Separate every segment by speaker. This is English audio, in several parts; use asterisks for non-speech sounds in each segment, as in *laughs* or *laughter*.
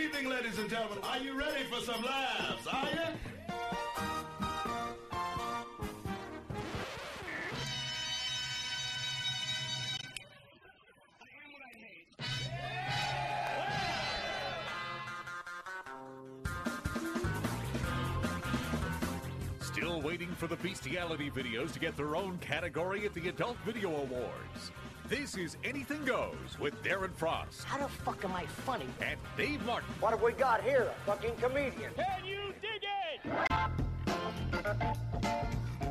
Speaker 1: evening, ladies and gentlemen. Are you ready for some laughs? Are you?
Speaker 2: Still waiting for the bestiality videos to get their own category at the Adult Video Awards. This is Anything Goes with Darren Frost
Speaker 3: How the fuck am I funny?
Speaker 2: and Dave Martin.
Speaker 3: What have we got here? A fucking comedian.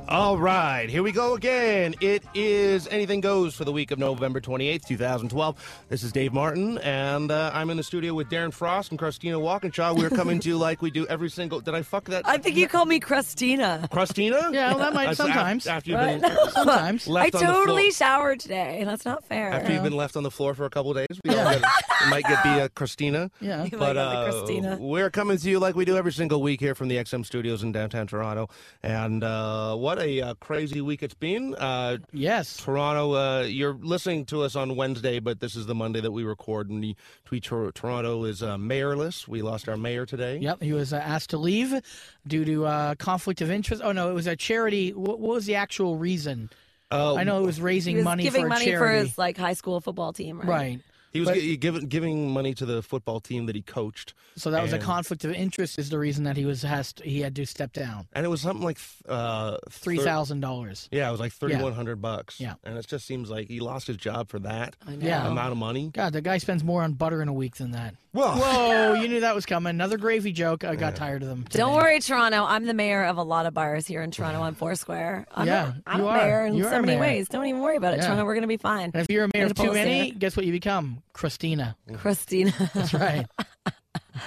Speaker 4: All right, here we go again. It is Anything Goes for the week of November 28th, 2012. This is Dave Martin, and uh, I'm in the studio with Darren Frost and Christina Walkinshaw. We're coming to you like we do every single. Did I fuck that?
Speaker 5: I think you called me Christina.
Speaker 4: Christina?
Speaker 6: Yeah, well, that might-
Speaker 4: That's af-
Speaker 6: sometimes.
Speaker 4: After you've
Speaker 5: Right?
Speaker 4: been.
Speaker 6: *laughs* Sometimes.
Speaker 4: Left
Speaker 5: I
Speaker 4: on the floor-
Speaker 5: totally showered today, and that's not fair.
Speaker 4: After you've been left on the floor for a couple days, we all get, it might get be a Christina.
Speaker 6: Yeah.
Speaker 5: You might
Speaker 4: But
Speaker 5: have the
Speaker 4: uh,
Speaker 5: Christina.
Speaker 4: we're coming to you like we do every single week here from the XM studios in downtown Toronto. And uh, what a uh, crazy week it's been. Uh,
Speaker 6: Yes.
Speaker 4: Toronto, uh, you're listening to us on Wednesday, but this is the Monday that we record. And the tweet Tor- Toronto is uh, mayorless. We lost our mayor today.
Speaker 6: Yep. He was uh, asked to leave due to uh, conflict of interest. Oh no, it was a charity. What, what was the actual reason?
Speaker 4: Uh,
Speaker 6: I know it was raising
Speaker 5: he was
Speaker 6: money
Speaker 5: giving
Speaker 6: for a
Speaker 5: money for
Speaker 6: charity.
Speaker 5: his like high school football team, right?
Speaker 6: right.
Speaker 4: he was
Speaker 6: but-
Speaker 4: gi- giving giving money to the football team that he coached,
Speaker 6: So that was a
Speaker 4: And-
Speaker 6: conflict of interest. Is the reason that he was has to, he had to step down.
Speaker 4: and it was something like th- uh, thir-
Speaker 6: Three thousand dollars.
Speaker 4: Yeah, it was like thirty
Speaker 6: Yeah.
Speaker 4: one hundred bucks.
Speaker 6: Yeah.
Speaker 4: and it just seems like he lost his job for that
Speaker 5: I know.
Speaker 6: Yeah.
Speaker 4: amount of money.
Speaker 6: God, the guy spends more on butter in a week than that.
Speaker 4: Well,
Speaker 6: Whoa, you knew that was coming. Another gravy joke. I got tired of them. today.
Speaker 5: Don't worry, Toronto. I'm the mayor of a lot of bars here in Toronto on Foursquare. I'm
Speaker 6: Yeah,
Speaker 5: a, I'm
Speaker 6: you
Speaker 5: a
Speaker 6: are.
Speaker 5: mayor in
Speaker 6: You
Speaker 5: so
Speaker 6: are a
Speaker 5: many
Speaker 6: mayor.
Speaker 5: ways. Don't even worry about it,
Speaker 6: Yeah.
Speaker 5: Toronto. We're gonna be fine.
Speaker 6: And if you're a mayor of
Speaker 5: There's a
Speaker 6: too
Speaker 5: policy
Speaker 6: many,
Speaker 5: in
Speaker 6: guess what you become? Christina. *laughs*
Speaker 5: Christina.
Speaker 6: That's right.
Speaker 5: *laughs*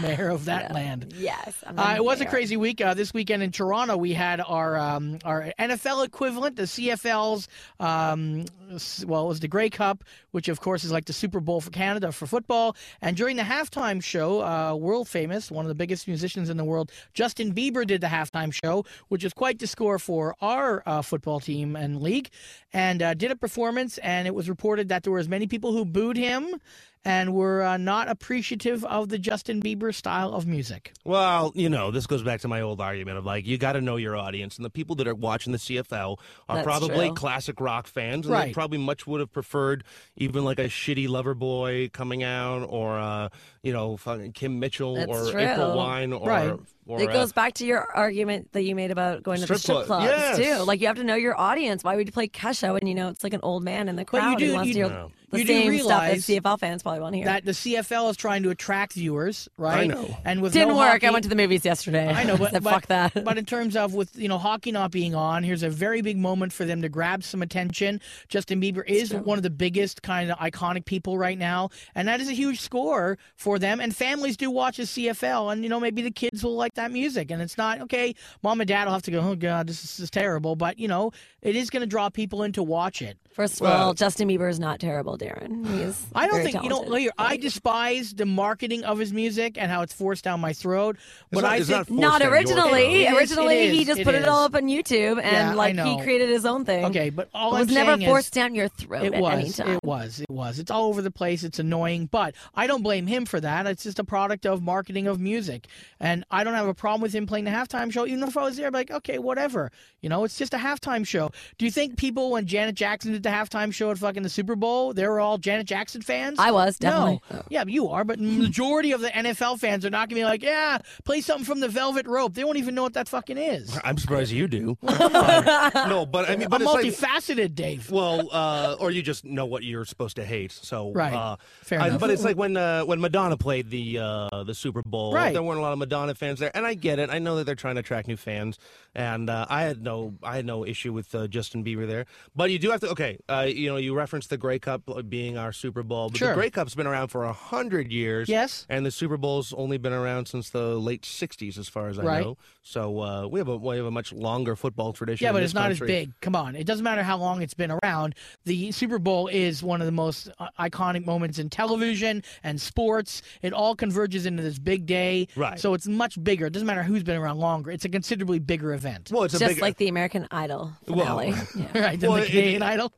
Speaker 6: mayor of that land.
Speaker 5: yes. I'm the
Speaker 6: Uh, it was a
Speaker 5: mayor.
Speaker 6: crazy week. Uh, this weekend in Toronto, we had our um, our NFL equivalent, the CFL's. Um, s- well, it was the Grey Cup, which of course is like the Super Bowl for Canada for football. And during the halftime show, uh, world famous, one of the biggest musicians in the world, Justin Bieber did the halftime show, which is quite the score for our uh, football team and league, and uh, did a performance. And it was reported that there were as many people who booed him. And were uh, not appreciative of the Justin Bieber style of music.
Speaker 4: Well, you know, this goes back to my old argument of like you got to know your audience, and the people that are watching the CFL are
Speaker 5: That's
Speaker 4: probably
Speaker 5: true.
Speaker 4: classic rock fans, and they
Speaker 6: Right.
Speaker 4: probably much would have preferred even like a shitty lover boy coming out, or uh, you know, fucking Kim Mitchell,
Speaker 5: That's
Speaker 4: or
Speaker 5: true.
Speaker 4: April Wine, or,
Speaker 6: Right.
Speaker 4: or
Speaker 5: It
Speaker 4: uh,
Speaker 5: goes back to your argument that you made about going to the
Speaker 4: Strip
Speaker 5: strip
Speaker 4: club.
Speaker 5: clubs
Speaker 4: Yes.
Speaker 5: too. Like you have to know your audience. Why would you play Kesha when you know it's like an old man in the crowd
Speaker 6: do-
Speaker 5: who wants
Speaker 6: you-
Speaker 5: to hear
Speaker 4: No.
Speaker 5: the
Speaker 6: you do
Speaker 5: same
Speaker 6: realize
Speaker 5: stuff that CFL fans probably want to hear?
Speaker 6: that the CFL is trying to attract viewers, right?
Speaker 4: I know.
Speaker 6: And with
Speaker 5: Didn't
Speaker 6: no
Speaker 5: work. I
Speaker 6: hockey-
Speaker 5: went to the movies yesterday.
Speaker 6: I
Speaker 5: *laughs*
Speaker 6: know, but,
Speaker 5: Said,
Speaker 6: but
Speaker 5: fuck that.
Speaker 6: But in terms of with you know hockey not being on, here's a very big moment for them to grab some attention. Justin Bieber is one of the biggest kind of iconic people right now, and that is a huge score for them. And families do watch the CFL, and you know maybe the kids will like that music, and it's not okay. Mom and dad will have to go, oh god, this is, this is terrible, but you know it is going to draw people in to watch it.
Speaker 5: First of all, Justin Bieber is not terrible, Darren. He's
Speaker 6: I don't
Speaker 5: very
Speaker 6: think you know.
Speaker 5: talented.
Speaker 6: Later, I despise the marketing of his music and how it's forced down my throat. But
Speaker 4: not-
Speaker 6: I
Speaker 4: it's
Speaker 6: think
Speaker 4: not forced down
Speaker 5: Not
Speaker 4: your throat.
Speaker 5: originally.
Speaker 6: It is, it
Speaker 5: originally, he
Speaker 6: is,
Speaker 5: just
Speaker 6: it
Speaker 5: put it all
Speaker 6: is.
Speaker 5: up on YouTube and
Speaker 6: Yeah, I
Speaker 5: like he
Speaker 6: know.
Speaker 5: created his own thing.
Speaker 6: okay, but all
Speaker 5: it
Speaker 6: I'm
Speaker 5: was never
Speaker 6: saying
Speaker 5: forced
Speaker 6: is,
Speaker 5: down your throat
Speaker 6: It
Speaker 5: Oh, at any
Speaker 6: was.
Speaker 5: time.
Speaker 6: It was. It was. It's all over the place. It's annoying, but I don't blame him for that. It's just a product of marketing of music, and I don't have a problem with him playing the halftime show. Even if I was there, I'd be like, okay, whatever. You know, it's just a halftime show. Do you think people when Janet Jackson did the halftime show at fucking the Super Bowl, they were all Janet Jackson fans?
Speaker 5: I was definitely.
Speaker 6: No. Yeah, you are, but majority of the NFL fans are not going to be like, yeah, play something from the Velvet Rope. They won't even know what that fucking is.
Speaker 4: I'm surprised you
Speaker 5: *laughs*
Speaker 4: do. no, but I mean, but
Speaker 6: I'm
Speaker 4: it's like-
Speaker 6: multifaceted, Dave.
Speaker 4: Well, uh, or you just know what you're supposed to hate. So
Speaker 6: Right.
Speaker 4: uh,
Speaker 6: Fair
Speaker 4: I-
Speaker 6: enough.
Speaker 4: But it's like when uh, when Madonna played the uh, the Super Bowl.
Speaker 6: Right.
Speaker 4: There weren't a lot of Madonna fans there, and I get it. I know that they're trying to attract new fans, and uh, I had no I had no issue with uh, Justin Bieber there. But you do have to okay. Uh, you know, you referenced the Grey Cup uh, being our Super Bowl. But The
Speaker 6: Sure.
Speaker 4: Grey Cup's been around for a hundred years.
Speaker 6: Yes.
Speaker 4: And the Super Bowl's only been around since the late '60s, as far as I
Speaker 6: Right.
Speaker 4: know. So uh, we have a we have a much longer football tradition.
Speaker 6: Yeah,
Speaker 4: in
Speaker 6: but
Speaker 4: this
Speaker 6: it's not
Speaker 4: country.
Speaker 6: as big. Come on. It doesn't matter how long it's been around. The Super Bowl is one of the most uh, iconic moments in television and sports Olympics. It all converges into this big day.
Speaker 4: Right.
Speaker 6: So it's much bigger. It doesn't matter who's been around longer. It's a considerably bigger event.
Speaker 4: Well, it's a
Speaker 5: Just
Speaker 4: big
Speaker 5: like the American Idol
Speaker 4: Well-
Speaker 5: finale. Yeah.
Speaker 6: *laughs* right. Than
Speaker 4: Well,
Speaker 6: the
Speaker 4: it-
Speaker 6: Canadian Idol.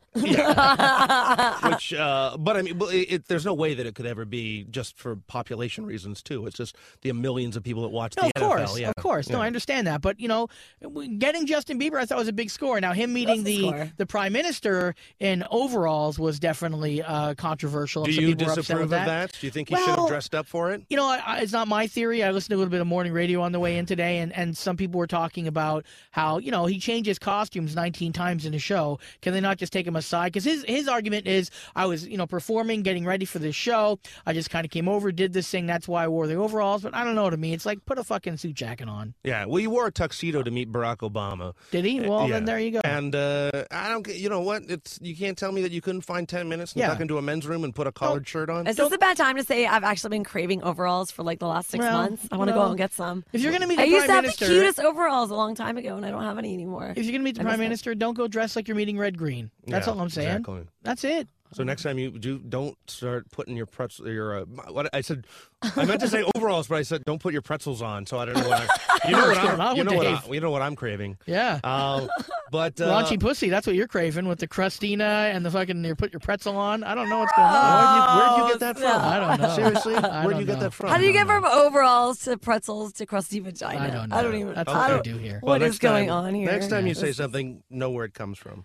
Speaker 4: *laughs* which, uh, but I mean, but it, it, there's no way that it could ever be just for population reasons too. It's just the millions of people that watch
Speaker 6: No,
Speaker 4: the
Speaker 6: of course,
Speaker 4: NFL. Yeah.
Speaker 6: of course. No, I understand that, but you know, w- getting Justin Bieber, I thought was a big score. Now, him meeting
Speaker 5: That's a
Speaker 6: the
Speaker 5: score.
Speaker 6: the prime minister in overalls was definitely uh, controversial.
Speaker 4: Do
Speaker 6: and some
Speaker 4: you
Speaker 6: people were upset
Speaker 4: disapprove
Speaker 6: with that.
Speaker 4: of that? Do you think he should have
Speaker 6: Well-
Speaker 4: dressed up for it?
Speaker 6: You know, I, I, it's not my theory. I listened to a little bit of morning radio on the way in today, and, and some people were talking about how, you know, he changes costumes 19 times in a show. Can they not just take him aside? Because his, his argument is I was, you know, performing, getting ready for this show. I just kind of came over, did this thing. That's why I wore the overalls. But I don't know to me. It's like, put a fucking suit jacket on.
Speaker 4: Yeah. Well, you wore a tuxedo to meet Barack Obama.
Speaker 6: Did he? Well,
Speaker 4: yeah.
Speaker 6: then there you go.
Speaker 4: And uh, I don't, get- you know what? It's you can't tell me that you couldn't find ten minutes and
Speaker 6: Yeah.
Speaker 4: tuck into a men's room and put a collared shirt on.
Speaker 5: Is this a bad time to say I've actually been craving overalls for like the last six
Speaker 6: Well,
Speaker 5: months? I want to
Speaker 6: no.
Speaker 5: go out and get some.
Speaker 6: If you're gonna meet
Speaker 5: I
Speaker 6: the
Speaker 5: used
Speaker 6: prime
Speaker 5: to have
Speaker 6: minister-
Speaker 5: the cutest overalls a long time ago, and I don't have any anymore.
Speaker 6: If you're gonna meet the
Speaker 5: I
Speaker 6: prime
Speaker 5: must have-
Speaker 6: minister, don't go dressed like you're meeting red green. That's
Speaker 4: Yeah,
Speaker 6: all I'm saying.
Speaker 4: exactly.
Speaker 6: That's it.
Speaker 4: So next time you do, don't start putting your pretzel. Your uh, my- what I said, I meant
Speaker 6: *laughs*
Speaker 4: to say overalls, but I said don't put your pretzels on. So I don't know what I, you know what
Speaker 6: What's going
Speaker 4: I'm
Speaker 6: on
Speaker 4: you
Speaker 6: with
Speaker 4: know what, I,
Speaker 6: Dave?
Speaker 4: you know what I'm craving.
Speaker 6: Yeah.
Speaker 4: Um, but uh,
Speaker 6: Raunchy pussy. That's what you're craving with the crustina and the fucking you put your pretzel on. I don't know what's going
Speaker 5: Oh,
Speaker 6: on.
Speaker 4: where'd you get that from?
Speaker 6: I don't know.
Speaker 4: Seriously,
Speaker 6: I
Speaker 4: where'd
Speaker 6: don't
Speaker 4: you get
Speaker 6: know.
Speaker 4: that from?
Speaker 5: How do you get from overalls to pretzels to crusty vagina?
Speaker 6: I don't know.
Speaker 5: even.
Speaker 6: That's
Speaker 5: I
Speaker 6: what we
Speaker 5: don't,
Speaker 6: do here.
Speaker 4: Well,
Speaker 5: What is
Speaker 4: next time-
Speaker 5: going on here?
Speaker 4: Next time you say something, know where it comes
Speaker 5: *laughs*
Speaker 4: from.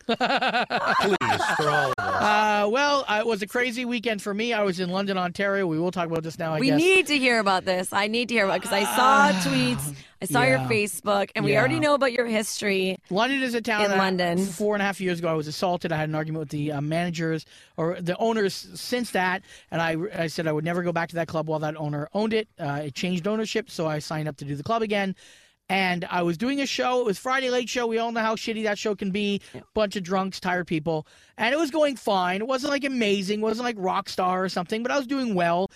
Speaker 4: Please, for all of us.
Speaker 6: Uh, well, uh, it was a crazy weekend for me. I was in London, Ontario. We will talk about this now. I
Speaker 5: we
Speaker 6: guess. Ah,
Speaker 5: need to hear about this. I need to hear about because I saw tweets, I saw
Speaker 6: yeah.
Speaker 5: your Facebook, and we already
Speaker 6: Yeah.
Speaker 5: know about your history.
Speaker 6: London is a town
Speaker 5: In
Speaker 6: that
Speaker 5: London.
Speaker 6: Four and a half years ago, I was assaulted. I had an argument with the uh, managers or the owners since that, and I, I said I would never go back to that club while that owner owned it. Uh, it changed ownership, so I signed up to do the club again. And I was doing a show. It was Friday late show. We all know how shitty that show can be. Bunch of drunks, tired people, and it was going fine. It wasn't like amazing. It wasn't like rock star or something, but I was doing well.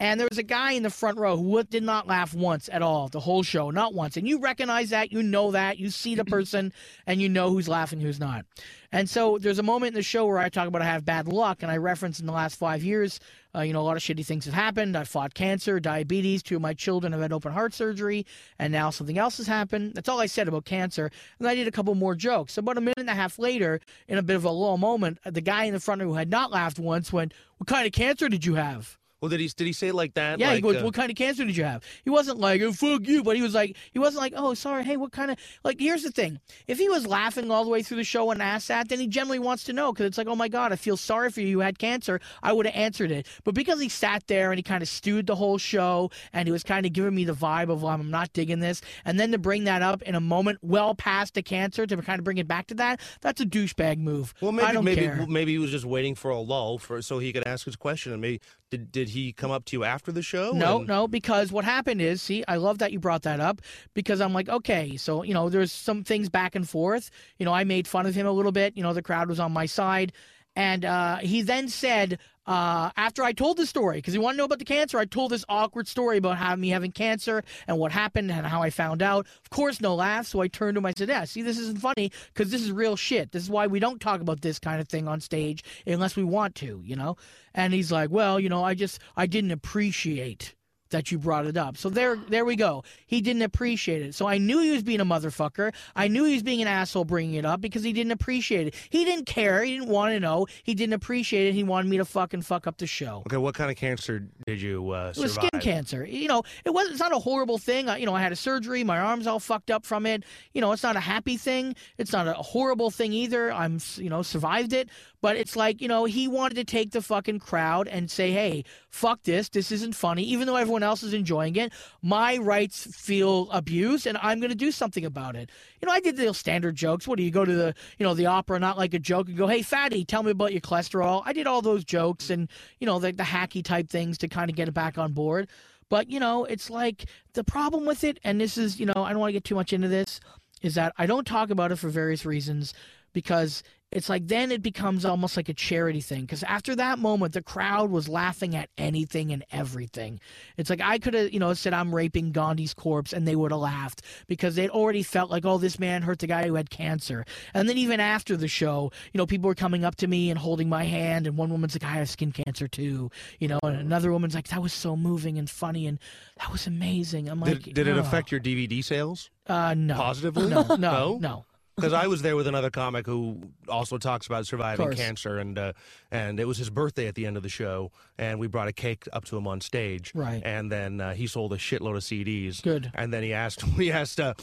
Speaker 6: And there was a guy in the front row who would- did not laugh once at all, the whole show, not once. And you recognize that, you know that, you see the person, and you know who's laughing, who's not. And so there's a moment in the show where I talk about I have bad luck, and I reference in the last five years, uh, you know, a lot of shitty things have happened. I fought cancer, diabetes, two of my children have had open heart surgery, and now something else has happened. That's all I said about cancer. And I did a couple more jokes. About a minute and a half later, in a bit of a lull moment, the guy in the front row who had not laughed once went, What kind of cancer did you have?
Speaker 4: Well, did he did he say it like that?
Speaker 6: Yeah,
Speaker 4: like,
Speaker 6: he goes,
Speaker 4: uh,
Speaker 6: "What kind of cancer did you have?" He wasn't like, oh, "Fuck you," but he was like, he wasn't like, "Oh, sorry, hey, what kind of like?" Here's the thing: if he was laughing all the way through the show and asked that, then he generally wants to know because it's like, "Oh my god, I feel sorry for you. You had cancer." I would have answered it, but because he sat there and he kind of stewed the whole show and he was kind of giving me the vibe of "I'm not digging this," and then to bring that up in a moment well past the cancer to kind of bring it back to that, that's a douchebag move.
Speaker 4: Well, maybe
Speaker 6: I don't
Speaker 4: maybe
Speaker 6: care.
Speaker 4: well, maybe he was just waiting for a lull for so he could ask his question. And maybe did did he come up to you after the show?
Speaker 6: No,
Speaker 4: and-
Speaker 6: no, because what happened is, see, I love that you brought that up because I'm like, okay, so, you know, there's some things back and forth. You know, I made fun of him a little bit. You know, the crowd was on my side. And uh, he then said, uh, after I told the story, because he wanted to know about the cancer, I told this awkward story about how me having cancer and what happened and how I found out. Of course, no laugh. So I turned to him. I said, "Yeah, see, this isn't funny because this is real shit. This is why we don't talk about this kind of thing on stage unless we want to, you know." And he's like, "Well, you know, I just I didn't appreciate." that you brought it up. So there there we go. He didn't appreciate it. So I knew he was being a motherfucker. I knew he was being an asshole bringing it up because he didn't appreciate it. He didn't care. He didn't want to know. He didn't appreciate it. He wanted me to fucking fuck up the show.
Speaker 4: Okay, what kind of cancer did you uh,
Speaker 6: It was
Speaker 4: survive?
Speaker 6: skin cancer. You know, it was it's not a horrible thing. I, you know, I had a surgery, my arms all fucked up from it. You know, it's not a happy thing. It's not a horrible thing either. I'm, s- you know, survived it, but it's like, you know, he wanted to take the fucking crowd and say, "Hey, fuck this. This isn't funny." Even though everyone else is enjoying it, my rights feel abused and I'm going to do something about it. You know, I did the standard jokes. What do you go to the, you know, the opera not like a joke and go, "Hey, fatty, tell me about your cholesterol." I did all those jokes and, you know, the the hacky type things to kind of get it back on board. But, you know, it's like the problem with it and this is, you know, I don't want to get too much into this is that I don't talk about it for various reasons because it's like then it becomes almost like a charity thing because after that moment the crowd was laughing at anything and everything it's like i could have you know said i'm raping gandhi's corpse and they would have laughed because they'd already felt like oh this man hurt the guy who had cancer and then even after the show you know people were coming up to me and holding my hand and one woman's like i have skin cancer too you know and another woman's like that was so moving and funny and that was amazing i'm like
Speaker 4: Did, did it
Speaker 6: "Oh."
Speaker 4: affect your DVD sales
Speaker 6: uh no
Speaker 4: positively?
Speaker 6: no no no
Speaker 4: Because
Speaker 6: *laughs*
Speaker 4: I was there with another comic who also talks about surviving
Speaker 6: course.
Speaker 4: cancer, and uh, and it was his birthday at the end of the show, and we brought a cake up to him on stage,
Speaker 6: Right.
Speaker 4: And then uh, he sold a shitload of CDs.
Speaker 6: Good.
Speaker 4: And then he asked, *laughs* he asked, uh,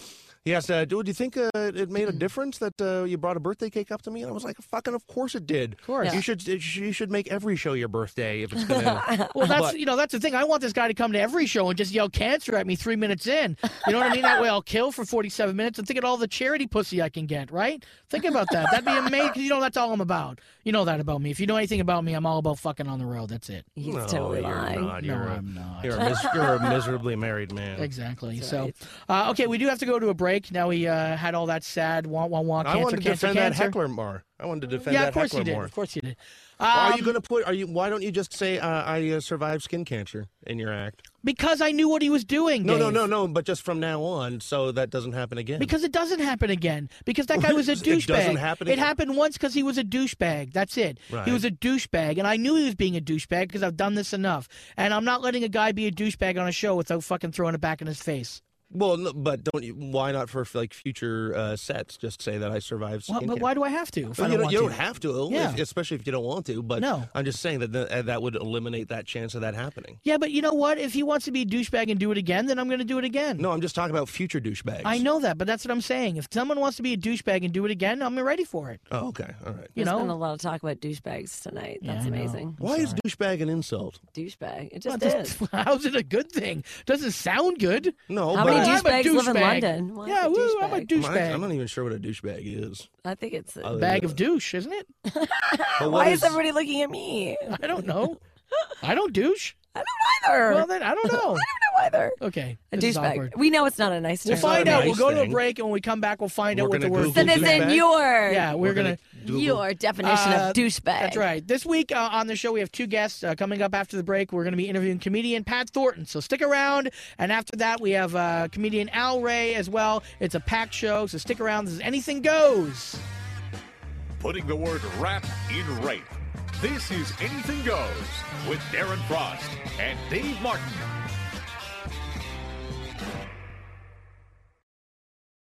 Speaker 4: he asked, uh, "Do do you think uh, it made
Speaker 6: Mm.
Speaker 4: a difference that uh, you brought a birthday cake up to me?" And I was like, "Fucking, of course it did. Of
Speaker 6: course.
Speaker 4: you should you should make every show your birthday if it's
Speaker 6: *laughs*
Speaker 4: gonna."
Speaker 6: Well, that's
Speaker 4: But-
Speaker 6: you know that's the thing. I want this guy to come to every show and just yell cancer at me three minutes in. You know what I mean? That way I'll kill for forty seven minutes and think of all the charity pussy I can get. Right? Think about that. That'd be amazing. 'cause you know that's all I'm about. You know that about me. If you know anything about me, I'm all about fucking on the road. That's it.
Speaker 5: He's
Speaker 4: no,
Speaker 5: totally
Speaker 4: you're
Speaker 5: lying.
Speaker 4: not. You're,
Speaker 6: no,
Speaker 4: a-
Speaker 6: I'm not.
Speaker 4: you're a mis- you're a miserably married man.
Speaker 6: *laughs* Exactly.
Speaker 5: That's
Speaker 6: So,
Speaker 5: right.
Speaker 6: uh, okay, we do have to go to a break. Now we uh, had all that sad, want, want, want,
Speaker 4: I
Speaker 6: cancer,
Speaker 4: wanted to
Speaker 6: cancer,
Speaker 4: defend
Speaker 6: cancer.
Speaker 4: that heckler more. I wanted to defend
Speaker 6: yeah,
Speaker 4: that
Speaker 6: of course
Speaker 4: heckler
Speaker 6: you did.
Speaker 4: more.
Speaker 6: Of course you did.
Speaker 4: Are
Speaker 6: Um,
Speaker 4: you going to put? Are you? Why don't you just say uh, I uh, survived skin cancer in your act?
Speaker 6: because I knew what he was doing.
Speaker 4: No, no,
Speaker 6: Dave.
Speaker 4: no, no. But just from now on, so that doesn't happen again.
Speaker 6: Because it doesn't happen again. Because that
Speaker 4: *laughs*
Speaker 6: guy was a
Speaker 4: It
Speaker 6: douchebag.
Speaker 4: doesn't happen
Speaker 6: It
Speaker 4: again.
Speaker 6: happened once because he was a douchebag. That's it.
Speaker 4: Right.
Speaker 6: He was a douchebag, and I knew he was being a douchebag because I've done this enough. And I'm not letting a guy be a douchebag on a show without fucking throwing it back in his face.
Speaker 4: well, no, but don't you? Why not for like future uh, sets? Just say that I survived skin
Speaker 6: Why- but
Speaker 4: cancer.
Speaker 6: why do I have to? If I
Speaker 4: you
Speaker 6: don't
Speaker 4: don't,
Speaker 6: want
Speaker 4: you
Speaker 6: to?
Speaker 4: don't have to, if-
Speaker 6: Yeah.
Speaker 4: especially if you don't want to. But
Speaker 6: No.
Speaker 4: I'm just saying that th- uh, that would eliminate that chance of that happening.
Speaker 6: Yeah, but you know what? If he wants to be a douchebag and do it again, then I'm going to do it again.
Speaker 4: No, I'm just talking about future douchebags.
Speaker 6: I know that, but that's what I'm saying. If someone wants to be a douchebag and do it again, I'm ready for it.
Speaker 4: Oh, okay, all right.
Speaker 6: You
Speaker 5: There's been
Speaker 6: know?
Speaker 5: a lot of talk about douchebags tonight.
Speaker 6: Yeah,
Speaker 5: That's
Speaker 6: I know.
Speaker 5: amazing.
Speaker 4: Why is douchebag an insult?
Speaker 5: Douchebag. It
Speaker 6: Well,
Speaker 5: just
Speaker 6: that's-
Speaker 5: is.
Speaker 6: *laughs* How's it a good thing? Doesn't sound good.
Speaker 4: No,
Speaker 5: How
Speaker 4: but
Speaker 5: many
Speaker 6: I'm a
Speaker 5: douchebags live in
Speaker 6: douchebag.
Speaker 5: London? Why
Speaker 6: yeah,
Speaker 5: a
Speaker 6: woo, I'm a
Speaker 4: I'm
Speaker 5: douchebag?
Speaker 4: not-
Speaker 6: douchebag.
Speaker 4: I'm not even sure what a douchebag is.
Speaker 5: I think it's.
Speaker 4: Other
Speaker 6: bag
Speaker 4: than-
Speaker 6: of douche, isn't it?
Speaker 4: But Uh, what
Speaker 5: Why is everybody looking at me?
Speaker 6: I don't know. I don't douche.
Speaker 5: Either.
Speaker 6: Well, then I don't know.
Speaker 5: I don't know either.
Speaker 6: Okay,
Speaker 5: A
Speaker 6: this is awkward.
Speaker 5: douchebag. We know it's not a nice
Speaker 6: We'll
Speaker 5: term.
Speaker 6: find out.
Speaker 4: nice
Speaker 6: we'll go to a
Speaker 4: thing.
Speaker 6: break, and when we come back, we'll find
Speaker 4: We're
Speaker 6: out what the
Speaker 4: gonna
Speaker 6: word.
Speaker 4: Google
Speaker 5: Then
Speaker 6: is.
Speaker 5: it's in
Speaker 4: douchebag?
Speaker 5: your
Speaker 6: Yeah, we're, gonna.
Speaker 5: your definition
Speaker 6: Uh,
Speaker 5: of douchebag.
Speaker 6: That's right. This week uh, on the show, we have two guests uh, coming up after the break. We're going to be interviewing comedian Pat Thornton, so stick around. And after that, we have uh, comedian Al Ray as well. It's a packed show, so stick around. This is Anything Goes.
Speaker 2: Putting the word rap in rape. This is Anything Goes with Darren Frost and Dave Martin.
Speaker 7: *laughs*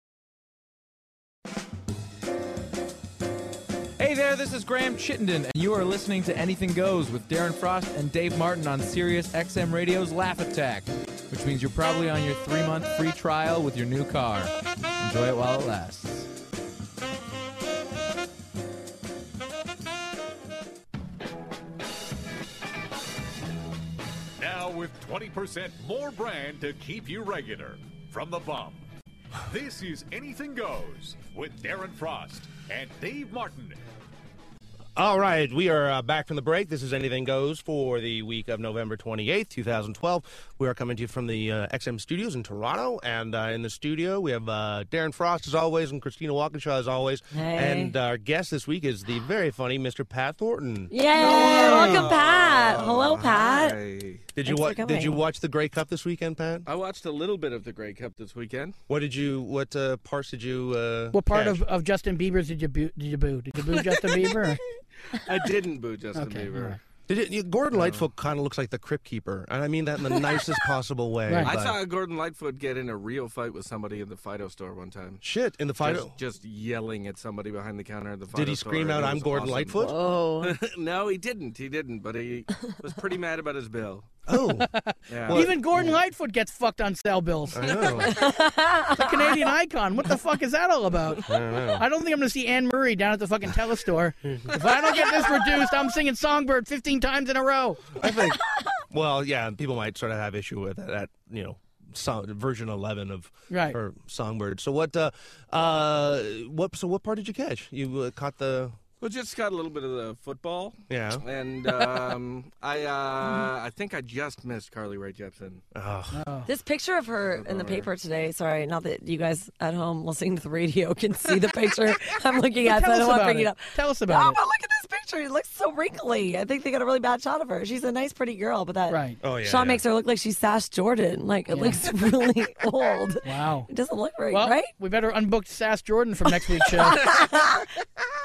Speaker 7: Hey there, this is Graham Chittenden, and you are listening to Anything Goes with Darren Frost and Dave Martin on Sirius XM Radio's Laugh Attack, which means you're probably on your three month free trial with your new car. Enjoy it while it lasts.
Speaker 2: Now with 20% more brand to keep you regular from the bum. This is Anything Goes with Darren Frost and Dave Martin.
Speaker 4: All right, we are uh, back from the break. This is Anything Goes for the week of November 28th, 2012. We are coming to you from the uh, XM studios in Toronto. And uh, in the studio, we have uh, Darren Frost, as always, and Christina Walkinshaw, as always.
Speaker 5: Hey.
Speaker 4: And our guest this week is the very funny Mr. Pat Thornton.
Speaker 5: Yeah. Welcome, Pat.
Speaker 4: Oh,
Speaker 5: Hello, Pat.
Speaker 8: Hi.
Speaker 4: Did you
Speaker 5: Thanks
Speaker 4: watch?
Speaker 5: for
Speaker 4: Did you
Speaker 5: coming.
Speaker 4: watch the Grey Cup this weekend, Pat?
Speaker 8: I watched a little bit of the Grey Cup this weekend.
Speaker 4: What did you? What uh, parts did you? Uh,
Speaker 6: What part
Speaker 4: catch?
Speaker 6: of, of Justin Bieber's did you boo? Did you boo? Did you boo Justin
Speaker 5: *laughs*
Speaker 6: Bieber?
Speaker 8: I didn't boo Justin
Speaker 6: Okay, all
Speaker 8: Bieber.
Speaker 6: right.
Speaker 4: Did it, you, Gordon
Speaker 6: Oh.
Speaker 4: Lightfoot kind of looks like the Crypt Keeper, and I mean that in the
Speaker 5: *laughs*
Speaker 4: nicest possible way.
Speaker 6: Right.
Speaker 8: I
Speaker 4: but-
Speaker 8: saw Gordon Lightfoot get in a real fight with somebody in the Fido store one time.
Speaker 4: shit in the final.
Speaker 8: Just, just yelling at somebody behind the counter at the Fido
Speaker 4: Did he
Speaker 8: store,
Speaker 4: scream
Speaker 8: and
Speaker 4: out,
Speaker 8: it
Speaker 4: "I'm
Speaker 8: was
Speaker 4: Gordon
Speaker 8: awesome."
Speaker 4: Lightfoot"?
Speaker 5: Oh.
Speaker 8: *laughs* no, he didn't. He didn't, but he *laughs* was pretty mad about his bill.
Speaker 4: *laughs* Oh,
Speaker 8: Yeah.
Speaker 4: Well-
Speaker 6: Even Gordon Lightfoot gets fucked on cell bills.
Speaker 4: I know.
Speaker 6: The Canadian icon. What the fuck is that all about?
Speaker 4: *laughs* I don't know.
Speaker 6: I don't think I'm going to see Anne Murray down at the fucking telestore. if I don't get this reduced, I'm singing Songbird 15 times in a row.
Speaker 4: I think. Well, yeah, people might sort of have issue with that. that, you know, song, version eleven of
Speaker 6: Right.
Speaker 4: or Songbird. So what? Uh, uh, what? So what part did you catch? You uh, caught the
Speaker 8: Well, just got a little bit of the football.
Speaker 4: Yeah.
Speaker 8: And um, *laughs* I uh, I think I just missed Carly Rae Jepsen.
Speaker 5: This picture of her in the paper today. Sorry, not that you guys at home listening to the radio *laughs* can see
Speaker 6: *laughs*
Speaker 5: the picture I'm looking at.
Speaker 6: Tell
Speaker 5: so I
Speaker 6: us
Speaker 5: don't want
Speaker 6: about
Speaker 5: to bring
Speaker 6: it.
Speaker 5: it up.
Speaker 6: Tell us
Speaker 5: oh,
Speaker 6: about it.
Speaker 5: but look at this picture. It looks so wrinkly. I think they got a really bad shot of her. She's a nice, pretty girl, but that
Speaker 6: Right.
Speaker 4: Oh, yeah,
Speaker 5: shot
Speaker 4: yeah.
Speaker 5: makes her look like she's Sash Jordan. Like it looks really
Speaker 6: *laughs*
Speaker 5: old.
Speaker 6: Wow.
Speaker 5: It doesn't look right,
Speaker 6: Well,
Speaker 5: right? *laughs*
Speaker 6: we better unbook Sass Jordan from next week's show.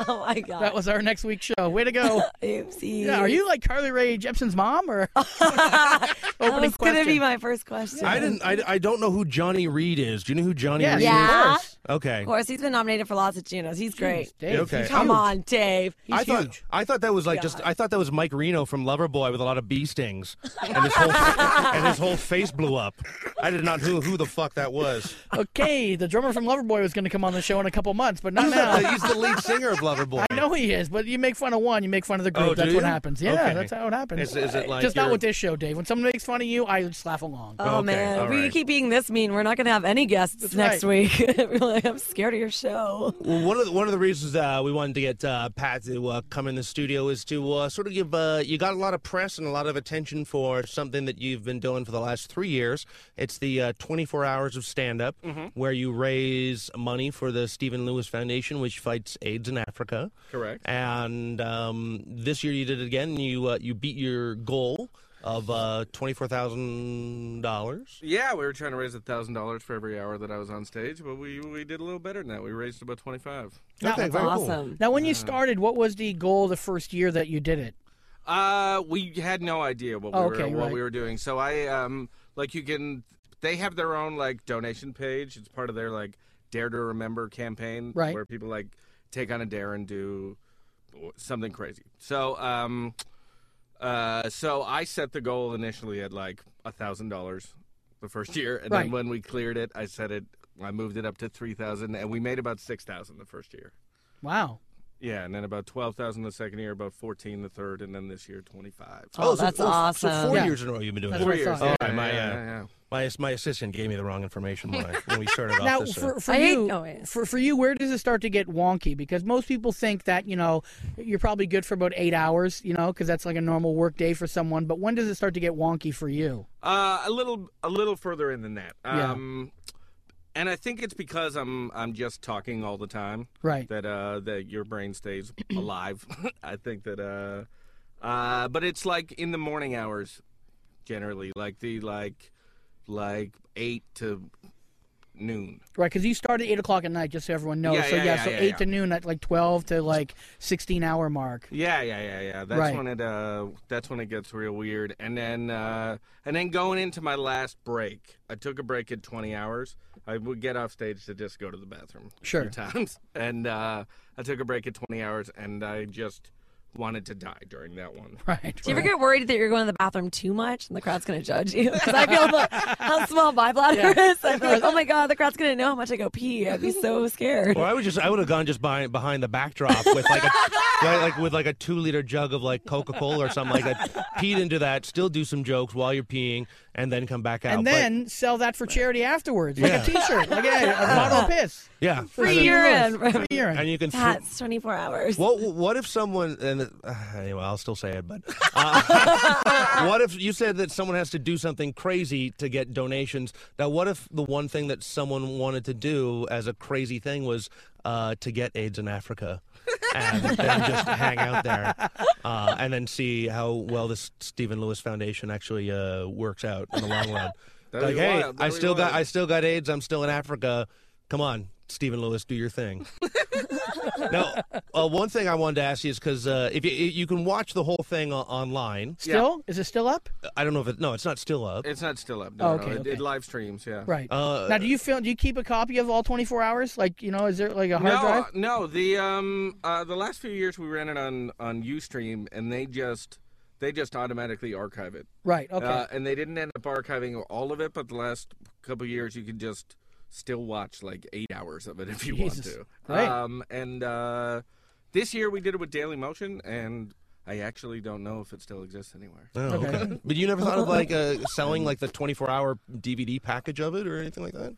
Speaker 5: Oh my god.
Speaker 6: that was our next week's show. Way to
Speaker 5: *laughs*
Speaker 6: go.
Speaker 5: Oopsie.
Speaker 6: Yeah, are you like Carly Rae Jepsen's mom or
Speaker 5: *laughs* That
Speaker 6: opening
Speaker 5: was going to
Speaker 6: question?
Speaker 5: be my first question.
Speaker 4: I didn't. I, I don't know who Johnny Reed is. Do you know who Johnny
Speaker 6: Yes,
Speaker 4: Reed
Speaker 5: Yeah.
Speaker 6: of course.
Speaker 4: is? Okay.
Speaker 5: Of course, he's been nominated for lots of Ginos. He's great.
Speaker 6: Dave,
Speaker 4: Okay.
Speaker 6: he's
Speaker 5: Come
Speaker 6: huge.
Speaker 5: on, Dave.
Speaker 4: I thought
Speaker 6: huge.
Speaker 4: I thought that was like just I thought that was Mike Reno from Loverboy with a lot of bee stings and his whole and his whole face blew up. I did not know who the fuck that was.
Speaker 6: Okay, the drummer from Loverboy was going to come on the show in a couple months, but
Speaker 4: *laughs*
Speaker 6: not
Speaker 4: He's
Speaker 6: now.
Speaker 4: the, he's the lead singer of Loverboy.
Speaker 6: I know he is, but you make fun of one, you make fun of the group.
Speaker 4: Oh, do
Speaker 6: that's what
Speaker 4: you?
Speaker 6: happens. Yeah,
Speaker 4: Okay.
Speaker 6: that's how it happens.
Speaker 4: Is- is it like
Speaker 6: just not
Speaker 4: you're-
Speaker 6: with this show, Dave? When someone makes fun of you, I just laugh along.
Speaker 5: Oh
Speaker 4: Okay,
Speaker 5: man,
Speaker 4: all
Speaker 5: if we
Speaker 4: right.
Speaker 5: keep being this mean, we're not going to have any guests next week. *laughs* Really, I'm scared of your show.
Speaker 4: Well, one of the, one of the reasons uh, we wanted to get uh, Pat to uh, come in the studio is to uh, sort of give uh, you got a lot of press and a lot of attention for something that you've been doing for the last three years. It's the uh, 24 hours of stand up, where you raise money for the Stephen Lewis Foundation, which fights AIDS in Africa.
Speaker 8: Correct.
Speaker 4: And um, this year you did it again. You uh, you beat your goal of uh, twenty four thousand dollars.
Speaker 8: Yeah, we were trying to raise a thousand dollars for every hour that I was on stage, but we we did a little better than that. We raised about twenty five.
Speaker 4: Okay, very cool.
Speaker 5: awesome.
Speaker 6: Now, when
Speaker 4: Ah.
Speaker 6: you started, what was the goal the first year that you did it?
Speaker 8: Uh, we had no idea what we
Speaker 6: Oh, okay,
Speaker 8: were what
Speaker 6: right.
Speaker 8: we were doing. So I um like you can they have their own like donation page. It's part of their like Dare to Remember campaign,
Speaker 6: Right.
Speaker 8: Where people like take on a dare and do something crazy. So um, uh, so I set the goal initially at like a thousand dollars the first year, and
Speaker 6: Right.
Speaker 8: then when we cleared it, I set it. I moved it up to three thousand, and we made about six thousand the first year.
Speaker 6: Wow.
Speaker 8: Yeah, and then about twelve thousand the second year, about fourteen the third, and then this year twenty five.
Speaker 5: Oh, that's awesome.
Speaker 4: So four
Speaker 6: Yeah.
Speaker 4: years in a row you've been doing
Speaker 6: That's
Speaker 4: it.
Speaker 6: what I thought.
Speaker 4: Oh, my, uh, My my assistant gave me the wrong information when, I, when
Speaker 6: *laughs*
Speaker 4: we started
Speaker 6: Now,
Speaker 4: off this. uh,
Speaker 6: for, for
Speaker 5: I hate-
Speaker 6: you,
Speaker 5: oh, wait.
Speaker 6: for, for you, where does it start to get wonky? Because most people think that you know you're probably good for about eight hours, you know, because that's like a normal work day for someone. But when does it start to get wonky for you?
Speaker 8: Uh, a little, a little further in than that.
Speaker 6: Yeah.
Speaker 8: Um, and I think it's because I'm, I'm just talking all the time
Speaker 6: Right.
Speaker 8: that, uh, that your brain stays alive. *laughs* I think that, uh, uh, but it's like in the morning hours, generally, like the like, like eight to noon.
Speaker 6: Right, because you start at eight o'clock at night, just so everyone knows.
Speaker 8: Yeah,
Speaker 6: so
Speaker 8: yeah, yeah,
Speaker 6: so
Speaker 8: yeah,
Speaker 6: eight
Speaker 8: yeah.
Speaker 6: to noon at like twelve to like sixteen hour mark. *laughs*
Speaker 8: Yeah, yeah, yeah, yeah. That's
Speaker 6: Right.
Speaker 8: when it uh that's when it gets real weird. And then uh and then going into my last break, I took a break at 20 hours. I would get off stage to just go to the bathroom a
Speaker 6: Sure.
Speaker 8: few times. *laughs* And uh I took a break at 20 hours and I just wanted to die during that one.
Speaker 6: Right.
Speaker 5: Do you ever get worried that you're going to the bathroom too much and the crowd's going to judge you? *laughs* Because I feel about how small my bladder is. I feel like, oh my god, the crowd's going to know how much I go pee. I'd be so scared.
Speaker 4: or I would just I would have gone just behind behind the backdrop with
Speaker 6: *laughs*
Speaker 4: like a like, like with like a two liter jug of like Coca Cola or something like that. Peed into that, still do some jokes while you're peeing, and then come back out.
Speaker 6: and
Speaker 4: But-
Speaker 6: then sell that for charity afterwards,
Speaker 4: Yeah.
Speaker 6: like a T-shirt, like a, a bottle of piss.
Speaker 4: yeah,
Speaker 5: Free urine. from
Speaker 4: and you can. throw-
Speaker 5: Pat's 24 hours.
Speaker 4: What what if someone and uh, anyway I'll still say it but uh, *laughs* what if you said that someone has to do something crazy to get donations now what if the one thing that someone wanted to do as a crazy thing was uh, to get AIDS in Africa and then just hang out there uh, and then see how well this Stephen Lewis Foundation actually uh, works out in the long run
Speaker 8: *laughs* That'd
Speaker 4: like
Speaker 8: be
Speaker 4: hey
Speaker 8: wild.
Speaker 4: I
Speaker 8: That'd be
Speaker 4: still got
Speaker 8: wild.
Speaker 4: I still got AIDS I'm still in Africa come on Stephen Lewis do your thing now, uh, one thing I wanted to ask you is because uh, if you, you can watch the whole thing o- online,
Speaker 6: Still, is it still up?
Speaker 4: I don't know if it no, it's not still up.
Speaker 8: It's not still up.
Speaker 6: Oh,
Speaker 8: No,
Speaker 6: okay,
Speaker 8: no. It,
Speaker 6: okay.
Speaker 8: it live streams, yeah.
Speaker 6: Right.
Speaker 4: Uh,
Speaker 6: now, do you feel? Do you keep a copy of all twenty-four hours? Like, you know, is there like a hard
Speaker 8: No,
Speaker 6: drive?
Speaker 8: uh, no. The um, uh, the last few years we ran it on on UStream, and they just they just automatically archive it.
Speaker 6: Right. Okay.
Speaker 8: Uh, and they didn't end up archiving all of it, but the last couple years you can just still watch like eight hours of it if you
Speaker 6: Jesus.
Speaker 8: want to.
Speaker 6: Great.
Speaker 8: Um, and uh, this year we did it with Daily Motion, and I actually don't know if it still exists anywhere.
Speaker 4: Oh, okay. But you never thought of like uh, selling like the 24 hour DVD package of it or anything like that?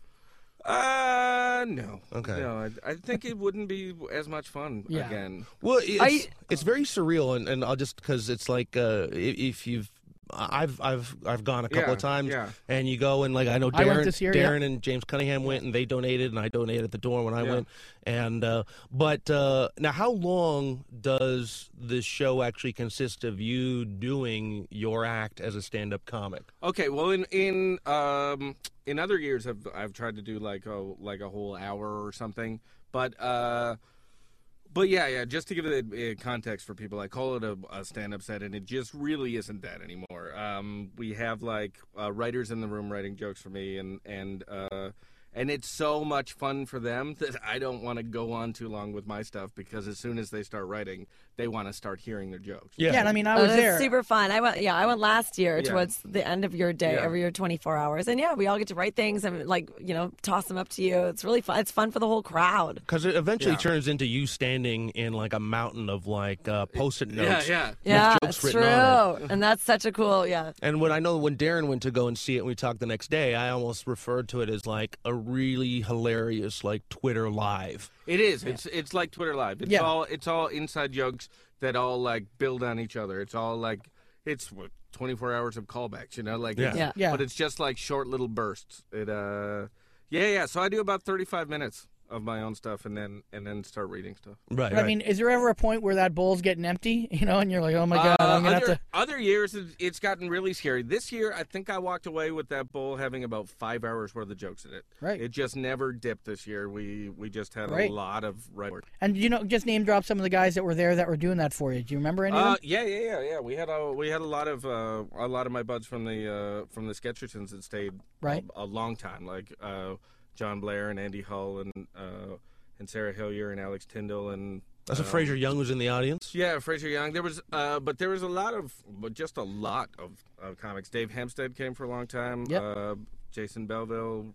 Speaker 8: Uh, no.
Speaker 4: Okay.
Speaker 8: No, I, I think it wouldn't be as much fun
Speaker 6: Yeah.
Speaker 8: again.
Speaker 4: Well, it's,
Speaker 5: I-
Speaker 4: it's very surreal, and, and I'll just because it's like uh, i- if you've. I've I've I've gone a couple
Speaker 8: Yeah,
Speaker 4: of times,
Speaker 8: yeah.
Speaker 4: and you go and like I know
Speaker 6: I went
Speaker 4: Darren,
Speaker 6: this year, yeah.
Speaker 4: Darren and James Cunningham went, and they donated, and I donated at the door when I
Speaker 8: Yeah.
Speaker 4: went, and uh, but uh, now how long does this show actually consist of you doing your act as a stand-up comic?
Speaker 8: Okay, well, in in um in other years, I've I've tried to do like a like a whole hour or something, but uh, but yeah, yeah. Just to give it a, context for people, I call it a, a stand up set, and it just really isn't that anymore. Um, we have like uh, writers in the room writing jokes for me, and and uh, and it's so much fun for them *laughs* that I don't want to go on too long with my stuff because as soon as they start writing, they want to start hearing their jokes.
Speaker 6: Yeah, and I mean, I
Speaker 5: Oh,
Speaker 6: was
Speaker 5: that's
Speaker 6: there.
Speaker 5: super fun. I went, yeah, I went last year
Speaker 8: Yeah.
Speaker 5: towards the end of your day,
Speaker 8: Yeah.
Speaker 5: every year, 24 hours. And yeah, we all get to write things and like, you know, toss them up to you. It's really fun. It's fun for the whole crowd.
Speaker 4: Because it eventually
Speaker 8: Yeah.
Speaker 4: turns into you standing in like a mountain of like uh, post-it notes.
Speaker 8: Yeah, yeah.
Speaker 5: Yeah,
Speaker 4: jokes
Speaker 5: it's true.
Speaker 4: written on
Speaker 5: And that's such a cool, yeah.
Speaker 4: And when I know when Darren went to go and see it, and we talked the next day, I almost referred to it as like a really hilarious like Twitter live.
Speaker 8: It is. It's it's like Twitter Live. It's
Speaker 6: Yeah.
Speaker 8: all it's all inside jokes that all like build on each other. It's all like it's what, 24 hours of callbacks, you know, like
Speaker 4: Yeah.
Speaker 8: it's-
Speaker 5: Yeah.
Speaker 6: Yeah.
Speaker 8: But it's just like short little bursts. It uh yeah, yeah. So I do about 35 minutes of my own stuff and then and then start reading stuff.
Speaker 4: Right.
Speaker 6: But I mean, is there ever a point where that bowl's getting empty? *laughs* You know, and you're like, oh my god,
Speaker 8: Uh,
Speaker 6: I'm gonna
Speaker 8: other,
Speaker 6: have to.
Speaker 8: other years it- it's gotten really scary. This year I think I walked away with that bowl having about 5 hours worth of jokes in it.
Speaker 6: Right.
Speaker 8: It just never dipped this year. We we just had
Speaker 6: Right.
Speaker 8: a lot of right work.
Speaker 6: And you know, just name drop some of the guys that were there that were doing that for you. Do you remember any? of them?
Speaker 8: Uh, yeah, yeah, yeah, yeah. We had a we had a lot of uh, a lot of my buds from the uh, from the Sketchertons that stayed
Speaker 6: Right.
Speaker 8: a, a long time, like uh, John Blair and Andy Hull and uh, and Sarah Hillier and Alex Tyndall and
Speaker 4: That's what Fraser Young was in the
Speaker 8: *laughs*
Speaker 4: audience.
Speaker 8: yeah, Fraser Young. There was, uh, but there was a lot of, but just a lot of, of comics. Dave Hempstead came for a long time.
Speaker 6: Yep.
Speaker 8: Uh, Jason Belleville,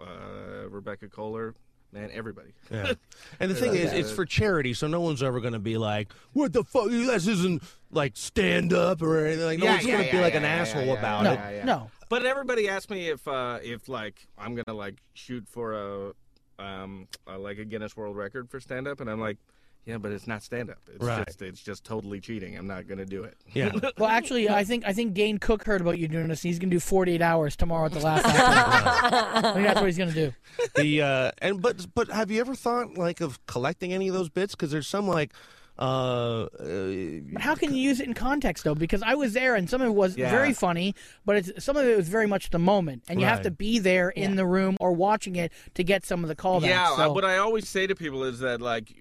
Speaker 8: uh, Rebecca Kohler, man, everybody.
Speaker 4: Yeah. And the thing is, it's for charity, so no one's ever going to be like, "What the fuck? You guys isn't like stand up or anything." Like, no
Speaker 8: Yeah,
Speaker 4: one's
Speaker 8: yeah,
Speaker 4: going to be
Speaker 8: yeah,
Speaker 4: like
Speaker 8: yeah,
Speaker 4: an
Speaker 8: yeah,
Speaker 4: asshole
Speaker 8: yeah, yeah,
Speaker 4: about
Speaker 6: no,
Speaker 4: it.
Speaker 8: yeah.
Speaker 6: no.
Speaker 8: But everybody asked me if uh, if like I'm gonna like shoot for a um uh like a Guinness World Record for stand up, and I'm like, yeah, but it's not stand up. It's
Speaker 4: Right.
Speaker 8: just it's just totally cheating. I'm not gonna do it. *laughs*
Speaker 4: Yeah.
Speaker 6: Well,
Speaker 5: *laughs*
Speaker 6: actually, I think I think Dane Cook heard about you doing this. and He's gonna do 48 hours tomorrow at the last. I think that's what he's gonna do.
Speaker 4: the uh, and but but have you ever thought like of collecting any of those bits? Because there's some like. Uh, uh,
Speaker 6: How can you use it in context though? Because I was there, and some of it was
Speaker 8: Yeah.
Speaker 6: very funny, but it's, some of it was very much the moment, and you have
Speaker 4: Right.
Speaker 6: to be there in the room or watching it to get some of the callbacks.
Speaker 8: yeah, I-
Speaker 6: so-
Speaker 8: what I always say to people is that like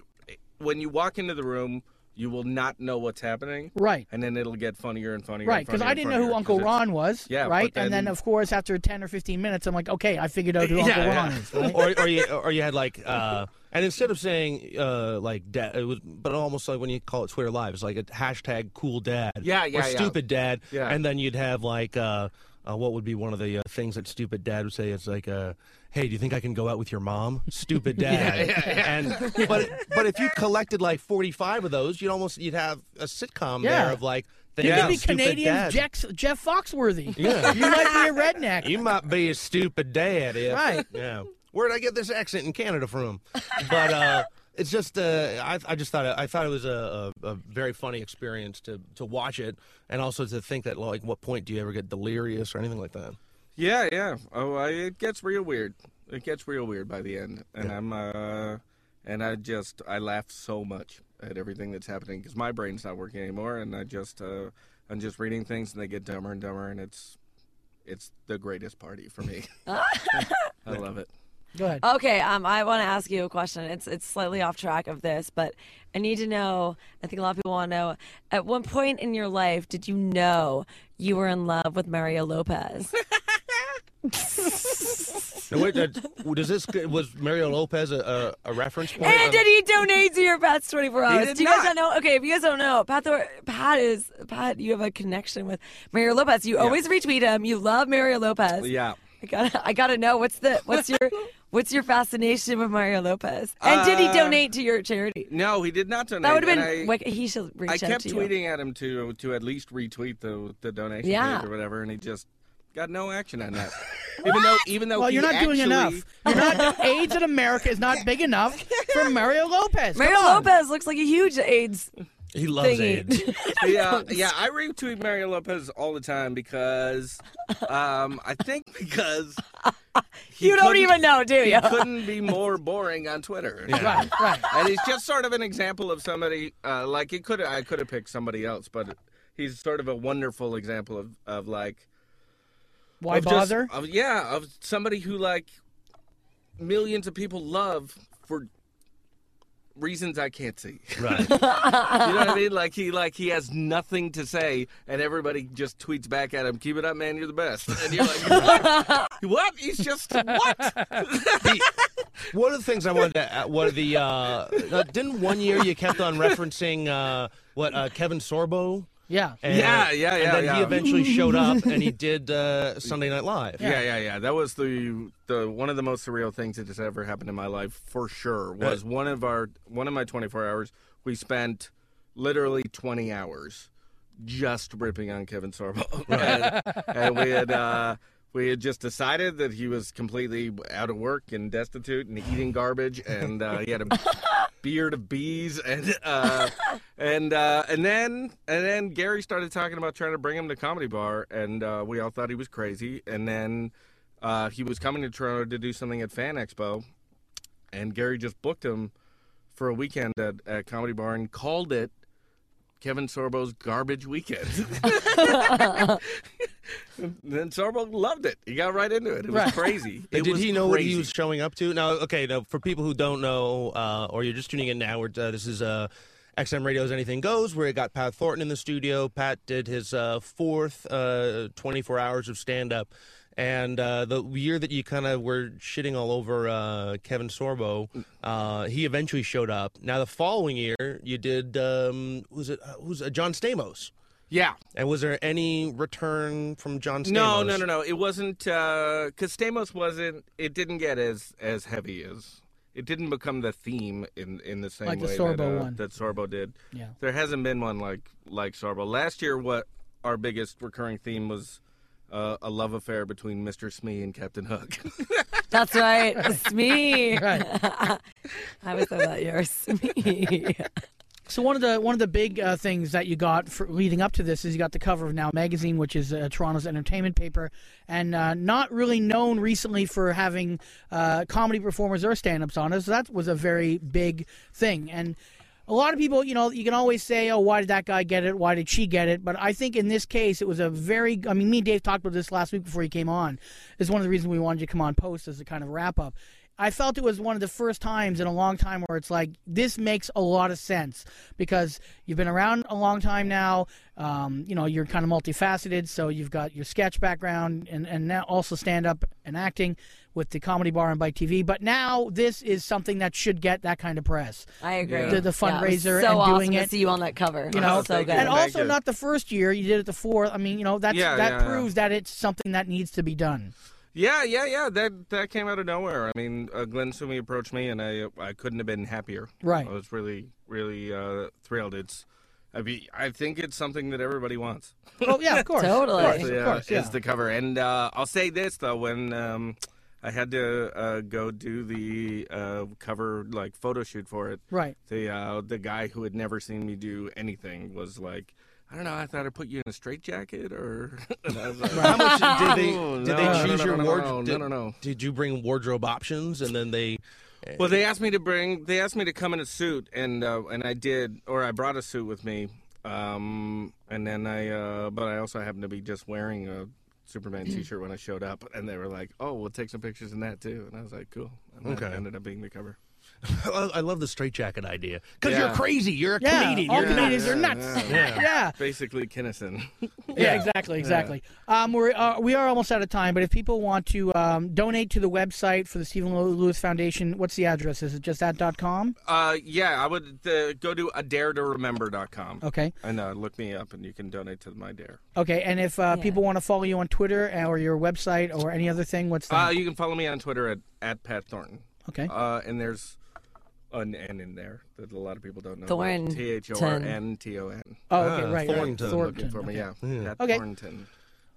Speaker 8: when you walk into the room, you will not know what's happening,
Speaker 6: right.
Speaker 8: and then it'll get funnier and funnier.
Speaker 6: Right,
Speaker 8: because
Speaker 6: because I didn't know who Uncle Ron was.
Speaker 8: Yeah, but
Speaker 6: right, and then
Speaker 8: then-
Speaker 6: of course after ten or fifteen minutes, I'm like, okay, I figured out who Uncle
Speaker 8: yeah.
Speaker 6: Ron is. Right?
Speaker 4: or, or you or you had like uh and instead of saying uh like dad it was but almost like when you call it twitter live it's like a hashtag cool dad
Speaker 8: Yeah, yeah,
Speaker 4: or
Speaker 8: yeah.
Speaker 4: stupid dad
Speaker 8: Yeah.
Speaker 4: and then you'd have like uh, uh what would be one of the uh, things that stupid dad would say it's like uh hey do you think i can go out with your mom
Speaker 6: *laughs*
Speaker 4: stupid dad and but but if you collected like 45 of those you'd almost you'd have a sitcom
Speaker 6: Yeah.
Speaker 4: there of like
Speaker 6: You
Speaker 4: yeah,
Speaker 6: could be
Speaker 4: stupid
Speaker 6: Canadian
Speaker 4: dad.
Speaker 6: Jeff, Jeff Foxworthy. *laughs*
Speaker 4: Yeah.
Speaker 6: you might be a redneck.
Speaker 4: You might be a stupid dad, if.
Speaker 6: Right.
Speaker 4: Yeah. Where would I get this accent in Canada from? But uh, it's just, uh, I, I just thought it, I thought it was a, a, a very funny experience to to watch it, and also to think that like, what point do you ever get delirious or anything like that?
Speaker 8: Yeah, yeah. Oh, I, it gets real weird. It gets real weird by the end, and I'm uh, and I just I laugh so much at everything that's happening because my brain's not working anymore, and I just uh, I'm just reading things and they get dumber and dumber, and it's it's the greatest party for
Speaker 5: *laughs*
Speaker 8: me. I love it.
Speaker 6: Go ahead.
Speaker 5: Okay, um, I want to ask you a question. It's it's slightly off track of this, but I need to know. I think a lot of people want to know. At one point in your life, did you know you were in love with Mario Lopez?
Speaker 4: Now, wait, uh, does this was Mario Lopez a, a, a reference *laughs* point?
Speaker 5: and did he donate to your Pat's 24 Hours?
Speaker 8: did
Speaker 5: Do you guys not
Speaker 8: not.
Speaker 5: know? Okay, if you guys don't know, Pat, Thor- Pat is Pat. You have a connection with Mario Lopez. You always retweet him. You love Mario Lopez.
Speaker 8: Yeah.
Speaker 5: I gotta, I gotta know what's the what's
Speaker 8: *laughs*
Speaker 5: your what's your fascination with Mario Lopez? And did he
Speaker 8: Uh,
Speaker 5: donate to your charity?
Speaker 8: No, he did not donate.
Speaker 5: That would have
Speaker 8: and
Speaker 5: been.
Speaker 8: I-
Speaker 5: like, he should reach
Speaker 8: I
Speaker 5: out
Speaker 8: kept
Speaker 5: to you.
Speaker 8: tweeting at him to to at least retweet the the donation
Speaker 5: Yeah. *laughs*
Speaker 8: page or whatever, and he just got no action on that. Even though, even though
Speaker 6: Well, you're
Speaker 8: he
Speaker 6: not doing enough.
Speaker 8: actually-
Speaker 6: You're not AIDS in America is not big enough for Mario Lopez. Come
Speaker 5: Mario
Speaker 6: on.
Speaker 5: Lopez looks like a huge AIDS
Speaker 9: He loves
Speaker 5: *laughs*
Speaker 9: AIDS.
Speaker 5: thingy.
Speaker 8: yeah, yeah, I retweet Mario Lopez all the time because, um, I think
Speaker 5: *laughs*
Speaker 8: because he
Speaker 5: you don't
Speaker 8: couldn't-
Speaker 5: even know, do
Speaker 8: He
Speaker 5: you?
Speaker 8: couldn't be more boring on Twitter.
Speaker 6: Right, right.
Speaker 8: and he's just sort of an example of somebody uh, like it could I could have picked somebody else, but he's sort of a wonderful example of, of like
Speaker 6: Why
Speaker 8: of just-
Speaker 6: bother?
Speaker 8: of- yeah, of somebody who like millions of people love for reasons I can't see.
Speaker 9: Right.
Speaker 8: You know what I mean? Like he like he has nothing to say, and everybody just tweets back at him, "Keep it up, man. You're the best." And you're like, "What? what? He's just what?"
Speaker 4: One of the things I wanted to, uh, one of the, uh, uh, didn't one year you kept on referencing uh, what uh, Kevin Sorbo?
Speaker 6: yeah.
Speaker 4: And,
Speaker 8: Yeah, yeah, yeah,
Speaker 4: And then he
Speaker 8: yeah.
Speaker 4: eventually showed
Speaker 8: *laughs*
Speaker 4: up and he did uh, Sunday Night Live.
Speaker 8: Yeah, yeah, yeah. That was the the one of the most surreal things that has ever happened in my life for sure. Was one of our one of my 24 hours. We spent literally 20 hours just ripping on Kevin Sorbo, *laughs* and, and we had uh, we had just decided that he was completely out of work and destitute and eating garbage, and uh, he had a beard of bees, and uh, and uh, and then and then Gary started talking about trying to bring him to Comedy Bar, and uh, we all thought he was crazy, and then. Uh, he was coming to Toronto to do something at Fan Expo, and Gary just booked him for a weekend at, at Comedy Bar and called it Kevin Sorbo's Garbage Weekend. *laughs* And then Sorbo loved it. He got right into it. It was
Speaker 6: Right.
Speaker 8: crazy.
Speaker 4: And
Speaker 8: It
Speaker 4: did
Speaker 8: was
Speaker 4: he know what he
Speaker 8: crazy.
Speaker 4: was showing up to? Now, okay, now for people who don't know, uh, or you're just tuning in now, we're, uh, this is uh, XM Radio's Anything Goes, where we got Pat Thornton in the studio. Pat did his uh, fourth uh, 24 hours of stand up. And uh, the year that you kind of were shitting all over uh, Kevin Sorbo, uh, he eventually showed up. Now, the following year, you did, um, was it, uh, who's uh, John Stamos?
Speaker 8: Yeah.
Speaker 4: And was there any return from John Stamos?
Speaker 8: No, no, no, no. It wasn't because Stamos wasn't. It didn't get as as heavy as it didn't become the theme in in the same
Speaker 6: Like the
Speaker 8: way that,
Speaker 6: Sorbo
Speaker 8: uh,
Speaker 6: one.
Speaker 8: that Sorbo did.
Speaker 6: Yeah.
Speaker 8: there hasn't been one like like Sorbo. Last year, what our biggest recurring theme was uh, a love affair between Mr. Smee and Captain Hook.
Speaker 5: *laughs*
Speaker 8: *laughs*
Speaker 5: That's right. It's me.
Speaker 6: Right.
Speaker 5: I was thought *laughs* that yours. Me.
Speaker 6: So one of the one of the big uh, things that you got for leading up to this is you got the cover of Now Magazine, which is uh, Toronto's entertainment paper, and uh, not really known recently for having uh, comedy performers or stand-ups on it. So that was a very big thing, and a lot of people, you know, you can always say, "Oh, why did that guy get it? Why did she get it?" But I think in this case, it was a very. I mean, me and Dave talked about this last week before he came on. It's one of the reasons we wanted you to come on post as a kind of wrap up. I felt it was one of the first times in a long time where it's like this makes a lot of sense because you've been around a long time now. Um, you know, you're kind of multifaceted, so you've got your sketch background and and now also stand up and acting with the comedy bar and bike TV. But now this is something that should get that kind of press.
Speaker 5: I agree.
Speaker 6: The, the
Speaker 5: Yeah, it was
Speaker 6: fundraiser
Speaker 5: so
Speaker 6: and
Speaker 5: awesome
Speaker 6: doing
Speaker 5: to
Speaker 6: it.
Speaker 5: see you on that cover.
Speaker 6: You know,
Speaker 5: so
Speaker 8: thank
Speaker 5: good.
Speaker 8: you.
Speaker 6: and
Speaker 8: all-
Speaker 6: also
Speaker 8: Thank you.
Speaker 6: not the first year. You did it the fourth. I mean, you know, that's
Speaker 8: Yeah,
Speaker 6: that
Speaker 8: yeah, yeah.
Speaker 6: proves that it's something that needs to be done.
Speaker 8: yeah, yeah, yeah. That that came out of nowhere. I mean, uh, Glenn Sumi approached me, and I I couldn't have been happier.
Speaker 6: Right.
Speaker 8: I was really really uh, thrilled. It's I mean, I think it's something that everybody wants.
Speaker 6: Oh yeah, of course.
Speaker 5: Totally.
Speaker 6: Of course,
Speaker 8: yeah,
Speaker 6: of course. Yeah.
Speaker 8: It's the cover. And uh, I'll say this though, when um, I had to uh, go do the uh, cover like photo shoot for it,
Speaker 6: Right.
Speaker 8: the uh, the guy who had never seen me do anything was like. I don't know. I thought I put you in a straitjacket, or *laughs* and I was like,
Speaker 4: How much did they,
Speaker 8: "Oh,
Speaker 4: did they
Speaker 8: no, no,
Speaker 4: choose
Speaker 8: no,
Speaker 4: your
Speaker 8: no, no,
Speaker 4: wardrobe?
Speaker 8: No, no,
Speaker 4: did,
Speaker 8: no, no.
Speaker 4: did you bring wardrobe options and then they?
Speaker 8: Well, they asked me to bring. They asked me to come in a suit, and uh, and I did, or I brought a suit with me. Um, and then I, uh, but I also happened to be just wearing a Superman T-shirt when I showed up, and they were like, "Oh, we'll take some pictures in that too." And I was like, "Cool." And that
Speaker 4: Okay.
Speaker 8: Ended up being the cover.
Speaker 4: "Oh, I love the straitjacket idea because
Speaker 8: Yeah.
Speaker 4: you're crazy. You're a
Speaker 6: Yeah,
Speaker 4: comedian.
Speaker 6: all
Speaker 4: you're nuts.
Speaker 6: Canadians are nuts.
Speaker 4: Yeah.
Speaker 6: yeah.
Speaker 8: Basically, Kinnison.
Speaker 6: Yeah, exactly, exactly. Um, we're uh, we are almost out of time, but if people want to um, donate to the website for the Stephen Lew- Lewis Foundation, what's the address? Is it just that dot com?
Speaker 8: uh, yeah, I would uh, go to adaretoremember.com.
Speaker 6: Okay,
Speaker 8: And uh, look me up, and you can donate to my dare.
Speaker 6: okay. And if uh,
Speaker 5: Yeah.
Speaker 6: people want to follow you on Twitter uh, or your website or any other thing, what's
Speaker 8: Uh,
Speaker 6: that?
Speaker 8: you can follow me on Twitter at, at Pat Thornton.
Speaker 6: okay,
Speaker 8: Uh, and there's an N in there that a lot of people don't know.
Speaker 5: Thornton.
Speaker 8: T H O R N T O N.
Speaker 6: oh, okay, right, right.
Speaker 4: Thornton.
Speaker 8: Looking for me, yeah. Pat
Speaker 6: Okay.
Speaker 8: Thornton.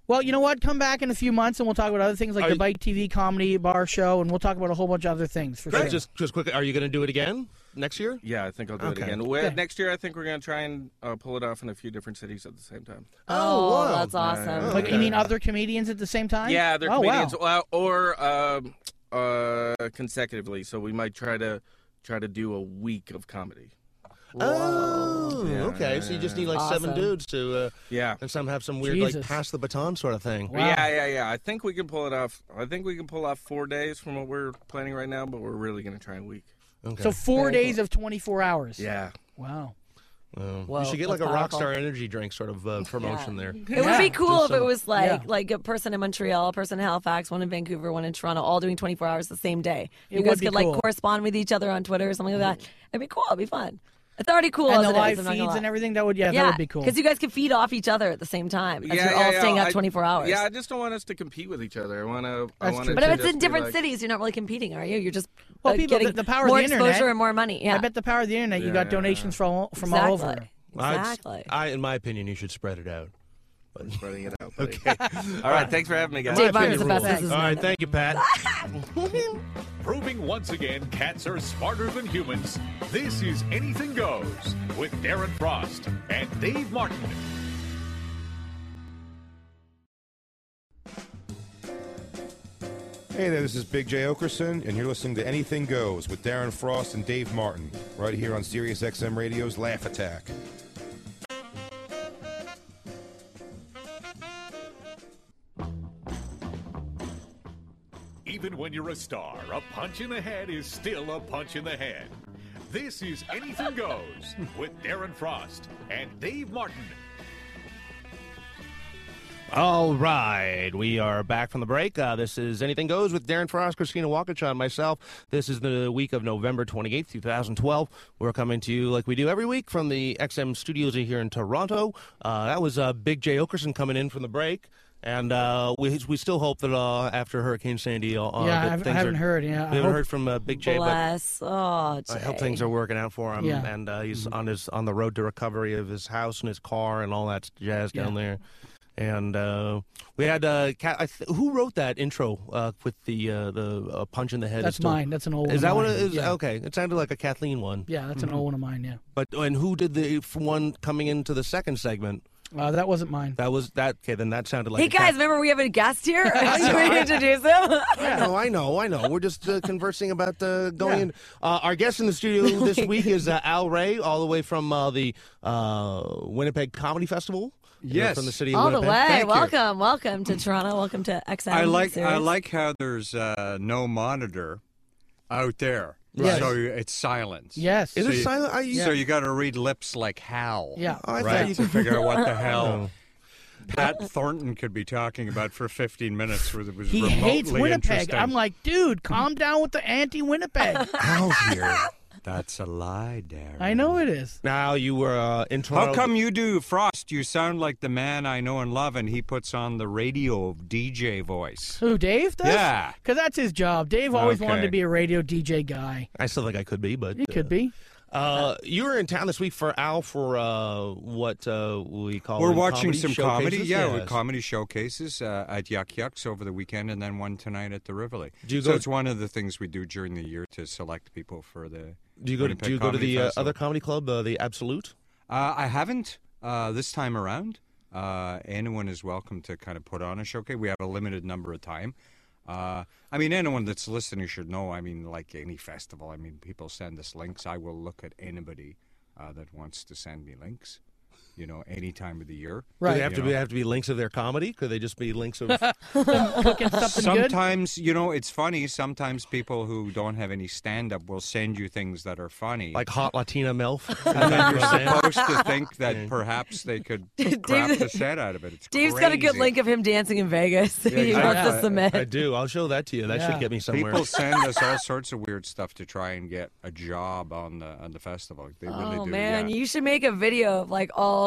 Speaker 6: Well, you know what? Come back in a few months and we'll talk about other things like the Bike TV comedy bar show, and we'll talk about a whole bunch of other things for sure.
Speaker 4: Just just quickly, are you going to do it again next year?
Speaker 8: Yeah, I think I'll do
Speaker 4: Okay.
Speaker 8: it again. We- Next year, I think we're going to try and uh, pull it off in a few different cities at the same time.
Speaker 5: Oh, that's awesome.
Speaker 6: like you mean other comedians at the same time?
Speaker 8: Yeah, they're
Speaker 6: oh,
Speaker 8: comedians,
Speaker 6: Wow.
Speaker 8: uh, or um uh, consecutively. So we might try to try to do a week of comedy.
Speaker 4: Oh, okay. So you just need like seven
Speaker 5: Awesome.
Speaker 4: dudes to, uh,
Speaker 8: Yeah.
Speaker 4: and some have some weird like
Speaker 6: Jesus.
Speaker 4: pass the baton sort of thing.
Speaker 6: Wow.
Speaker 8: Yeah, yeah, yeah. I think we can pull it off. I think we can pull off four days from what we're planning right now, but we're really going to try a week.
Speaker 4: Okay.
Speaker 6: So four days of twenty four hours.
Speaker 8: Yeah.
Speaker 6: Wow.
Speaker 5: Whoa,
Speaker 4: you should get
Speaker 5: that's
Speaker 4: like a rock
Speaker 5: powerful.
Speaker 4: star energy drink sort of uh, promotion there.
Speaker 5: It would be cool if it was like
Speaker 6: yeah.
Speaker 5: like a person in Montreal, a person in Halifax, one in Vancouver, one in Toronto, all doing 24 hours the same day.
Speaker 6: It
Speaker 5: You
Speaker 6: would
Speaker 5: guys
Speaker 6: be
Speaker 5: could like
Speaker 6: cool. Mm-hmm.
Speaker 5: correspond with each other on Twitter or something like that. It'd be cool. It'd be fun. It's already cool.
Speaker 6: And
Speaker 5: as
Speaker 6: the
Speaker 5: it is,
Speaker 6: live
Speaker 5: I'm not gonna
Speaker 6: feeds
Speaker 5: lie.
Speaker 6: and everything that would yeah,
Speaker 5: yeah,
Speaker 6: that would be cool.
Speaker 5: Because you guys can feed off each other at the same time as you're all staying up
Speaker 8: I-
Speaker 5: 24 hours.
Speaker 8: Yeah, I just don't want us to compete with each other. I want to. I
Speaker 6: That's
Speaker 8: want
Speaker 6: true.
Speaker 8: it
Speaker 5: but
Speaker 8: to
Speaker 5: if it's
Speaker 8: just
Speaker 5: in
Speaker 8: be
Speaker 5: different
Speaker 8: like-
Speaker 5: cities, you're not really competing, are you? You're just
Speaker 6: Well,
Speaker 5: uh,
Speaker 6: people-
Speaker 5: getting
Speaker 6: the- the power of
Speaker 5: more
Speaker 6: the internet-
Speaker 5: exposure and more money. Yeah,
Speaker 6: I bet the power of the internet you got
Speaker 8: Yeah.
Speaker 6: donations from all, from all
Speaker 5: exactly.
Speaker 6: over.
Speaker 5: Exactly.
Speaker 4: I, in my opinion, you should spread it out.
Speaker 8: Spreading it
Speaker 10: *laughs*
Speaker 8: out. okay. *laughs* All right. Thanks for having me, guys.
Speaker 5: Dave Martin's the best
Speaker 4: All
Speaker 5: businessman
Speaker 4: right,
Speaker 5: ever.
Speaker 4: thank you, Pat.
Speaker 2: Proving once again cats are smarter than humans. This is Anything Goes with Darren Frost and Dave Martin.
Speaker 9: Hey there, this is Big J. Okerson, and you're listening to Anything Goes with Darren Frost and Dave Martin, right here on Sirius XM Radio's Laugh Attack.
Speaker 2: Even when you're a star, a punch in the head is still a punch in the head. This is Anything Goes with Darren Frost and Dave Martin.
Speaker 4: *laughs* All right, we are back from the break. Uh, this is Anything Goes with Darren Frost, Christina Walkinshaw, and myself. This is the week of November 28th, 2012. We're coming to you like we do every week from the XM studios here in Toronto. Uh, that was uh, Big J. Okerson coming in from the break. And uh, we, we still hope that uh, after Hurricane Sandy, uh,
Speaker 6: Yeah, I
Speaker 4: that
Speaker 6: haven't- I
Speaker 4: things
Speaker 6: haven't
Speaker 4: are-
Speaker 6: heard, yeah, I
Speaker 4: we haven't
Speaker 6: hope-
Speaker 4: heard from uh, Big J, but
Speaker 5: Bless. Oh,
Speaker 4: I hope
Speaker 5: Jay.
Speaker 4: things are working out for him,
Speaker 6: Yeah. Mm-hmm.
Speaker 4: and uh, he's on his on the road to recovery of his house and his car and all that jazz down there. And uh, we had uh, Ca- I th- who wrote that intro uh, with the uh, the uh, punch in the head. is
Speaker 6: That's
Speaker 4: still-
Speaker 6: mine. That's an old one.
Speaker 4: Is that
Speaker 6: of
Speaker 4: what
Speaker 6: mine.
Speaker 4: it is? Oh. Mm-hmm.
Speaker 6: Yeah.
Speaker 4: Okay, it sounded like a Kathleen one.
Speaker 6: Yeah, that's an old one of mine, yeah.
Speaker 4: But and who did the f- one coming into the second segment?
Speaker 6: Uh, that wasn't mine.
Speaker 4: That was that. Okay, then that sounded like.
Speaker 5: Hey
Speaker 4: a Kath-
Speaker 5: guys, remember we have a guest
Speaker 4: *laughs*
Speaker 5: here? *laughs* Should we introduce him?
Speaker 4: No, I know, I know. We're just uh, conversing about *laughs* uh, going in. Uh, our guest in the *laughs* studio this week is uh, Al Ray, all the way from uh, the uh, Winnipeg Comedy Festival. You know,
Speaker 10: Yes.
Speaker 4: from the city of
Speaker 5: All the
Speaker 4: Winnipeg.
Speaker 5: way.
Speaker 10: Thank you.
Speaker 5: Welcome, welcome to Toronto. Welcome to XM.
Speaker 10: I like I
Speaker 5: series.
Speaker 10: like how there's uh, no monitor out there,
Speaker 6: Yes.
Speaker 10: so it's silence.
Speaker 6: Yes.
Speaker 4: Is it
Speaker 10: you-
Speaker 4: silent? I,
Speaker 10: So you got to read lips like Hal.
Speaker 6: Yeah.
Speaker 4: Oh, I thought
Speaker 10: right.
Speaker 4: you-
Speaker 10: to figure out what the
Speaker 4: Oh.
Speaker 10: hell *laughs* Pat Thornton could be talking about for 15 minutes, where it was
Speaker 6: He
Speaker 10: remotely
Speaker 6: hates Winnipeg.
Speaker 10: interesting.
Speaker 6: I'm like,
Speaker 5: Mm.
Speaker 6: dude, calm down with the anti
Speaker 5: *laughs*
Speaker 6: Winnipeg.
Speaker 10: Hal here. That's a lie, Darren.
Speaker 6: I know it is.
Speaker 4: Now you were uh, in Toronto.
Speaker 10: How come you do, Frost? You sound like the man I know and love, and he puts on the radio DJ voice.
Speaker 6: Who, Dave does?
Speaker 10: Yeah.
Speaker 6: Because that's his job. Dave always wanted
Speaker 10: Okay.
Speaker 6: to be a radio DJ guy.
Speaker 4: I still think I could be, but
Speaker 6: He could be.
Speaker 4: Uh, you were in town this week for Al for uh, what uh, we call
Speaker 10: We're
Speaker 4: in
Speaker 10: watching
Speaker 4: comedy
Speaker 10: some comedy,
Speaker 4: showcases?
Speaker 10: yeah,
Speaker 4: Yes.
Speaker 10: with comedy showcases uh, at Yuck Yucks over the weekend, and then one tonight at the Rivoli.
Speaker 4: Do you
Speaker 10: so
Speaker 4: go-
Speaker 10: it's one of the things we do during the year to select people for the.
Speaker 4: Do you go to
Speaker 10: Winnipeg
Speaker 4: Do you go to
Speaker 10: Comedy
Speaker 4: the uh,
Speaker 10: Festival.
Speaker 4: other comedy club, uh, the Absolute?
Speaker 10: Uh, I haven't uh, this time around. Uh, anyone is welcome to kind of put on a showcase. We have a limited number of time. Uh, I mean, anyone that's listening should know. I mean, like any festival, I mean, people send us links. I will look at anybody uh, that wants to send me links. You know, any time of the year.
Speaker 4: Do
Speaker 6: Right.
Speaker 4: they have to
Speaker 10: You
Speaker 4: be,
Speaker 10: know.
Speaker 4: have to be links of their comedy? Could they just be links *laughs* of?
Speaker 6: Cooking something good?
Speaker 10: sometimes you know it's funny sometimes people who don't have any stand-up will send you things that are funny *laughs*
Speaker 4: like hot Latina E MILF. *laughs*
Speaker 10: and then you're supposed to think that perhaps
Speaker 5: *laughs*
Speaker 10: they could crap
Speaker 5: Dave-
Speaker 10: the set out of it it's
Speaker 5: Dave's got a good
Speaker 10: crazy.
Speaker 5: link of him dancing in Vegas. *laughs* he
Speaker 10: exactly.
Speaker 5: wants
Speaker 10: I-
Speaker 5: to submit.
Speaker 4: I do. I'll show that to you. That
Speaker 6: Yeah.
Speaker 4: should get me somewhere.
Speaker 10: people send us all sorts of weird stuff to try and get a job on the on the festival they really
Speaker 5: oh
Speaker 10: do
Speaker 5: man,
Speaker 10: yeah.
Speaker 5: you should make a video of like all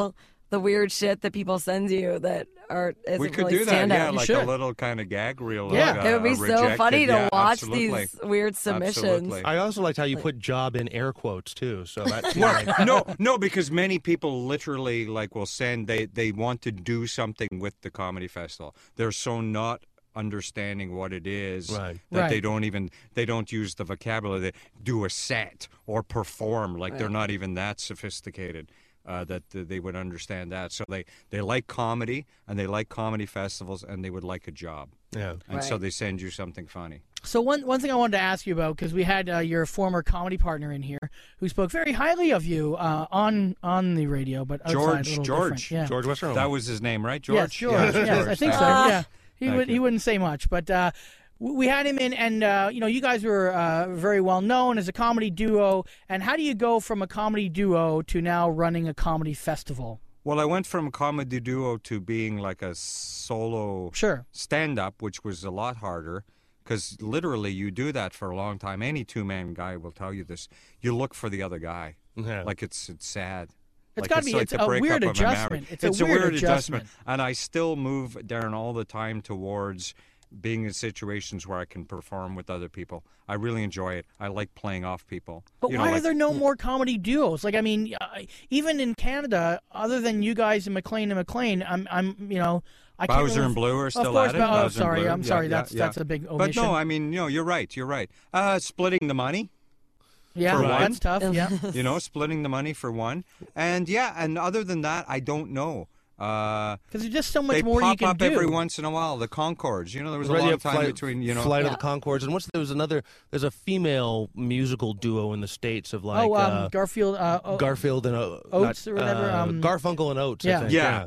Speaker 5: the weird shit that people send you that are isn't
Speaker 10: we could
Speaker 5: really
Speaker 10: do that,
Speaker 5: stand
Speaker 10: yeah,
Speaker 5: up.
Speaker 10: like a
Speaker 6: should.
Speaker 10: little kind of gag reel.
Speaker 6: Yeah.
Speaker 10: like,
Speaker 5: it
Speaker 10: uh,
Speaker 5: would be so
Speaker 10: rejected.
Speaker 5: funny to
Speaker 10: Yeah,
Speaker 5: watch
Speaker 10: absolutely.
Speaker 5: these weird submissions.
Speaker 10: Absolutely.
Speaker 4: I also liked how you put job in air quotes too. So
Speaker 10: *laughs*
Speaker 4: that's
Speaker 10: Well, no, no, because many people literally like will send they they want to do something with the comedy festival. They're so not understanding what it is
Speaker 4: Right.
Speaker 10: that they
Speaker 6: Right.
Speaker 10: don't even they don't use the vocabulary. They do a set or perform like they're not even that sophisticated. Uh, that th- they would understand that, so they they like comedy and they like comedy festivals and they would like a job,
Speaker 4: yeah.
Speaker 10: and so
Speaker 5: Right.
Speaker 10: they send you something funny.
Speaker 6: So one one thing I wanted to ask you about because we had uh, your former comedy partner in here who spoke very highly of you uh, on on the radio, but outside,
Speaker 10: George,
Speaker 6: a little
Speaker 10: George,
Speaker 6: different. yeah.
Speaker 4: George Westerholm.
Speaker 10: That was his name, right, George?
Speaker 6: Yes, George. yes, I think so.
Speaker 10: thank you.
Speaker 6: yeah, he
Speaker 10: Thank
Speaker 6: would. He
Speaker 10: you.
Speaker 6: wouldn't say much, but uh, w- we had him in, and uh, you know, you guys were uh, very well known as a comedy duo. And how do you go from a comedy duo to now running a comedy festival?
Speaker 10: Well, I went from comedy duo to being like a solo
Speaker 6: Sure.
Speaker 10: stand up, which was a lot harder because literally you do that for a long time. Any two man guy will tell you this. You look for the other guy.
Speaker 4: Yeah.
Speaker 10: Like it's it's sad.
Speaker 6: It's
Speaker 10: like
Speaker 6: gotta be- it's
Speaker 10: the
Speaker 6: a
Speaker 10: breakup
Speaker 6: weird
Speaker 10: of marriage.
Speaker 6: adjustment.
Speaker 10: It's, a, weird, adjustment. And I still move, Darren, all the time towards being in situations where I can perform with other people. I really enjoy it. I like playing off people.
Speaker 6: But
Speaker 10: You know,
Speaker 6: why are
Speaker 10: like- mm.
Speaker 6: there no more comedy duos? Like, I mean, uh, even in Canada, other than you guys and McLean and McLean, I'm, I'm, you know, I can't
Speaker 10: Bowser
Speaker 6: really-
Speaker 10: and Blue are still
Speaker 6: course,
Speaker 10: at it.
Speaker 6: but- oh,
Speaker 10: Bowser and
Speaker 6: sorry,
Speaker 10: Blue.
Speaker 6: I'm
Speaker 10: Yeah,
Speaker 6: sorry,
Speaker 10: yeah,
Speaker 6: that's-
Speaker 10: yeah.
Speaker 6: that's a big
Speaker 10: But
Speaker 6: omission.
Speaker 10: no, I mean, no, you're right. You're right. Uh, splitting the money,
Speaker 6: Yeah,
Speaker 10: for one.
Speaker 6: that's tough.
Speaker 10: *laughs*
Speaker 6: Yeah,
Speaker 10: you know, splitting the money for one, and yeah, and other than that, I don't know. Uh,
Speaker 6: because there's just so much
Speaker 10: they
Speaker 6: more
Speaker 10: pop
Speaker 6: you can
Speaker 10: up
Speaker 6: do.
Speaker 10: every once in a while. The Concords, you know, there was a
Speaker 4: Radio
Speaker 10: long time
Speaker 4: Flight-
Speaker 10: between, you know,
Speaker 4: Flight of the Concords. And what's there was another there's a female musical duo in the States of like
Speaker 6: oh, um,
Speaker 4: uh,
Speaker 6: Garfield. Uh, oh,
Speaker 4: Garfield and uh,
Speaker 6: Oates or whatever,
Speaker 4: uh,
Speaker 6: um,
Speaker 4: Garfunkel and Oates. I
Speaker 6: yeah.
Speaker 4: think.
Speaker 10: Yeah.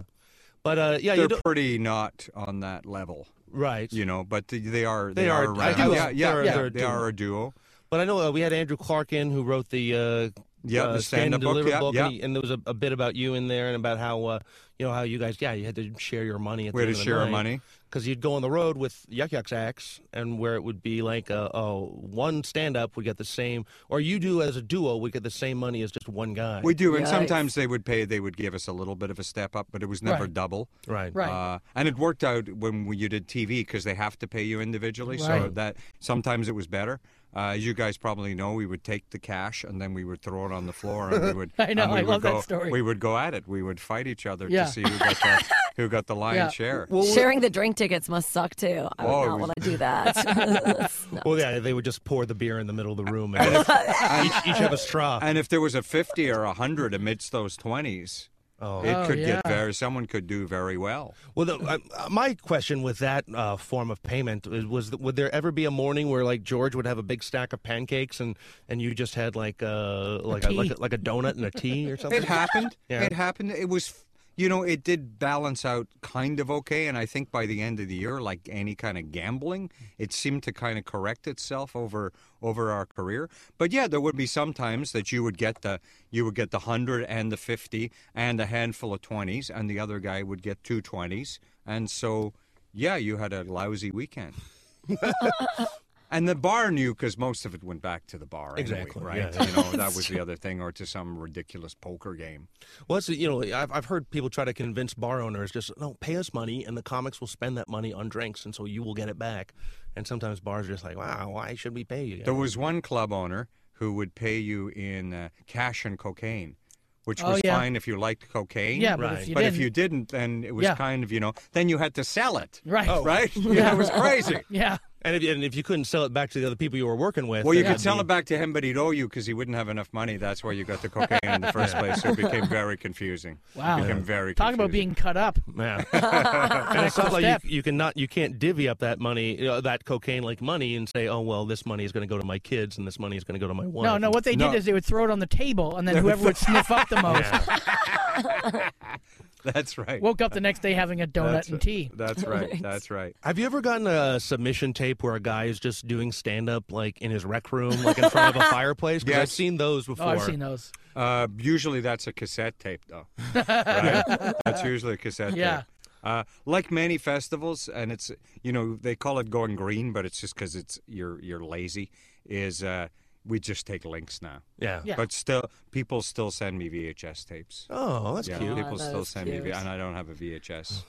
Speaker 4: But uh, yeah, you
Speaker 10: they're
Speaker 4: don't,
Speaker 10: pretty not on that level,
Speaker 4: right.
Speaker 10: you know, but th- they are. They,
Speaker 4: They are
Speaker 10: are.
Speaker 4: a
Speaker 10: around.
Speaker 4: duo.
Speaker 10: Yeah, yeah,
Speaker 4: They're-
Speaker 10: yeah,
Speaker 4: they're a
Speaker 10: they
Speaker 4: duo.
Speaker 10: are a duo.
Speaker 4: But I know uh, we had Andrew Clark in who wrote the uh,
Speaker 10: Yeah,
Speaker 4: uh,
Speaker 10: the
Speaker 4: Stand and
Speaker 10: stand-up book,
Speaker 4: Deliver
Speaker 10: yeah, yeah.
Speaker 4: and, and there was a, a bit about you in there and about how uh, you know how you guys yeah you had to share your money. At
Speaker 10: We
Speaker 4: the
Speaker 10: had
Speaker 4: end
Speaker 10: to
Speaker 4: of
Speaker 10: share
Speaker 4: the
Speaker 10: our money.
Speaker 4: because you'd go on the road with Yuck Yuck's acts and where it would be like uh, oh one stand up would get the same or you do as a duo would get the same money as just one guy.
Speaker 10: We do, and
Speaker 5: Yikes.
Speaker 10: sometimes they would pay. They would give us a little bit of a step up, but it was never
Speaker 6: Right.
Speaker 10: double.
Speaker 4: right.
Speaker 6: Right.
Speaker 10: Uh, and it worked out when we, you did TV because they have to pay you individually. So
Speaker 6: Right.
Speaker 10: that sometimes it was better. Uh, as you guys probably know, we would take the cash and then we would throw it on the floor, and we would.
Speaker 6: *laughs* I know,
Speaker 10: and we
Speaker 6: I
Speaker 10: would
Speaker 6: love that
Speaker 10: go-
Speaker 6: story.
Speaker 10: We would go at it. We would fight each other
Speaker 6: Yeah.
Speaker 10: to see who got
Speaker 6: *laughs*
Speaker 10: the, who got the lion's
Speaker 6: Yeah.
Speaker 10: share.
Speaker 5: Sharing the drink tickets must suck too. I would
Speaker 10: Oh, it
Speaker 5: not
Speaker 10: was-
Speaker 5: want to do
Speaker 10: *laughs*
Speaker 5: that. No.
Speaker 4: Well, yeah, they would just pour the beer in the middle of the room and each, each have a straw.
Speaker 10: And if there was a fifty or a hundred amidst those twenties,
Speaker 4: oh.
Speaker 10: it
Speaker 6: Oh,
Speaker 10: could get
Speaker 6: yeah.
Speaker 10: very. Someone could do very well.
Speaker 4: Well, the, uh, uh, my question with that uh, form of payment is, was: that- Would there ever be a morning where, like, George would have a big stack of pancakes and, and you just had like uh, like a, like, a, like a donut and a tea or something?
Speaker 10: It happened.
Speaker 4: Yeah.
Speaker 10: It happened. It was, you know, it did balance out kind of okay. And I think by the end of the year, like any kind of gambling, it seemed to kind of correct itself over over our career. But yeah, there would be some times that you would get the you would get the hundred and the fifty and a handful of twenties, and the other guy would get two twenties, and so yeah, you had a lousy weekend. And the bar knew because most of it went back to the bar, anyway,
Speaker 4: Exactly,
Speaker 10: right?
Speaker 4: yeah.
Speaker 10: You know
Speaker 4: *laughs*
Speaker 10: that was the other thing, or to some ridiculous poker game.
Speaker 4: Well, that's, you know, I've, I've heard people try to convince bar owners just no, pay us money, and the comics will spend that money on drinks, and so you will get it back. And sometimes bars are just like, wow, why should we pay you? guys?"
Speaker 10: There was one club owner who would pay you in uh, cash and cocaine, which
Speaker 6: Oh,
Speaker 10: was
Speaker 6: yeah.
Speaker 10: fine if you liked cocaine.
Speaker 6: yeah,
Speaker 10: but,
Speaker 6: but if
Speaker 4: Right.
Speaker 6: you
Speaker 10: if
Speaker 6: didn't,
Speaker 10: you didn't, then it was
Speaker 6: Yeah.
Speaker 10: kind of you know. Then you had to sell it.
Speaker 6: Right. Oh. *laughs*
Speaker 10: Right. *laughs* yeah, it was crazy.
Speaker 6: yeah,
Speaker 4: and if, and if you couldn't sell it back to the other people you were working with,
Speaker 10: Well, you
Speaker 4: then that'd
Speaker 10: could sell
Speaker 4: be-
Speaker 10: it back to him, but he'd owe you because he wouldn't have enough money. That's why you got the cocaine in the first place. So
Speaker 6: *laughs*
Speaker 10: it became very confusing.
Speaker 6: Wow.
Speaker 10: It became very
Speaker 6: talk about
Speaker 10: confusing.
Speaker 6: being cut up.
Speaker 4: Yeah. *laughs* and it's not like
Speaker 6: step.
Speaker 4: you, you can not you can't divvy up that money, you know, that cocaine like money, and say, oh well, this money is going to go to my kids, and this money is going to go to my wife.
Speaker 6: No, no. What they
Speaker 10: No.
Speaker 6: did is they would throw it on the table,
Speaker 10: *laughs*
Speaker 6: and then whoever would sniff up the most
Speaker 10: *laughs* That's right.
Speaker 6: woke up the next day having a donut
Speaker 10: that's
Speaker 6: and tea.
Speaker 10: That's
Speaker 6: *laughs*
Speaker 10: right. That's right.
Speaker 4: Have you ever gotten a submission tape where a guy is just doing stand up like in his rec room, like in front of
Speaker 6: *laughs*
Speaker 4: a fireplace? Because I've
Speaker 10: Yes.
Speaker 4: seen those before.
Speaker 6: Oh, I've seen those.
Speaker 10: Uh, usually that's a cassette tape, though. right? That's usually a cassette
Speaker 6: Yeah.
Speaker 10: tape. Uh, like many festivals, and it's you know they call it going green, but it's just because it's you're you're lazy. Is uh, we just take links now.
Speaker 4: Yeah.
Speaker 6: Yeah.
Speaker 10: But still, people still send me VHS tapes.
Speaker 4: Oh, that's
Speaker 10: yeah,
Speaker 4: cute.
Speaker 10: people
Speaker 5: that
Speaker 10: still
Speaker 5: is
Speaker 10: send me,
Speaker 5: cute.
Speaker 10: V- and I don't have a VHS,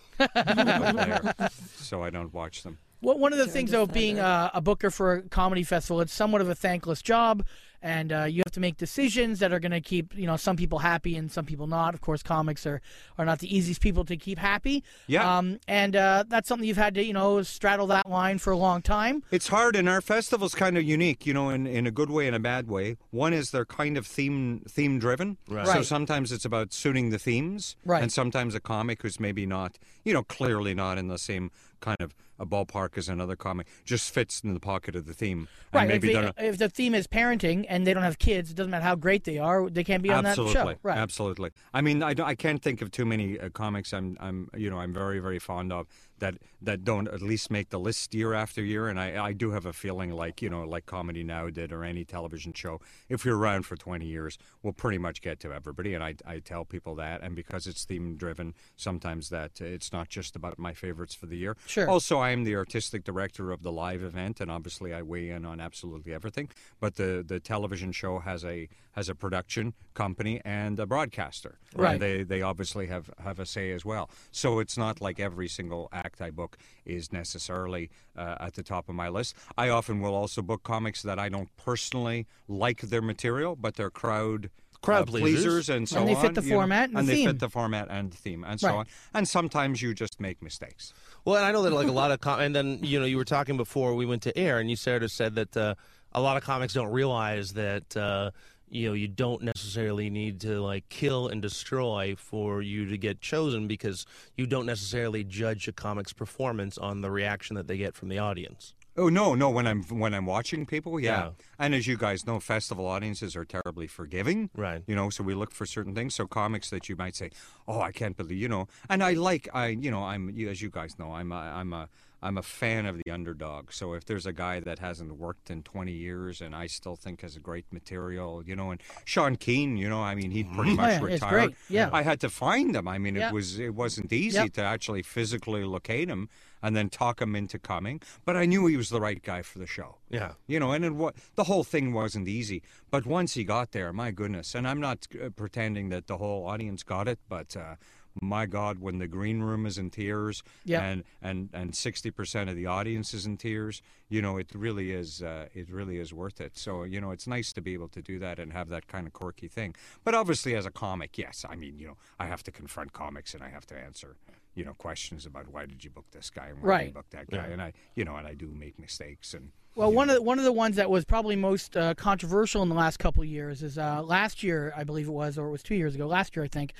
Speaker 10: over there, so I don't watch them.
Speaker 6: Well, one of the things, though, being uh, a booker for a comedy festival, it's somewhat of a thankless job, and uh, you have to make decisions that are going to keep you know some people happy and some people not. Of course, comics are are not the easiest people to keep happy.
Speaker 10: Yeah.
Speaker 6: Um, and uh, that's something you've had to you know straddle that line for a long time.
Speaker 10: It's hard, and our festival's kind of unique, you know, in, in a good way and a bad way. One is they're kind of theme theme driven, right. so
Speaker 6: Right.
Speaker 10: sometimes it's about suiting the themes,
Speaker 6: Right.
Speaker 10: And sometimes a comic who's maybe not, you know, clearly not in the same kind of a ballpark as another comic just fits in the pocket of the theme, and
Speaker 6: right.
Speaker 10: Maybe
Speaker 6: if,
Speaker 10: they're
Speaker 6: they,
Speaker 10: not-
Speaker 6: if the theme is parenting and they don't have kids, it doesn't matter how great they are, they can't be on
Speaker 10: absolutely,
Speaker 6: that show. Right.
Speaker 10: absolutely. I mean, I, don't- I can't think of too many uh, comics I'm I'm you know I'm very very fond of that that don't at least make the list year after year. And I I do have a feeling like you know like Comedy Now did or any television show. If you're around for 20 years, we'll pretty much get to everybody. And I I tell people that. And because it's theme driven, sometimes that uh, it's not just about my favorites for the year.
Speaker 6: Sure.
Speaker 10: Also, I am the artistic director of the live event, and obviously, I weigh in on absolutely everything. But the the television show has a has a production company and a broadcaster.
Speaker 6: Right.
Speaker 10: And they they obviously have have a say as well. So it's not like every single act I book is necessarily uh, at the top of my list. I often will also book comics that I don't personally like their material, but they're crowd. uh,
Speaker 4: Crowd pleasers.
Speaker 10: and so
Speaker 6: And they fit
Speaker 10: on,
Speaker 6: the
Speaker 10: you know,
Speaker 6: format and the
Speaker 10: they
Speaker 6: theme.
Speaker 10: fit the format and the theme, and so
Speaker 6: Right.
Speaker 10: on. And sometimes you just make mistakes.
Speaker 4: Well, and I know that like a lot of com- and then you know you were talking before we went to air, and you sort of said that uh, a lot of comics don't realize that uh, you know you don't necessarily need to like kill and destroy for you to get chosen because you don't necessarily judge a comic's performance on the reaction that they get from the audience.
Speaker 10: Oh no, no! When I'm when I'm watching people, yeah.
Speaker 4: Yeah.
Speaker 10: And as you guys know, festival audiences are terribly forgiving,
Speaker 4: Right.
Speaker 10: You know, so we look for certain things. So comics that you might say, "Oh, I can't believe," you know. And I like, I you know, I'm you- as you guys know, I'm a, I'm a I'm a fan of the underdog. So if there's a guy that hasn't worked in 20 years and I still think has a great material, you know, and Sean Keane, you know, I mean, he pretty much
Speaker 6: Oh, yeah, he's
Speaker 10: retired.
Speaker 6: great, yeah.
Speaker 10: I had to find him. I mean,
Speaker 6: Yeah.
Speaker 10: it was it wasn't easy
Speaker 6: Yep.
Speaker 10: to actually physically locate him and then talk him into coming. But I knew he was the right guy for the show.
Speaker 4: Yeah.
Speaker 10: You know, and it wa- the whole thing wasn't easy. But once he got there, my goodness. And I'm not uh, pretending that the whole audience got it, but uh, my God, when the green room is in tears
Speaker 6: Yeah.
Speaker 10: and, and, and 60% of the audience is in tears, you know, it really is uh, it really is worth it. So, you know, it's nice to be able to do that and have that kind of quirky thing. But obviously, as a comic, yes, I mean, you know, I have to confront comics and I have to answer. You know, questions about why did you book this guy and why did you
Speaker 6: Right.
Speaker 10: book that guy, and I, you know, and I do make mistakes, and
Speaker 6: Well, one of the, one of the ones that was probably most uh, controversial in the last couple of years is uh, last year, I believe it was, or it was two years ago. Last year, I think,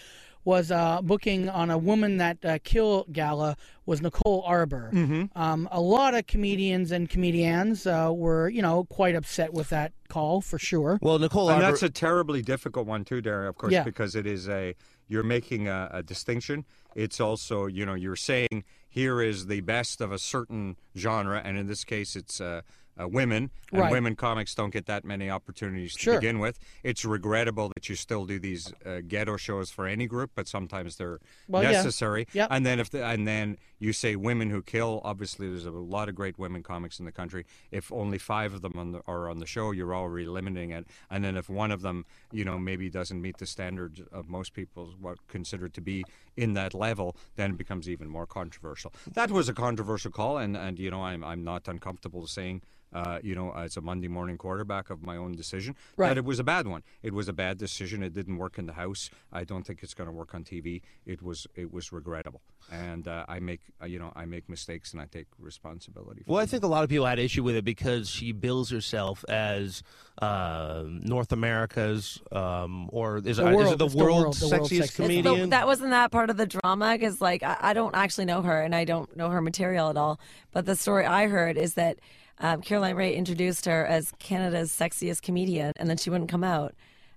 Speaker 6: was uh, booking on a woman that uh, Kill Gala was Nicole Arbor. Um, a lot of comedians and comedians uh, were, you know, quite upset with that call for sure.
Speaker 4: Well, Nicole,
Speaker 10: and
Speaker 4: Arbor-
Speaker 10: that's a terribly difficult one too, Darren. Of course,
Speaker 6: Yeah.
Speaker 10: because it is a you're making a, a distinction. It's also you know you're saying here is the best of a certain genre, and in this case, it's uh, uh, women. And
Speaker 6: Right.
Speaker 10: women comics don't get that many opportunities
Speaker 6: Sure.
Speaker 10: to begin with. It's regrettable that you still do these uh, ghetto shows for any group, but sometimes they're
Speaker 6: Well, yeah.
Speaker 10: necessary.
Speaker 6: Yep.
Speaker 10: And then if the, and then you say women who kill. Obviously, there's a lot of great women comics in the country. If only five of them on the, are on the show, you're already limiting it. And then if one of them, you know, maybe doesn't meet the standards of most people what considered to be in that level, then it becomes even more controversial. That was a controversial call, and and you know, I'm I'm not uncomfortable saying. Uh, you know, as a Monday morning quarterback of my own decision,
Speaker 6: Right.
Speaker 10: that it was a bad one. It was a bad decision. It didn't work in the house. I don't think it's going to work on TV. It was it was regrettable, and uh, I make uh, you know I make mistakes and I take responsibility. For
Speaker 4: Well, I
Speaker 10: them.
Speaker 4: think a lot of people had issue with it because she bills herself as uh, North America's um, or is,
Speaker 6: The
Speaker 4: uh, is
Speaker 6: world.
Speaker 4: it the
Speaker 6: It's
Speaker 4: world's
Speaker 6: the world, the
Speaker 4: sexiest
Speaker 6: world's sexiest.
Speaker 5: It's the-
Speaker 4: comedian?
Speaker 5: that wasn't that part of the drama because, like, I, I don't actually know her and I don't know her material at all. But the story I heard is that um, Caroline Ray introduced her as Canada's sexiest comedian, and then she wouldn't come out.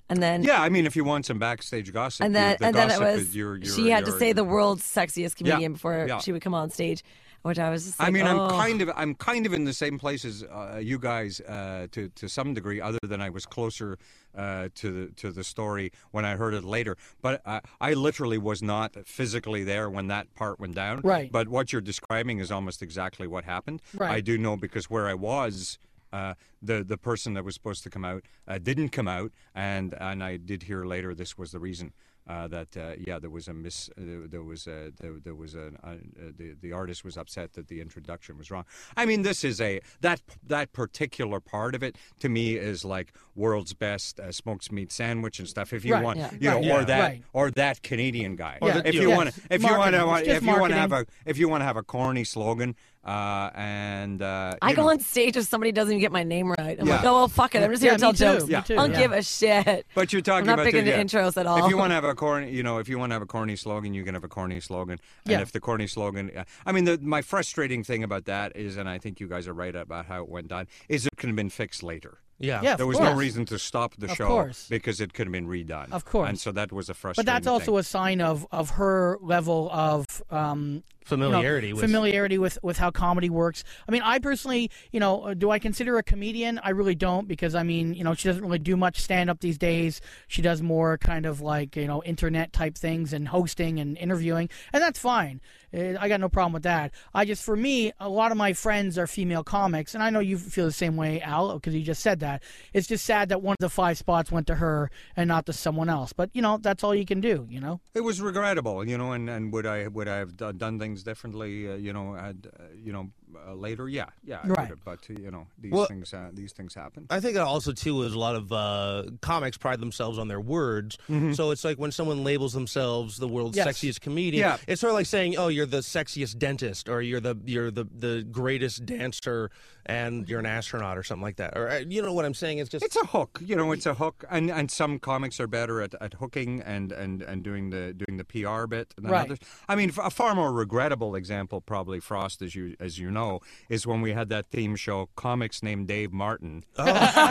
Speaker 5: And then
Speaker 10: yeah, I mean, if you want some backstage gossip,
Speaker 5: and
Speaker 10: you-
Speaker 5: then
Speaker 10: the
Speaker 5: and then it
Speaker 10: gossip
Speaker 5: was
Speaker 10: is your, your,
Speaker 5: she had to
Speaker 10: your-
Speaker 5: say the world's sexiest comedian before
Speaker 10: yeah.
Speaker 5: she would come on stage, which I was just. Like,
Speaker 10: I mean,
Speaker 5: oh.
Speaker 10: I'm kind of I'm kind of in the same place as uh, you guys uh, to to some degree, other than I was closer uh, to the to the story when I heard it later. But I, I literally was not physically there when that part went down.
Speaker 6: Right.
Speaker 10: But what you're describing is almost exactly what happened.
Speaker 6: Right.
Speaker 10: I do know because where I was. uh, the the person that was supposed to come out uh, didn't come out, and and I did hear later this was the reason. Uh, that uh, yeah, there was a miss. Uh, there was a there, there was a, uh uh, the the artist was upset that the introduction was wrong. I mean, this is a that that particular part of it to me is like world's best uh, smoked meat sandwich and stuff. If you
Speaker 6: Right,
Speaker 10: want,
Speaker 5: yeah.
Speaker 10: you know,
Speaker 6: Right,
Speaker 10: or
Speaker 6: yeah.
Speaker 10: that
Speaker 6: Right.
Speaker 10: or that Canadian guy.
Speaker 6: Or the-
Speaker 10: if
Speaker 6: yeah.
Speaker 10: you
Speaker 6: Yes.
Speaker 10: want to if you want
Speaker 6: Marketing.
Speaker 10: to
Speaker 6: It's
Speaker 10: if
Speaker 6: just
Speaker 10: you want to have a
Speaker 6: marketing.
Speaker 10: if you want to have a corny slogan uh, and uh,
Speaker 5: I
Speaker 10: you
Speaker 5: go
Speaker 10: know,
Speaker 5: on stage if somebody doesn't even get my name right. I'm like,
Speaker 10: Yeah.
Speaker 5: oh well, fuck it. I'm just here
Speaker 6: Yeah,
Speaker 5: to tell
Speaker 6: me too,
Speaker 5: jokes.
Speaker 6: me
Speaker 5: I
Speaker 6: too,
Speaker 5: don't
Speaker 6: yeah.
Speaker 5: give a shit.
Speaker 10: But you're talking
Speaker 5: I'm not
Speaker 10: about
Speaker 5: big
Speaker 10: the-
Speaker 5: into
Speaker 10: yeah.
Speaker 5: intros at all.
Speaker 10: If you want to have a corny, you know, if you want to have a corny slogan, you can have a corny slogan. And
Speaker 6: Yeah.
Speaker 10: if the corny slogan, uh, I mean, the, my frustrating thing about that is, and I think you guys are right about how it went down, is it could have been fixed later.
Speaker 4: Yeah.
Speaker 6: Yeah, of
Speaker 10: there was no
Speaker 6: course.
Speaker 10: reason to stop the
Speaker 6: Of
Speaker 10: show
Speaker 6: course.
Speaker 10: because it could have been redone.
Speaker 6: Of course.
Speaker 10: And so that was a frustrating.
Speaker 6: But that's also
Speaker 10: thing.
Speaker 6: a sign of of her level of um, you know,
Speaker 4: Familiarity with
Speaker 6: familiarity with with how comedy works. I mean, I personally, you know, uh, do I consider her a comedian? I really don't because I mean, you know, she doesn't really do much stand up these days. She does more kind of like you know internet type things and hosting and interviewing, and that's fine. Uh, I got no problem with that. I just for me, a lot of my friends are female comics, and I know you feel the same way, Al, because you just said that. It's just sad that one of the five spots went to her and not to someone else. But you know, that's all you can do. You know.
Speaker 10: It was regrettable, you know, and, and would I would I have do- done things differently, uh, you know, had, uh, you know, uh, later? Yeah, yeah, I would
Speaker 6: Right.
Speaker 10: have, but you know, these
Speaker 4: Well-
Speaker 10: things uh, these things happen.
Speaker 4: I think also too is a lot of uh, comics pride themselves on their words. So it's like when someone labels themselves the world's
Speaker 6: Mm-hmm. Yes.
Speaker 4: sexiest comedian,
Speaker 10: Yeah.
Speaker 4: it's sort of like saying, "Oh, you're the sexiest dentist," or "You're the you're the, the greatest dancer," and "You're an astronaut" or something like that. Or uh, you know what I'm saying? It's just
Speaker 10: It's a hook, you know. It's a hook, and, and some comics are better at, at hooking and, and, and doing the doing the PR bit than
Speaker 6: Right.
Speaker 10: others. I mean, f- a far more regrettable example, probably Frost, as you as you know, is when we had that theme show, comics named Dave Martin,
Speaker 4: Oh.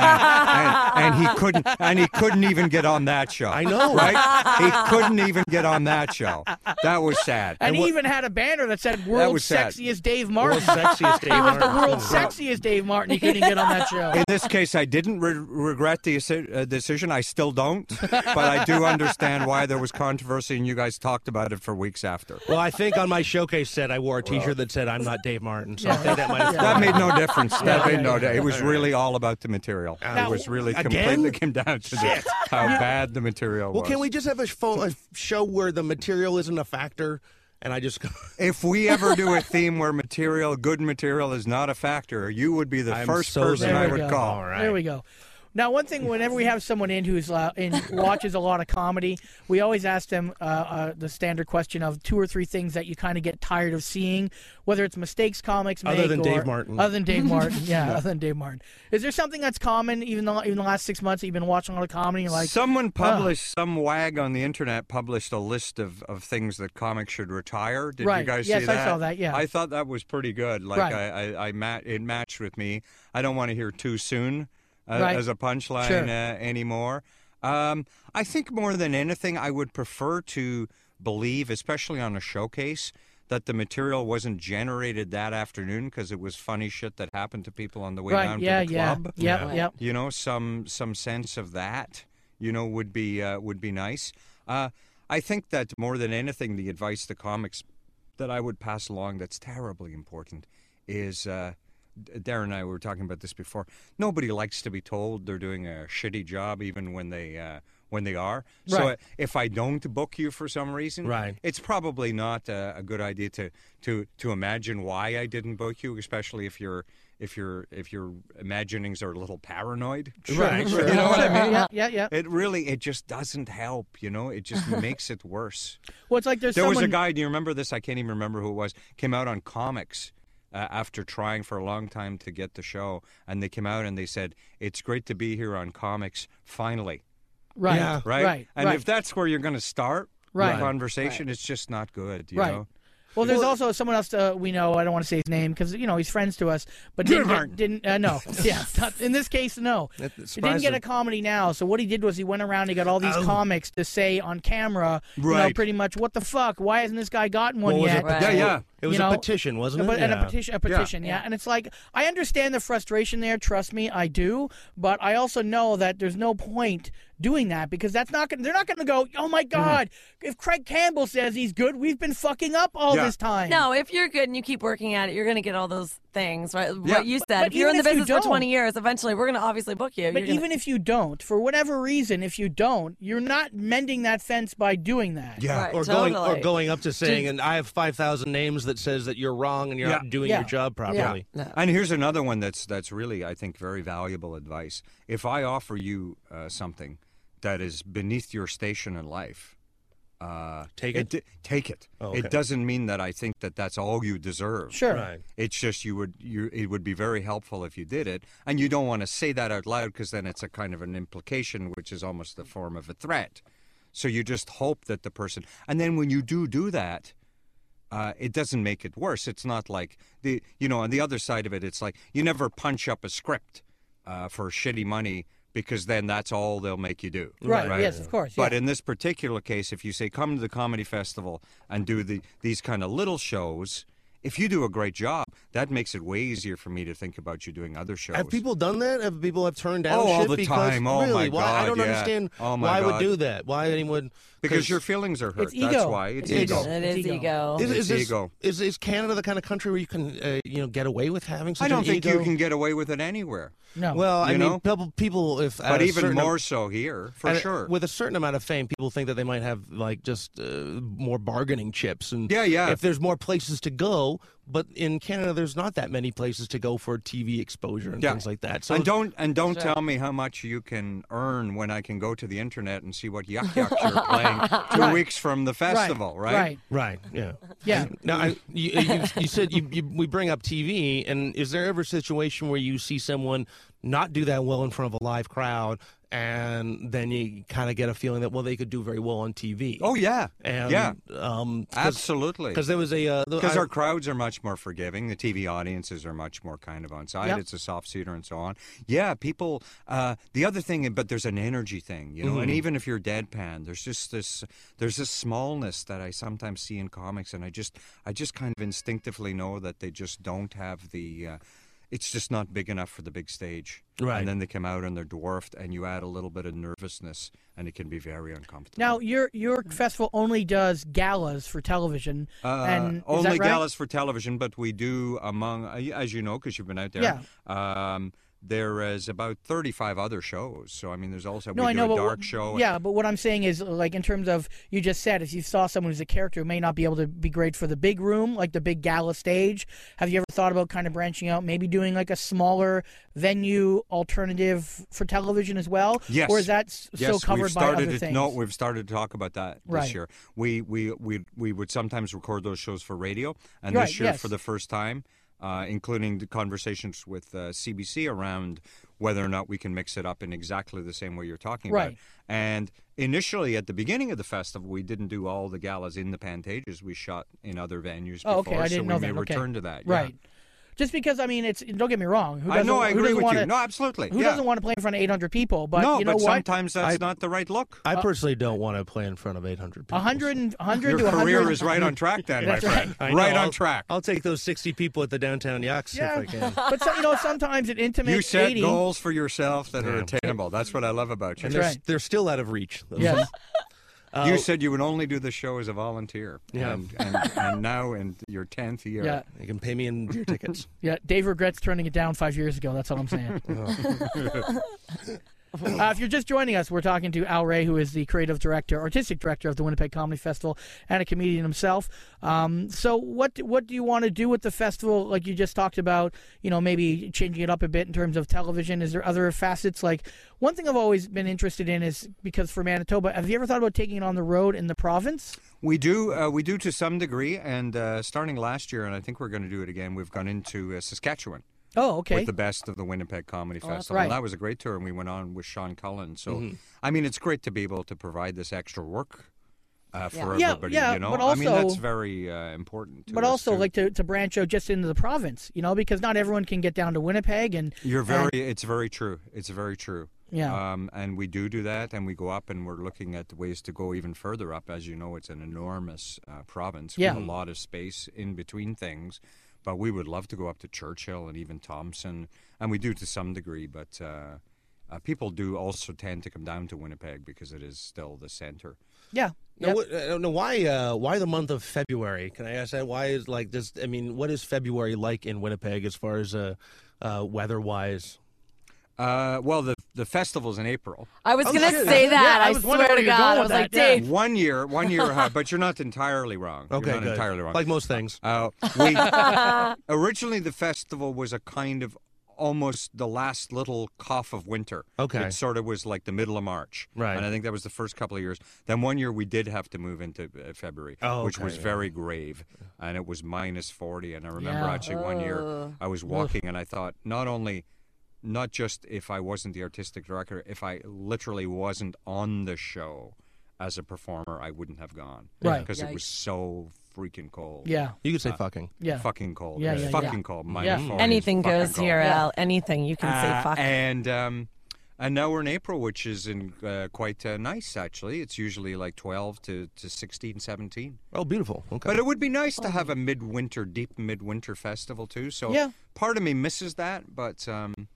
Speaker 10: and, and, and he couldn't and he couldn't even get on that show.
Speaker 4: I know.
Speaker 10: right? he couldn't even get on that show. That was sad.
Speaker 6: And,
Speaker 10: what-
Speaker 6: he even had a banner that said "World's
Speaker 10: was sad.
Speaker 6: Sexiest Dave
Speaker 4: world's
Speaker 6: Martin."
Speaker 4: sexiest.
Speaker 6: *laughs*
Speaker 4: Dave
Speaker 6: the
Speaker 4: Martin.
Speaker 6: world's sexiest Dave Martin. He couldn't get on that show.
Speaker 10: in this case, I didn't re- regret the assi- uh, decision. I still don't, but I do understand why there was controversy, and you guys talked about it for weeks after.
Speaker 4: Well, I think on my showcase set, I wore a T-shirt that said, "I'm not Dave Martin," so I
Speaker 6: Yeah.
Speaker 4: think that might have
Speaker 10: That made no difference. That
Speaker 6: yeah,
Speaker 10: made no.
Speaker 6: yeah.
Speaker 10: di- It was really all about the material.
Speaker 6: Now-
Speaker 10: It was really
Speaker 4: Again?
Speaker 10: completely came down to the, how bad the material
Speaker 4: Well,
Speaker 10: was.
Speaker 4: can we just have a, fo- a show where the material isn't a factor, and I *laughs* just
Speaker 10: If we ever do a theme where material, good material, is not a factor, you would be the
Speaker 4: I'm
Speaker 10: first
Speaker 4: so
Speaker 10: person
Speaker 4: there
Speaker 10: I
Speaker 4: we
Speaker 10: would
Speaker 6: go.
Speaker 10: call.
Speaker 6: There we go. Now, one thing, whenever we have someone in who's uh, in watches a lot of comedy, we always ask them uh, uh, the standard question of two or three things that you kind of get tired of seeing, whether it's mistakes comics make
Speaker 4: Other than
Speaker 6: or-
Speaker 4: Dave Martin.
Speaker 6: Other than Dave
Speaker 10: *laughs*
Speaker 6: Martin, yeah, other than Dave Martin. Is there something that's common even though even the last six months that you've been watching a lot of comedy? and Like, uh.
Speaker 10: someone published some wag on the internet published a list of, of things that comics should retire. Did you
Speaker 6: Right.
Speaker 10: guys
Speaker 6: Yes,
Speaker 10: see
Speaker 6: I
Speaker 10: that?
Speaker 6: saw that, yeah.
Speaker 10: I thought that was pretty good. Like
Speaker 6: Right.
Speaker 10: I, I, I ma- it matched with me. I don't want to hear too soon uh,
Speaker 6: Right.
Speaker 10: as a punchline
Speaker 6: Sure.
Speaker 10: uh, anymore. Um, I think more than anything, I would prefer to believe, especially on a showcase. That the material wasn't generated that afternoon because it was funny shit that happened to people on the way
Speaker 6: right?
Speaker 10: down
Speaker 6: Yeah,
Speaker 10: to the
Speaker 6: yeah,
Speaker 10: club
Speaker 6: yeah,
Speaker 10: *laughs*
Speaker 6: yeah.
Speaker 10: you know some some sense of that you know would be uh, would be nice uh, i think that more than anything the advice to comics that i would pass along that's terribly important is uh, D- darren and i were talking about this before nobody likes to be told they're doing a shitty job even when they uh, when they are so
Speaker 6: Right.
Speaker 10: if i don't book you for some reason
Speaker 4: Right.
Speaker 10: it's probably not a, a good idea to, to to imagine why I didn't book you, especially if your if your if your imaginings are a little paranoid.
Speaker 4: Right,
Speaker 10: You know what I mean?
Speaker 6: Yeah, yeah, yeah.
Speaker 10: It really it just doesn't help. You know, it
Speaker 6: *laughs*
Speaker 10: just makes it worse.
Speaker 6: Well, it's like there's
Speaker 10: There
Speaker 6: someone.
Speaker 10: was a guy. Do you remember this? I can't even remember who it was. Came out on comics. Uh, after trying for a long time to get the show, and they came out and they said, "It's great to be here on comics finally."
Speaker 6: right,
Speaker 4: Yeah.
Speaker 10: Right?
Speaker 6: right,
Speaker 10: And
Speaker 6: right.
Speaker 10: if that's where you're going to start
Speaker 6: Right.
Speaker 10: the conversation, it's just not good. You
Speaker 6: Right.
Speaker 10: know?
Speaker 6: Well, there's also someone else uh, we know. I don't want to say his name because you know he's friends to us, but didn't, get, didn't uh,
Speaker 4: *laughs*
Speaker 6: no, yeah. not- in this case, no,
Speaker 4: That- that
Speaker 6: he didn't
Speaker 4: surprised
Speaker 6: get a
Speaker 4: him. Oh.
Speaker 6: comedy now. So what he did was he went around. He got all these comics to say on camera, you know,
Speaker 10: Right.
Speaker 6: pretty much, what the fuck? Why hasn't this guy gotten one
Speaker 4: What was
Speaker 6: yet?
Speaker 4: it?
Speaker 5: Right.
Speaker 10: Yeah, yeah.
Speaker 4: It was
Speaker 6: You
Speaker 4: a
Speaker 6: know,
Speaker 4: petition, wasn't it?
Speaker 6: But- And a
Speaker 4: Yeah.
Speaker 6: petition, a petition, yeah. And it's like I understand the frustration there. Trust me, I do. But I also know that there's no point doing that because that's not. Gonna, they're not going to go. Oh my god! If Craig Campbell says he's good, we've been fucking up all
Speaker 10: Yeah.
Speaker 6: this time.
Speaker 5: No, if you're good and you keep working at it, you're gonna get all those things, right?
Speaker 10: Yeah.
Speaker 5: What you said.
Speaker 6: but
Speaker 5: if you're in the
Speaker 6: even if you
Speaker 5: business for
Speaker 6: don't-
Speaker 5: 20 years, eventually we're going to obviously book you.
Speaker 6: But
Speaker 5: You're gonna-
Speaker 6: even if you don't, for whatever reason, if you don't, you're not mending that fence by doing that.
Speaker 10: Yeah.
Speaker 5: Right,
Speaker 4: or going or
Speaker 5: totally.
Speaker 4: going up to saying, and I have five thousand names that says that you're wrong and you're
Speaker 10: Yeah.
Speaker 4: not doing
Speaker 6: Yeah.
Speaker 4: your job properly.
Speaker 10: And here's another one that's that's really I think very valuable advice. If I offer you uh, something that is beneath your station in life, uh,
Speaker 4: Take it?
Speaker 10: d- take it.
Speaker 4: Oh, okay.
Speaker 10: It doesn't mean that I think that that's all you deserve.
Speaker 6: Sure.
Speaker 4: Right.
Speaker 10: It's just you would you it would be very helpful if you did it, and you don't want to say that out loud because then it's a kind of an implication, which is almost the form of a threat. So you just hope that the person, and then when you do do that, uh, it doesn't make it worse. It's not like the you know on the other side of it, it's like you never punch up a script uh, for shitty money because then that's all they'll make you do.
Speaker 6: Right. Yes, of course.
Speaker 10: But
Speaker 6: yeah.
Speaker 10: in this particular case, if you say come to the comedy festival and do the these kind of little shows, if you do a great job, that makes it way easier for me to think about you doing other shows.
Speaker 4: Have people done that? Have people have turned down
Speaker 10: Oh, all
Speaker 4: shit
Speaker 10: the
Speaker 4: because
Speaker 10: time. Oh, my
Speaker 4: really? why? I
Speaker 10: God,
Speaker 4: don't
Speaker 10: yeah.
Speaker 4: understand
Speaker 10: Oh, my
Speaker 4: why I would
Speaker 10: God.
Speaker 4: do that. Why anyone?
Speaker 10: because your feelings are hurt.
Speaker 6: It's
Speaker 10: That's
Speaker 6: ego.
Speaker 10: why it's,
Speaker 6: It's
Speaker 10: ego.
Speaker 6: ego.
Speaker 5: It is
Speaker 6: It's ego.
Speaker 5: ego.
Speaker 4: is, is
Speaker 10: It's
Speaker 4: this,
Speaker 10: ego.
Speaker 4: Is is Canada the kind of country where you can uh, you know get away with having? Such
Speaker 10: I don't
Speaker 4: an
Speaker 10: think
Speaker 4: ego?
Speaker 10: you can get away with it anywhere.
Speaker 6: no.
Speaker 4: Well, I
Speaker 10: you
Speaker 4: mean,
Speaker 10: know?
Speaker 4: people, people if at
Speaker 10: But
Speaker 4: a
Speaker 10: even
Speaker 4: certain-
Speaker 10: more so here, for
Speaker 4: at a-
Speaker 10: sure.
Speaker 4: with a certain amount of fame, people think that they might have like just uh, more bargaining chips and
Speaker 10: Yeah, yeah.
Speaker 4: If there's more places to go, but in Canada, there's not that many places to go for TV exposure and
Speaker 10: Yeah.
Speaker 4: things like that. So
Speaker 10: and don't and don't tell me how much you can earn when I can go to the internet and see what yuck yucks you're
Speaker 4: *laughs*
Speaker 10: playing two weeks from the festival, right?
Speaker 6: Right.
Speaker 4: Right. Yeah.
Speaker 6: Yeah.
Speaker 4: Now, I, you, you, you said you, you, we bring up TV, and is there ever a situation where you see someone not do that well in front of a live crowd, and then you kind of get a feeling that well they could do very well on TV?
Speaker 10: Oh yeah,
Speaker 4: And,
Speaker 10: yeah,
Speaker 4: Um,
Speaker 10: absolutely.
Speaker 4: Because there was a uh, the-
Speaker 10: Because
Speaker 4: I-
Speaker 10: our crowds are much more forgiving. The TV audiences are much more kind of on side.
Speaker 6: Yep.
Speaker 10: It's a soft seater and so on. Yeah, people. Uh, the other thing, but there's an energy thing, you know.
Speaker 4: Mm-hmm.
Speaker 10: And even if you're deadpan, there's just this. There's this smallness that I sometimes see in comics, and I just, I just kind of instinctively know that they just don't have the. Uh, it's just not big enough for the big stage.
Speaker 4: Right.
Speaker 10: And then they come out and they're dwarfed, and you add a little bit of nervousness, and it can be very uncomfortable.
Speaker 6: Now your your festival only does galas for television,
Speaker 10: Uh,
Speaker 6: and is
Speaker 10: only
Speaker 6: that right?
Speaker 10: galas for television, but we do among, uh, as you know, because you've been out there. Yeah. Um, there is about thirty-five other shows. So I mean, there's also
Speaker 6: No,
Speaker 10: we
Speaker 6: I
Speaker 10: do
Speaker 6: know.
Speaker 10: a
Speaker 6: but
Speaker 10: dark
Speaker 6: what-
Speaker 10: show.
Speaker 6: Yeah, but what I'm saying is, like in terms of you just said, if you saw someone who's a character who may not be able to be great for the big room, like the big gala stage, have you ever thought about kind of branching out, maybe doing like a smaller venue alternative for television as well?
Speaker 10: Yes.
Speaker 6: Or is that s-
Speaker 10: Yes,
Speaker 6: so covered
Speaker 10: we've started
Speaker 6: by other
Speaker 10: to,
Speaker 6: things?
Speaker 10: No, we've started to talk about that
Speaker 6: Right.
Speaker 10: this year. We we we we would sometimes record those shows for radio, and
Speaker 6: Right,
Speaker 10: this year
Speaker 6: yes.
Speaker 10: for the first time, uh, including the conversations with uh, CBC around whether or not we can mix it up in exactly the same way you're talking
Speaker 6: Right.
Speaker 10: about. And initially, at the beginning of the festival, we didn't do all the galas in the Pantages. We shot in other venues before,
Speaker 6: Oh, okay, I
Speaker 10: so
Speaker 6: didn't
Speaker 10: we
Speaker 6: know
Speaker 10: may
Speaker 6: that. Okay.
Speaker 10: return to that. yeah.
Speaker 6: Right. Just because I mean, it's don't get me wrong. Who
Speaker 10: I know.
Speaker 6: doesn't-
Speaker 10: I
Speaker 6: who
Speaker 10: agree
Speaker 6: doesn't
Speaker 10: with
Speaker 6: wanna,
Speaker 10: you. No, absolutely.
Speaker 6: Who
Speaker 10: yeah.
Speaker 6: doesn't want to play in front of 800 people? But
Speaker 10: no,
Speaker 6: you know
Speaker 10: but
Speaker 6: what?
Speaker 10: sometimes that's not the right look.
Speaker 4: I personally don't want to play in front of 800 people.
Speaker 6: 100, and- 100
Speaker 10: Your
Speaker 6: to 100.
Speaker 10: career is right on track, then, my
Speaker 6: That's right.
Speaker 10: friend.
Speaker 4: I
Speaker 10: Right,
Speaker 4: know,
Speaker 10: on
Speaker 4: I'll-
Speaker 10: track.
Speaker 4: I'll take those 60 people at the downtown Yaks
Speaker 6: Yeah.
Speaker 4: if I can.
Speaker 6: but some, you know, sometimes an intimate
Speaker 10: You set
Speaker 6: 80.
Speaker 10: goals for yourself that are attainable. That's what I love about you.
Speaker 4: And they're,
Speaker 6: right.
Speaker 4: they're still out of reach. those *laughs*
Speaker 6: Yes.
Speaker 10: You said you would only do the show as a volunteer.
Speaker 4: Yeah.
Speaker 10: And, and, and now in your 10th year.
Speaker 6: Yeah.
Speaker 4: You can pay me in beer tickets.
Speaker 6: Yeah, Dave regrets turning it down five years ago. That's all I'm saying. uh, if you're just joining us, we're talking to Al Ray, who is the creative director, artistic director of the Winnipeg Comedy Festival, and a comedian himself. Um, so, what what do you want to do with the festival? Like you just talked about, you know, maybe changing it up a bit in terms of television. Is there other facets? Like one thing I've always been interested in is because for Manitoba, have you ever thought about taking it on the road in the province?
Speaker 10: We do, uh, we do to some degree. And uh, starting last year, and I think we're going to do it again, we've gone into uh, Saskatchewan.
Speaker 6: Oh, okay. Oh,
Speaker 10: with the best of the Winnipeg Comedy Festival.
Speaker 6: right.
Speaker 10: That was a great tour, and we went on with Sean Cullen. So, I mean, it's great to be able to provide this extra work uh, for
Speaker 6: Yeah,
Speaker 10: everybody.
Speaker 6: yeah,
Speaker 10: you know,
Speaker 6: but
Speaker 10: I mean, that's
Speaker 6: also-
Speaker 10: very uh, important. To
Speaker 6: but
Speaker 10: us,
Speaker 6: also
Speaker 10: too.
Speaker 6: like to, to branch out just into the province, you know, because not everyone can get down to Winnipeg and
Speaker 10: you're very, it's very true. It's very true.
Speaker 6: Yeah.
Speaker 10: Um, and we do do that, and we go up, and we're looking at ways to go even further up. As you know, it's an enormous uh, province
Speaker 6: Yeah.
Speaker 10: with a lot of space in between things. But we would love to go up to Churchill and even Thompson, and we do to some degree. But uh, Uh, people do also tend to come down to Winnipeg because it is still the center.
Speaker 6: Yeah.
Speaker 4: Now,
Speaker 6: Yep.
Speaker 4: what, I don't know why. Uh, why the month of February? Can I ask that? Why is like this? I mean, what is February like in Winnipeg as far as uh, uh, weather-wise?
Speaker 10: Uh, well, the the festival's in April.
Speaker 5: I was
Speaker 4: Oh,
Speaker 5: gonna
Speaker 4: shit.
Speaker 5: say that.
Speaker 6: I
Speaker 5: I,
Speaker 6: was wondering
Speaker 5: swear
Speaker 6: where
Speaker 5: to
Speaker 6: you're
Speaker 5: God.
Speaker 6: going
Speaker 5: I
Speaker 6: with
Speaker 5: was like,
Speaker 6: that, yeah.
Speaker 5: Dave,
Speaker 10: One year, one year,
Speaker 6: *laughs*
Speaker 10: ahead, but you're not entirely wrong.
Speaker 4: Okay,
Speaker 10: you're not
Speaker 4: good.
Speaker 10: entirely wrong.
Speaker 4: Like most things.
Speaker 10: Uh, *laughs* we, originally, the festival was a kind of almost the last little cough of winter.
Speaker 4: Okay.
Speaker 10: It sort of was like the middle of March.
Speaker 4: Right.
Speaker 10: And I think that was the first couple of years. Then one year we did have to move into uh, February,
Speaker 4: Oh,
Speaker 10: which
Speaker 4: okay,
Speaker 10: was
Speaker 4: yeah.
Speaker 10: very grave. And it was minus 40. And I remember
Speaker 6: Yeah.
Speaker 10: actually one year
Speaker 5: Ugh.
Speaker 10: I was walking and I thought, not only. Not just if I wasn't the artistic director, if I literally wasn't on the show as a performer, I wouldn't have gone.
Speaker 6: Right.
Speaker 10: Because it was so freaking cold
Speaker 6: Yeah.
Speaker 4: You could say fucking.
Speaker 6: Yeah.
Speaker 10: fucking cold.
Speaker 6: Yeah,
Speaker 10: It's
Speaker 6: yeah, yeah.
Speaker 10: fucking cold. Minus
Speaker 6: Yeah.
Speaker 10: 40 is
Speaker 5: anything
Speaker 10: fucking
Speaker 5: goes
Speaker 10: cold.
Speaker 5: here, Al. Anything you can
Speaker 10: Uh,
Speaker 5: say. Fuck.
Speaker 6: eh,
Speaker 10: And um, and now we're in April, which is in uh, quite uh, nice actually. It's usually like 12 to to 16, 17.
Speaker 4: Oh, beautiful. Okay.
Speaker 10: But it would be nice to have a midwinter, deep midwinter festival too. So
Speaker 6: Yeah.
Speaker 10: part of me misses that, but um,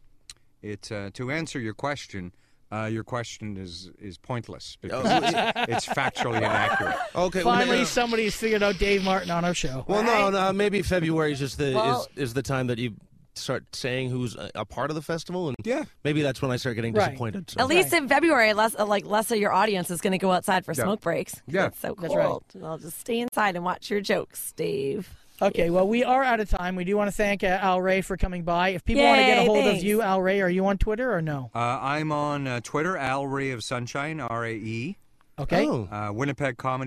Speaker 10: it uh, to answer your question. Uh, your question is is pointless because it's, it's factually inaccurate.
Speaker 4: okay. well,
Speaker 6: Finally,
Speaker 4: maybe-
Speaker 6: somebody's figured out Dave Martin on our show.
Speaker 4: Well, no, no. Maybe February is just the
Speaker 5: Well-
Speaker 4: is, is the time that you start saying who's a, a part of the festival, and
Speaker 10: Yeah.
Speaker 4: maybe that's when I start getting
Speaker 6: Right.
Speaker 4: disappointed. So.
Speaker 5: At least in February, less uh, like less of your audience is going to go outside for smoke breaks.
Speaker 10: Yeah.
Speaker 5: That's so cool.
Speaker 6: right.
Speaker 5: I'll just stay inside and watch your jokes, Dave.
Speaker 6: Okay, well, we are out of time. We do want to thank uh, Al Ray for coming by. If people want to get a
Speaker 5: Yay,
Speaker 6: hold of
Speaker 5: thanks.
Speaker 6: you, Al Ray, are you on Twitter or no?
Speaker 10: Uh, I'm on uh, Twitter, Al Ray of Sunshine, R A E.
Speaker 6: Okay.
Speaker 4: Oh,
Speaker 10: Uh,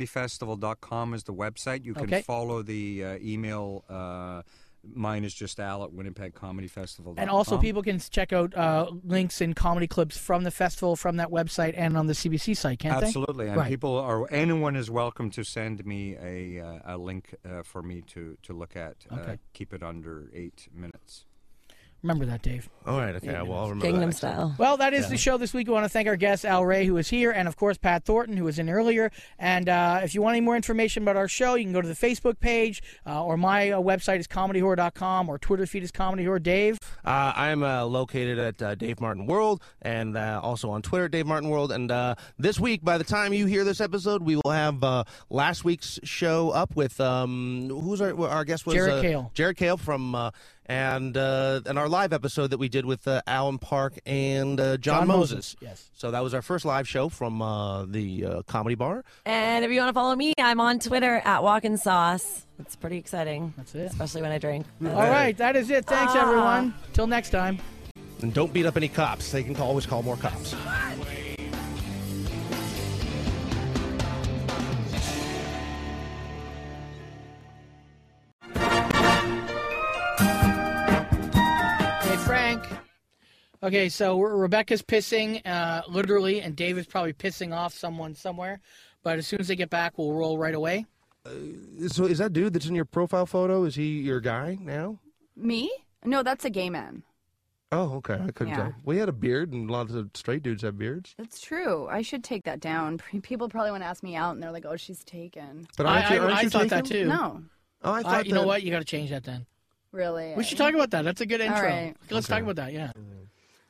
Speaker 10: WinnipegComedyFestival.com is the website. You can
Speaker 6: Okay.
Speaker 10: follow the uh, email. Uh, mine is just al at WinnipegComedyFestival.com.
Speaker 6: And also, people can check out uh, links and comedy clips from the festival, from that website, and on the CBC site, can't they?
Speaker 10: Absolutely, and
Speaker 6: Right.
Speaker 10: people are anyone is welcome to send me a uh, a link uh, for me to to look at. Uh,
Speaker 6: Okay.
Speaker 10: keep it under eight minutes.
Speaker 6: Remember that, Dave.
Speaker 4: all right. Okay. Well, I'll remember
Speaker 5: Gangnam
Speaker 4: that.
Speaker 5: Style.
Speaker 6: Well, that is the show this week. We want to thank our guest, Al Ray, who is here, and of course, Pat Thornton, who was in earlier. And uh, if you want any more information about our show, you can go to the Facebook page, uh, or my uh, website is comedyhorror.com, or Twitter feed is comedyhorror. Dave,
Speaker 4: Uh, I'm uh, located at uh, Dave Martin World and uh, also on Twitter, Dave Martin World. And uh, this week, by the time you hear this episode, we will have uh, last week's show up with um, who's our our guest was
Speaker 6: Jarrett
Speaker 4: uh,
Speaker 6: Cale.
Speaker 4: Jared Cale from uh, and uh, and our live episode that we did with uh, Alan Park and uh, John,
Speaker 6: John
Speaker 4: Moses.
Speaker 6: Moses, yes.
Speaker 4: So that was our first live show from uh, the uh, Comedy Bar.
Speaker 5: And if you want to follow me, I'm on Twitter at Walkin' Sauce. It's pretty exciting. That's
Speaker 6: it. Ah.
Speaker 5: Especially when I drink.
Speaker 6: All right, that is it. Thanks, everyone. Till next time.
Speaker 4: And don't beat up any cops; they can always call more cops.
Speaker 6: Hey, Frank. Okay, so we're- Rebecca's pissing, uh, literally, and Dave is probably pissing off someone somewhere. But as soon as they get back, we'll roll right away.
Speaker 4: So is that dude that's in your profile photo? Is he your guy now?
Speaker 11: Me? No, that's a gay man.
Speaker 4: Oh, okay. I couldn't
Speaker 11: Yeah.
Speaker 4: tell. Well, he had a beard, and lots of straight dudes have beards.
Speaker 11: That's true. I should take that down. *laughs* P- People probably want to ask me out, and they're like, "Oh, she's taken."
Speaker 4: But
Speaker 6: I,
Speaker 4: aren't you,
Speaker 6: I-
Speaker 4: aren't
Speaker 6: I
Speaker 4: you
Speaker 6: thought
Speaker 4: taken?
Speaker 6: that too.
Speaker 11: No,
Speaker 4: Oh, I
Speaker 6: I,
Speaker 4: thought
Speaker 6: you know
Speaker 4: that-
Speaker 6: what? You got to change that then.
Speaker 11: really.
Speaker 6: We should talk about that. That's a good intro.
Speaker 11: right.
Speaker 6: Okay, Let's talk about that. Yeah.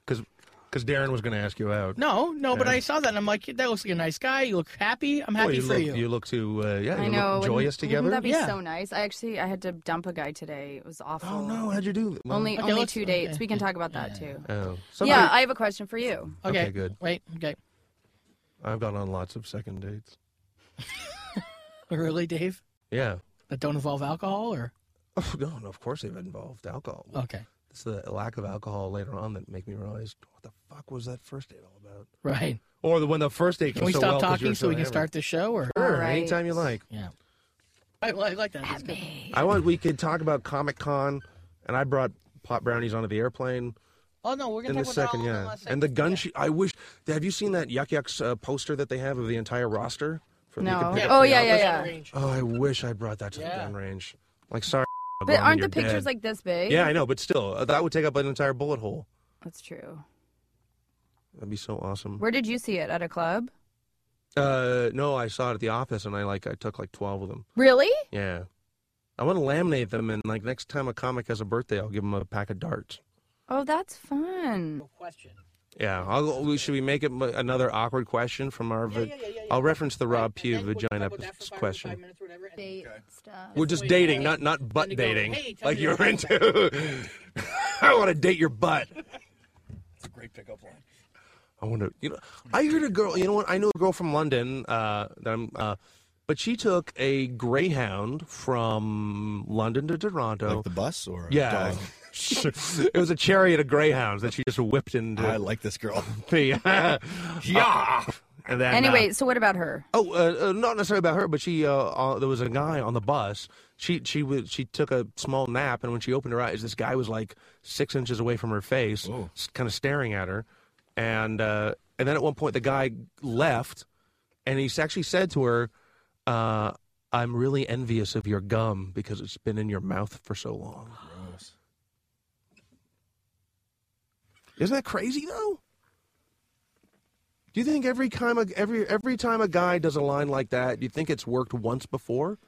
Speaker 4: Because because Darren was going to ask you out.
Speaker 6: No, no, but I saw that and I'm like, that looks like a nice guy. You look happy. I'm
Speaker 4: Boy,
Speaker 6: happy
Speaker 4: you
Speaker 6: for
Speaker 4: look,
Speaker 6: you.
Speaker 4: look too. Uh, yeah,
Speaker 11: I
Speaker 4: you
Speaker 11: know. Mm-hmm.
Speaker 4: look
Speaker 11: wouldn't-
Speaker 4: joyous together.
Speaker 11: Wouldn't that be
Speaker 6: Yeah.
Speaker 11: so nice? I actually I had to dump a guy today. It was awful.
Speaker 4: oh no, how'd you do? that?
Speaker 11: Mm-hmm.
Speaker 4: Well,
Speaker 11: only
Speaker 6: Okay,
Speaker 11: only
Speaker 6: let's-
Speaker 11: two dates.
Speaker 6: okay.
Speaker 11: We can talk about that too.
Speaker 4: Oh,
Speaker 11: yeah,
Speaker 4: somebody-
Speaker 11: I have a question for you.
Speaker 6: okay.
Speaker 4: okay, good.
Speaker 6: Wait. Okay.
Speaker 4: I've gone on lots of second dates.
Speaker 6: Really, Dave?
Speaker 4: Yeah. *laughs*
Speaker 6: That don't involve alcohol or?
Speaker 4: Oh no, no. Of course, they've involved alcohol.
Speaker 6: Okay.
Speaker 4: It's the lack of alcohol later on that make me realize what the fuck was that first date all about?
Speaker 6: Right.
Speaker 4: Or the when the first date.
Speaker 6: Can we stop talking so we can start the show or?
Speaker 4: Sure,
Speaker 11: All right.
Speaker 4: anytime you like.
Speaker 6: Yeah. I, I like that. That's good.
Speaker 4: I want we could talk about Comic Con, and I brought pot brownies onto the airplane.
Speaker 6: Oh no, we're gonna
Speaker 4: in a
Speaker 6: talk about
Speaker 4: second,
Speaker 6: all of
Speaker 4: yeah.
Speaker 6: them in a second.
Speaker 4: And the gun sheet. I wish. Have you seen that Yuck Yucks uh, poster that they have of the entire roster? For, you can
Speaker 11: No.
Speaker 4: pick up
Speaker 11: Oh
Speaker 4: from the
Speaker 11: yeah,
Speaker 4: outlets?
Speaker 11: yeah, yeah.
Speaker 4: Oh, I wish I brought that to
Speaker 6: Yeah.
Speaker 4: the downrange. Like, sorry. I'll go
Speaker 11: But
Speaker 4: on
Speaker 11: aren't
Speaker 4: when
Speaker 11: the
Speaker 4: you're
Speaker 11: pictures
Speaker 4: dead.
Speaker 11: like this big?
Speaker 4: Yeah, I know, but still, uh, that would take up an entire bullet hole.
Speaker 11: That's true.
Speaker 4: That'd be so awesome.
Speaker 11: Where did you see it? At a club?
Speaker 4: Uh, no, I saw it at the office, and I like I took like twelve of them.
Speaker 11: Really?
Speaker 4: Yeah, I want to laminate them, and like next time a comic has a birthday, I'll give them a pack of darts.
Speaker 11: Oh, that's fun.
Speaker 6: Question.
Speaker 4: Yeah, I'll, go- we- should we make it m- another awkward question from our? vi- I'll reference the Rob Pugh vagina p- question.
Speaker 11: Date stuff.
Speaker 4: We're just dating, not not butt
Speaker 11: to go,
Speaker 4: dating,
Speaker 11: "Hey, tell
Speaker 4: like
Speaker 11: me
Speaker 4: you're
Speaker 11: about
Speaker 4: into. *laughs* I want to date your butt.
Speaker 12: It's a great pickup line.
Speaker 4: I want to. You know, I heard a girl. You know what? I knew a girl from London. Uh, that I'm. Uh, but she took a Greyhound from London to Toronto. Like the
Speaker 12: bus, or a
Speaker 4: yeah.
Speaker 12: dog?
Speaker 4: *laughs*
Speaker 12: *laughs*
Speaker 4: it was a chariot of greyhounds that she just whipped into. I
Speaker 12: like this
Speaker 4: *laughs*
Speaker 12: girl. *laughs*
Speaker 4: yeah. *laughs* And then, uh,
Speaker 11: anyway, so what about her?
Speaker 4: Oh, uh, uh, not necessarily about her, but she uh, uh, there was a guy on the bus. She she was she took a small nap, and when she opened her eyes, this guy was like six inches away from her face, kind of staring at her. And uh, and then at one point, the guy left, and he s- actually said to her, uh, "I'm really envious of your gum because it's been in your mouth for so long." Isn't that crazy though? Do you think every time a, every every time a guy does a line like that, do you think it's worked once before?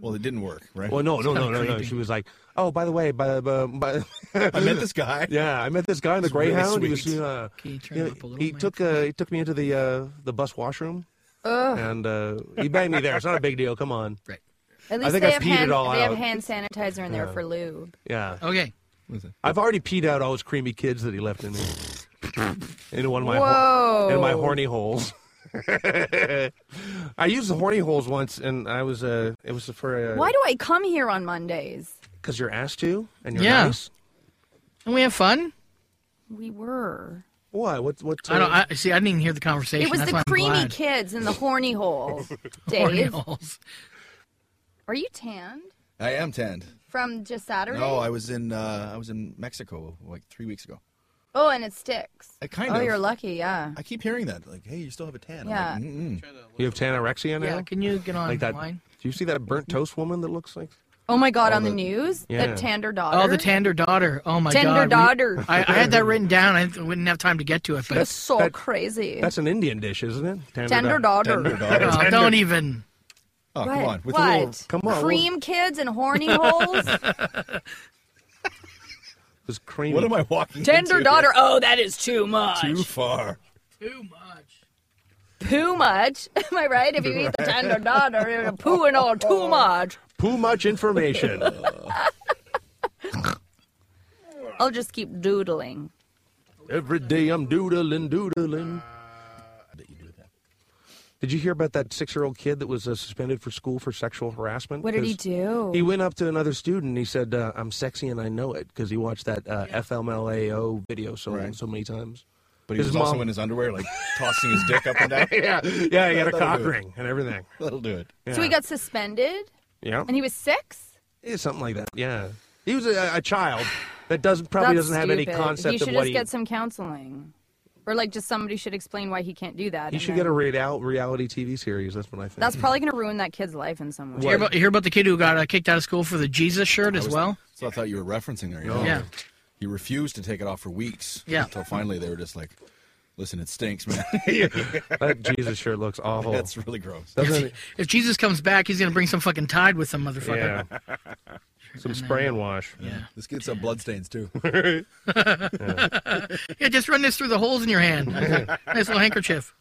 Speaker 12: Well, it didn't work, right?
Speaker 4: Well, no,
Speaker 12: It's
Speaker 4: no,
Speaker 12: kinda
Speaker 4: no, no, no.
Speaker 12: creepy.
Speaker 4: She was like, "Oh, by the way, by, by, by
Speaker 12: I met this guy.
Speaker 4: *laughs* Yeah, I met this guy in the
Speaker 12: He's really
Speaker 4: Greyhound. he was,
Speaker 12: sweet.
Speaker 4: uh,
Speaker 12: Can you turn
Speaker 4: you
Speaker 12: him
Speaker 4: know,
Speaker 12: up a little,
Speaker 4: he took uh, he took me into the uh, the bus washroom,
Speaker 11: Ugh.
Speaker 4: and uh, he banged me there. It's not a big deal. Come on, right?
Speaker 11: At
Speaker 4: I
Speaker 11: least
Speaker 4: think
Speaker 11: they
Speaker 4: I
Speaker 11: have
Speaker 4: peed
Speaker 11: hand
Speaker 4: it all
Speaker 11: they
Speaker 4: out.
Speaker 11: have hand sanitizer in there
Speaker 4: Yeah.
Speaker 11: for lube.
Speaker 4: Yeah.
Speaker 6: Okay.
Speaker 4: I've already peed out all his creamy kids that he left in me.
Speaker 11: *laughs*
Speaker 4: into one of my
Speaker 11: Whoa.
Speaker 4: in my horny holes. *laughs* I used the horny holes once, and I was uh, it was for uh,
Speaker 11: Why do I come here on Mondays?
Speaker 4: Because you're asked to, and you're
Speaker 6: Yeah.
Speaker 4: nice.
Speaker 6: And we have fun.
Speaker 11: We were.
Speaker 4: Why? What? What? uh,
Speaker 6: I don't. I see. I didn't even hear the conversation.
Speaker 11: It was
Speaker 6: That's
Speaker 11: the
Speaker 6: why I'm
Speaker 11: creamy
Speaker 6: glad.
Speaker 11: kids in the horny
Speaker 10: *laughs*
Speaker 11: holes,
Speaker 6: Horny
Speaker 11: Dave.
Speaker 4: *laughs*
Speaker 6: holes.
Speaker 11: Are you tanned
Speaker 12: I am tanned.
Speaker 11: from just Saturday?
Speaker 12: No, I was in uh, I was in Mexico like three weeks ago.
Speaker 11: Oh, and it sticks.
Speaker 12: I kind
Speaker 11: oh,
Speaker 12: of.
Speaker 11: you're lucky, yeah.
Speaker 12: I keep hearing that, like, "Hey, you still have a tan." I'm like,
Speaker 11: Yeah.
Speaker 12: Mm-mm.
Speaker 4: You have tanorexia now.
Speaker 11: Yeah,
Speaker 6: can you get on
Speaker 4: like that?
Speaker 6: line?
Speaker 4: Do you see that burnt toast woman that looks like?
Speaker 11: Oh my God,
Speaker 4: All
Speaker 11: on the,
Speaker 4: the-
Speaker 11: news,
Speaker 4: Yeah.
Speaker 11: the Tander daughter.
Speaker 6: Oh, the tender daughter. Oh my
Speaker 11: Tender
Speaker 6: god. we-
Speaker 11: daughter.
Speaker 6: I, I had that written down. I wouldn't have time to get to it. But
Speaker 11: That's so crazy.
Speaker 4: That's an Indian dish, isn't it?
Speaker 11: Tender daughter. Tender daughter.
Speaker 6: Oh,
Speaker 4: Tender-
Speaker 6: don't even.
Speaker 12: Oh,
Speaker 11: What?
Speaker 4: a
Speaker 11: what?
Speaker 4: come on,
Speaker 11: Cream kids and horny
Speaker 4: *laughs*
Speaker 11: holes.
Speaker 4: This creamy.
Speaker 12: What am I walking?
Speaker 11: Tender
Speaker 12: into
Speaker 11: daughter.
Speaker 12: here?
Speaker 11: Oh, that is too much.
Speaker 12: Too far.
Speaker 6: Too much.
Speaker 11: Too much. *laughs* Am I right? If you eat the *laughs* tender daughter, you're pooing all too much.
Speaker 4: Too much information.
Speaker 11: I'll just keep doodling.
Speaker 4: Every day I'm doodling, doodling. Did you hear about that six-year-old kid that was uh, suspended for school for sexual harassment?
Speaker 11: What did he
Speaker 4: 'Cause
Speaker 11: do?
Speaker 4: He went up to another student. and He said, uh, "I'm sexy and I know it," because he watched that uh, FMLAO video so so many times.
Speaker 12: But he was also in his underwear, like tossing his dick up and down.
Speaker 4: yeah,
Speaker 12: *laughs*
Speaker 4: yeah, he had a
Speaker 12: That'll
Speaker 4: cock
Speaker 12: do it.
Speaker 4: ring and everything.
Speaker 12: *laughs* That'll do it.
Speaker 4: Yeah.
Speaker 11: So he got suspended,
Speaker 4: yeah,
Speaker 11: and he was six.
Speaker 4: Yeah, something like that. Yeah, he was a, a child that doesn't probably
Speaker 11: That's
Speaker 4: doesn't have any
Speaker 11: stupid. He
Speaker 4: concept
Speaker 11: should
Speaker 4: of
Speaker 11: just
Speaker 4: what he.
Speaker 11: get some counseling, or like just somebody should explain why he can't do that.
Speaker 4: He
Speaker 11: and
Speaker 4: should
Speaker 11: then-
Speaker 10: *laughs*
Speaker 4: get a real, reality TV series. That's what I think.
Speaker 11: That's probably going to ruin that kid's life in some way.
Speaker 6: Did you hear about, you hear about the kid who got uh, kicked out of school for the Jesus shirt as well?
Speaker 12: So I thought you were referencing there. You
Speaker 6: No. Yeah.
Speaker 12: He refused to take it off for weeks.
Speaker 6: Yeah.
Speaker 12: Until finally they were just like, "Listen, it stinks,
Speaker 4: *laughs*
Speaker 12: man."
Speaker 4: that Jesus
Speaker 12: *laughs*
Speaker 4: shirt looks awful.
Speaker 12: That's really gross.
Speaker 4: Doesn't it?
Speaker 6: If Jesus comes back, he's gonna bring some fucking Tide with him, *laughs*
Speaker 4: Yeah.
Speaker 6: motherfucker.
Speaker 4: Some spray and wash. Yeah.
Speaker 12: This gets some bloodstains too.
Speaker 6: Yeah. just run this through the holes in your hand. nice
Speaker 4: *laughs*
Speaker 6: little handkerchief.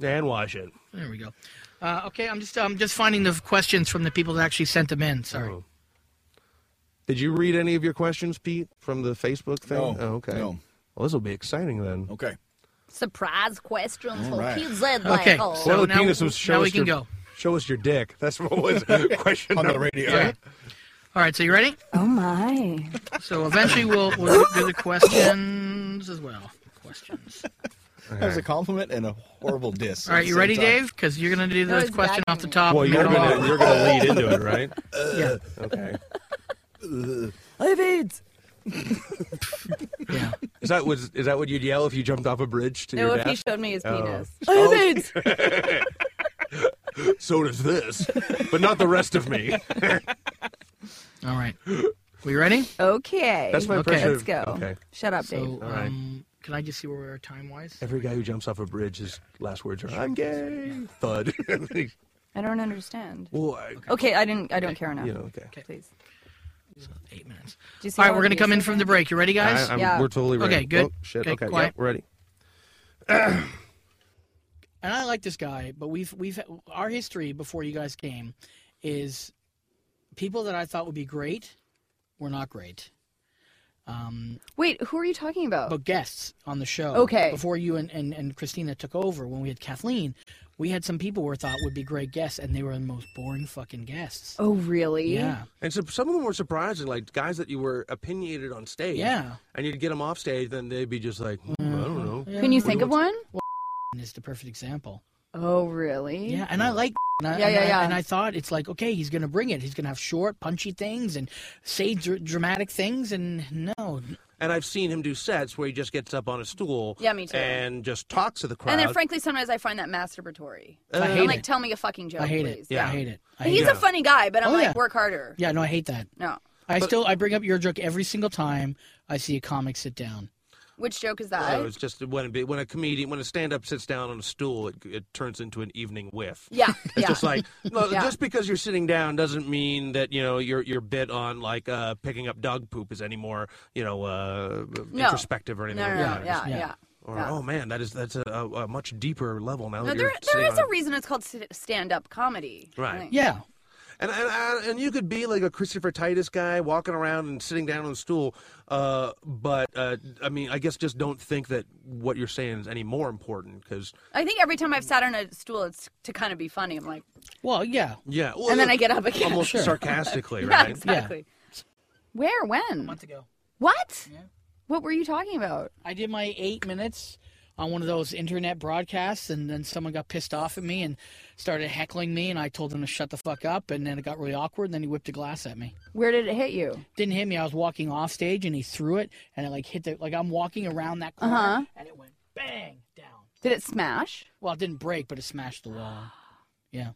Speaker 4: And wash it.
Speaker 6: There we go. Uh, okay, I'm just I'm just finding the questions from the people that actually sent them in. Sorry.
Speaker 4: Did you read any of your questions, Pete, from the Facebook thing?
Speaker 12: No,
Speaker 4: Oh, okay.
Speaker 12: no.
Speaker 4: Well, this will be exciting then.
Speaker 12: Okay.
Speaker 11: Surprise questions for
Speaker 12: right.
Speaker 11: kids at
Speaker 6: Okay,
Speaker 11: Lego. *laughs*
Speaker 6: so-
Speaker 4: One of the
Speaker 6: now-
Speaker 4: penis was show
Speaker 6: now we
Speaker 4: us
Speaker 6: can
Speaker 4: your,
Speaker 6: go.
Speaker 4: Show us your dick. That's
Speaker 12: *laughs*
Speaker 4: what was *laughs* question
Speaker 12: On the
Speaker 4: number-
Speaker 12: radio.
Speaker 4: Yeah.
Speaker 6: All right, so you ready?
Speaker 11: oh my!
Speaker 6: So eventually we'll we'll do the questions as well. Questions.
Speaker 12: That was a compliment and a horrible diss.
Speaker 6: All right, you ready, Dave? Because you're gonna do
Speaker 11: No,
Speaker 6: this
Speaker 11: it's
Speaker 6: question
Speaker 11: backing
Speaker 6: off the
Speaker 11: me.
Speaker 6: top.
Speaker 4: Well,
Speaker 6: and
Speaker 4: you're
Speaker 6: go
Speaker 4: gonna
Speaker 6: on.
Speaker 4: you're gonna lead into it, right?
Speaker 6: yeah.
Speaker 4: Okay.
Speaker 11: I have AIDS.
Speaker 6: yeah.
Speaker 4: Is that was is that what you'd yell if you jumped off a bridge to
Speaker 11: No,
Speaker 4: your
Speaker 11: if he
Speaker 4: death?
Speaker 11: showed me his
Speaker 4: Oh.
Speaker 11: penis. I have AIDS.
Speaker 4: so does this, but not the rest
Speaker 11: *laughs*
Speaker 4: of me.
Speaker 6: All right. We ready?
Speaker 11: Okay.
Speaker 4: That's my
Speaker 6: Okay.
Speaker 4: impression.
Speaker 11: Let's
Speaker 4: of-
Speaker 11: go.
Speaker 4: Okay.
Speaker 11: Shut up, Dave.
Speaker 6: So,
Speaker 4: right.
Speaker 6: um, can I just see where we are time wise?
Speaker 4: Every guy who jumps off a bridge, his last words are "I'm gay." Thud. *laughs*
Speaker 11: I don't understand.
Speaker 4: well, I,
Speaker 11: Okay, I didn't. I don't care enough.
Speaker 4: you know, okay.
Speaker 11: Please.
Speaker 6: Eight minutes.
Speaker 10: Do you see
Speaker 6: All right,
Speaker 10: how
Speaker 6: we're going to
Speaker 10: obvious
Speaker 6: come in
Speaker 10: it
Speaker 6: from
Speaker 10: is?
Speaker 6: the break. You ready, guys?
Speaker 4: I, *laughs* I'm- We're totally ready.
Speaker 6: Okay, good.
Speaker 4: Oh, shit.
Speaker 6: Okay,
Speaker 4: okay,
Speaker 6: quiet.
Speaker 4: yep, ready.
Speaker 6: and I like this guy, but we've we've our history before you guys came is people that I thought would be great were not great. Um,
Speaker 10: Wait, who are you talking about?
Speaker 6: but guests on the show.
Speaker 10: Okay.
Speaker 6: Before you and, and, and Christina took over, when we had Kathleen, we had some people we thought would be great guests, and they were the most boring fucking guests.
Speaker 10: Oh, really?
Speaker 6: Yeah.
Speaker 4: And so some of them were surprising, like guys that you were opinionated on stage.
Speaker 6: Yeah.
Speaker 4: And you'd get them off stage, then they'd be just like, "Hmm, I
Speaker 11: Mm-hmm.
Speaker 4: don't know.
Speaker 10: Can you think of one?
Speaker 6: Is the perfect example.
Speaker 10: Oh, really?
Speaker 6: Yeah, and I like. And I,
Speaker 10: Yeah,
Speaker 6: and
Speaker 10: yeah,
Speaker 6: I-
Speaker 10: yeah.
Speaker 6: And I thought it's like, okay, he's gonna bring it. He's gonna have short, punchy things and say dr- dramatic things. And no,
Speaker 4: And I've seen him do sets where he just gets up on a stool.
Speaker 10: Yeah, me too.
Speaker 4: And just talks to the crowd.
Speaker 10: And then, frankly, sometimes I find that masturbatory.
Speaker 4: I
Speaker 10: I'm
Speaker 4: hate
Speaker 10: Uh, like,
Speaker 4: it.
Speaker 10: tell me a fucking joke,
Speaker 6: I hate
Speaker 10: please.
Speaker 6: it. Yeah, I hate it. I hate
Speaker 10: He's
Speaker 6: it.
Speaker 10: a funny guy, but I'm
Speaker 6: Oh,
Speaker 10: like,
Speaker 6: yeah.
Speaker 10: work harder.
Speaker 6: Yeah, no, I hate that.
Speaker 10: No.
Speaker 6: I still I bring up your joke every single time I see a comic sit down.
Speaker 10: Which joke is
Speaker 4: Uh,
Speaker 10: that?
Speaker 4: it's just when a, bit- when a comedian, when a stand-up sits down on a stool, it, it turns into an evening whiff.
Speaker 10: Yeah,
Speaker 4: *laughs* It's just like no,
Speaker 10: Yeah.
Speaker 4: just because you're sitting down doesn't mean that you know your your bit on like uh, picking up dog poop is any more you know uh,
Speaker 10: No.
Speaker 4: introspective or anything.
Speaker 10: No,
Speaker 4: like
Speaker 10: no, no,
Speaker 4: that. Or
Speaker 10: yeah,
Speaker 4: just-
Speaker 10: yeah, Yeah.
Speaker 4: Or
Speaker 10: yeah.
Speaker 4: oh man, that is that's a, a, a much deeper level now.
Speaker 10: No,
Speaker 4: that
Speaker 10: there,
Speaker 4: you're
Speaker 10: there
Speaker 4: sitting
Speaker 10: is a
Speaker 4: on-
Speaker 10: reason it's called st- stand-up comedy. I
Speaker 4: Right.
Speaker 10: think.
Speaker 6: Yeah.
Speaker 4: And, and and- and you could be like a Christopher Titus guy walking around and sitting down on a stool, uh, but uh, I mean, I guess just don't think that what you're saying is any more important because
Speaker 10: I think every time I've sat on a stool, it's to kind of be funny. I'm like,
Speaker 6: Well, yeah.
Speaker 4: yeah, well,
Speaker 10: and then
Speaker 4: yeah,
Speaker 10: I get up again.
Speaker 4: almost sarcastically,
Speaker 10: *laughs* yeah,
Speaker 4: right?
Speaker 10: exactly. Where? When? A
Speaker 6: month ago.
Speaker 10: What? What were you talking about?
Speaker 6: I did my eight minutes on one of those internet broadcasts, and then someone got pissed off at me and started heckling me, and I told him to shut the fuck up, and then it got really awkward, and then he whipped a glass at me.
Speaker 10: Where did it hit you?
Speaker 6: Didn't hit me. I was walking off stage, and he threw it, and it like hit the like I'm walking around that
Speaker 10: Uh
Speaker 6: corner,
Speaker 10: huh.
Speaker 6: and it went bang down.
Speaker 10: Did it smash?
Speaker 6: Well, it didn't break, but it smashed the
Speaker 10: *sighs*
Speaker 6: wall. Yeah.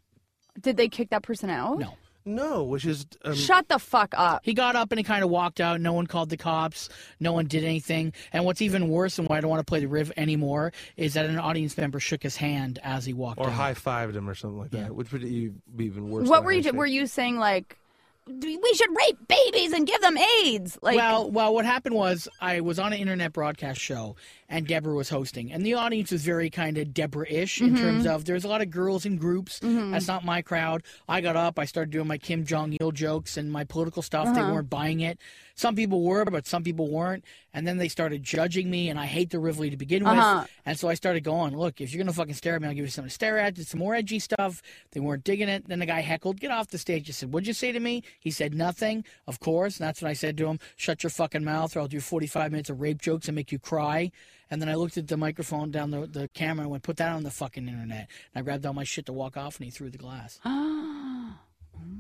Speaker 10: Did they kick that person out? No.
Speaker 4: No, which is um,
Speaker 10: Shut the fuck up.
Speaker 6: He got up and he kind of walked out. No one called the cops. No one did anything. And what's even worse, and why I don't want to play the riff anymore, is that an audience member shook his hand as he walked
Speaker 4: or
Speaker 6: out.
Speaker 4: high fived him or something like that, which would e- be even worse.
Speaker 10: what
Speaker 4: than
Speaker 10: were you?
Speaker 4: handshake.
Speaker 10: Were you saying like, "D- we should rape babies and give them AIDS? Like,
Speaker 6: well, well, what happened was I was on an internet broadcast show, and Deborah was hosting, and the audience was very kind of Deborah-ish in
Speaker 10: Mhm.
Speaker 6: terms of there's a lot of girls in groups.
Speaker 10: Mhm.
Speaker 6: That's not my crowd. I got up, I started doing my Kim Jong Il jokes and my political stuff. They
Speaker 10: Uh-huh.
Speaker 6: weren't buying it. Some people were, but some people weren't. And then they started judging me, and I hate the Rivoli to begin with.
Speaker 10: Uh-huh.
Speaker 6: And so I started going, look, if you're gonna fucking stare at me, I'll give you something to stare at. Did some more edgy stuff. They weren't digging it. Then the guy heckled, get off the stage. I said, What'd you say to me? He said nothing. Of course. And that's when I said to him, Shut your fucking mouth or I'll do forty five minutes of rape jokes and make you cry. And then I looked at the microphone down the, the camera and went, Put that on the fucking internet. And I grabbed all my shit to walk off and he threw the glass.
Speaker 10: oh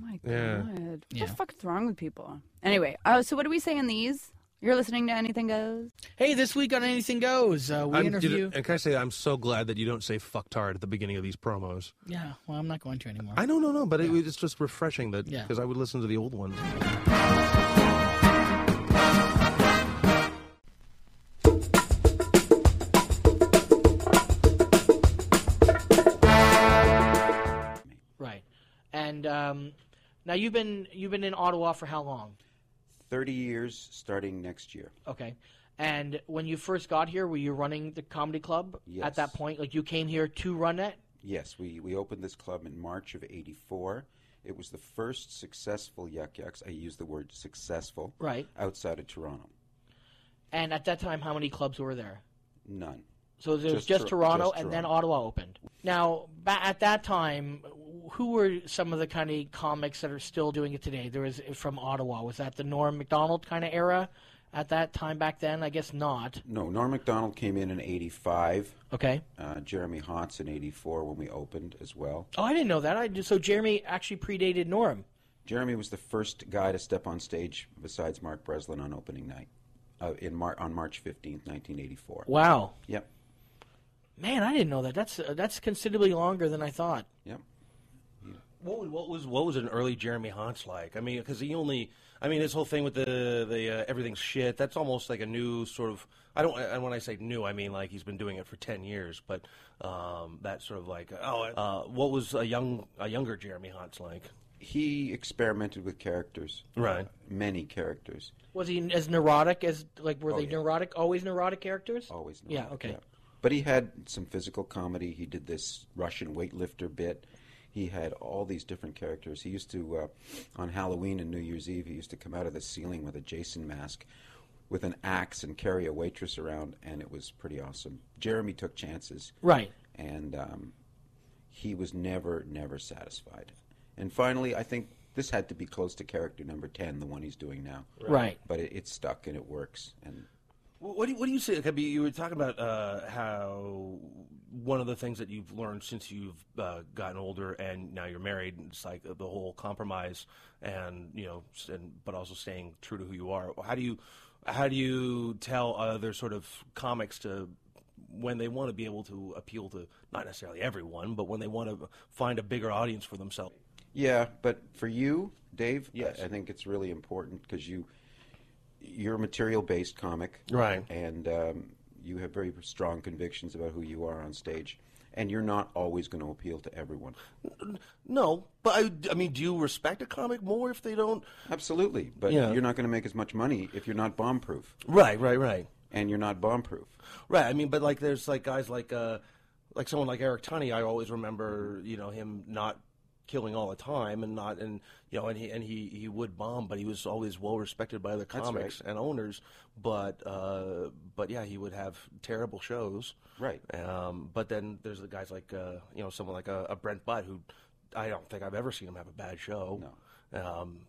Speaker 10: my
Speaker 6: Yeah.
Speaker 10: god, what
Speaker 6: Yeah.
Speaker 10: the fuck is wrong with people? Anyway, oh, so what do we say in these? You're listening to Anything Goes.
Speaker 6: Hey, this week on Anything Goes, uh, we
Speaker 4: I'm- you know,
Speaker 6: interview
Speaker 4: and can I say I'm so glad that you don't say fucktard at the beginning of these promos.
Speaker 6: Yeah, well I'm not going to anymore.
Speaker 4: I know, no, no, but it, it's just refreshing that
Speaker 6: Yeah.
Speaker 4: because I would listen to the old ones.
Speaker 6: Right. And um, now you've been you've been in Ottawa for how long?
Speaker 13: 30 years starting next year.
Speaker 6: Okay. And when you first got here, were you running the comedy club at that
Speaker 13: Yes.
Speaker 6: point? Like you came here to run it?
Speaker 13: Yes, we, we opened this club in March of 84. It was the first successful Yuck Yucks. I use the word successful.
Speaker 6: Right.
Speaker 13: Outside of Toronto.
Speaker 6: And at that time, how many clubs were there?
Speaker 13: None.
Speaker 6: So there was
Speaker 13: Just
Speaker 6: just
Speaker 13: Tor-
Speaker 6: Toronto,
Speaker 13: just
Speaker 6: and then
Speaker 13: Toronto.
Speaker 6: Ottawa opened. Now, ba- at that time, who were some of the kind of comics that are still doing it today? There was from Ottawa. Was that the Norm Macdonald kind of era at that time back then? I guess not.
Speaker 13: No, Norm MacDonald came in in 85.
Speaker 6: Okay.
Speaker 13: Uh, Jeremy Hotz in 84 when we opened as well.
Speaker 6: Oh, I didn't know that. I so Jeremy actually predated Norm.
Speaker 13: Jeremy was the first guy to step on stage besides Mark Breslin on opening night uh, in Mar- on March 15th, 1984.
Speaker 6: Wow.
Speaker 13: Yep.
Speaker 6: Man, I didn't know that. That's uh, that's considerably longer than I thought.
Speaker 4: What, was- what was what was an early Jeremy Hans like? I mean, because he only, I mean, this whole thing with the the uh, everything's shit. That's almost like a new sort of. I don't. And when I say new, I mean like he's been doing it for ten years. But uh, um, that sort of like, oh, uh, what was a young a younger Jeremy Hans like?
Speaker 10: he experimented with characters,
Speaker 4: Right.
Speaker 10: Many characters.
Speaker 6: Was he as neurotic as like were
Speaker 10: Oh,
Speaker 6: they
Speaker 10: yeah.
Speaker 6: neurotic? Always neurotic characters.
Speaker 10: Always
Speaker 6: Yeah. Okay.
Speaker 10: But he had some physical comedy. He did this Russian weightlifter bit. He had all these different characters. He used to, uh, on Halloween and New Year's Eve, he used to come out of the ceiling with a Jason mask, with an axe, and carry a waitress around, and it was pretty awesome. Jeremy took chances.
Speaker 6: Right.
Speaker 10: And um, he was never, never satisfied. And finally, I think this had to be close to character number 10, the one he's doing now.
Speaker 6: Right. Right.
Speaker 10: But it, it stuck and it works. And
Speaker 4: Wh- What do you, what do you say? Like, I mean, you were talking about uh, how one of the things that you've learned since you've uh, gotten older and now you're married, and it's like the whole compromise and you know, s- and but also staying true to who you are. How do you how do you tell other sort of comics to when they want to be able to appeal to not necessarily everyone, but when they want to find a bigger audience for themselves?
Speaker 10: Yeah, but for you, Dave, yes. I, I think it's really important because you you're a material based comic,
Speaker 4: Right.
Speaker 10: And um, you have very strong convictions about who you are on stage, and you're not always going to appeal to everyone.
Speaker 4: No, but I, I mean, do you respect a comic more if they don't?
Speaker 10: Absolutely, but
Speaker 4: Yeah.
Speaker 10: you're not going to make as much money if you're not bomb proof.
Speaker 4: Right, right, right.
Speaker 10: And you're not bomb proof.
Speaker 4: Right. I mean, but like, there's like guys like, uh, like someone like Eric Tunney. I always remember, you know, him not killing all the time and not, and you know, and he and he he would bomb, but he was always well respected by other
Speaker 10: That's
Speaker 4: comics and owners. But uh, but yeah, he would have terrible shows.
Speaker 10: Right.
Speaker 4: Um, but then there's the guys like, uh, you know, someone like a, a Brent Butt who, I don't think I've ever seen him have a bad show. No. Um,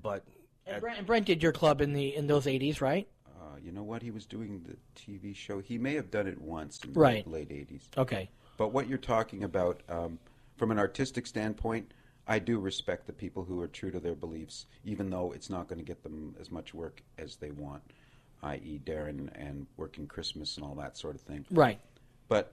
Speaker 4: but.
Speaker 6: And Brent, and Brent did your club in the in those '80s, right?
Speaker 10: Uh, you know what? He was doing the TV show. He may have done it once in
Speaker 6: Right.
Speaker 10: the late 80s.
Speaker 6: Okay.
Speaker 10: But what you're talking about, um, from an artistic standpoint, I do respect the people who are true to their beliefs, even though it's not going to get them as much work as they want, i.e., Darren and working Christmas and all that sort of thing.
Speaker 6: Right.
Speaker 10: But,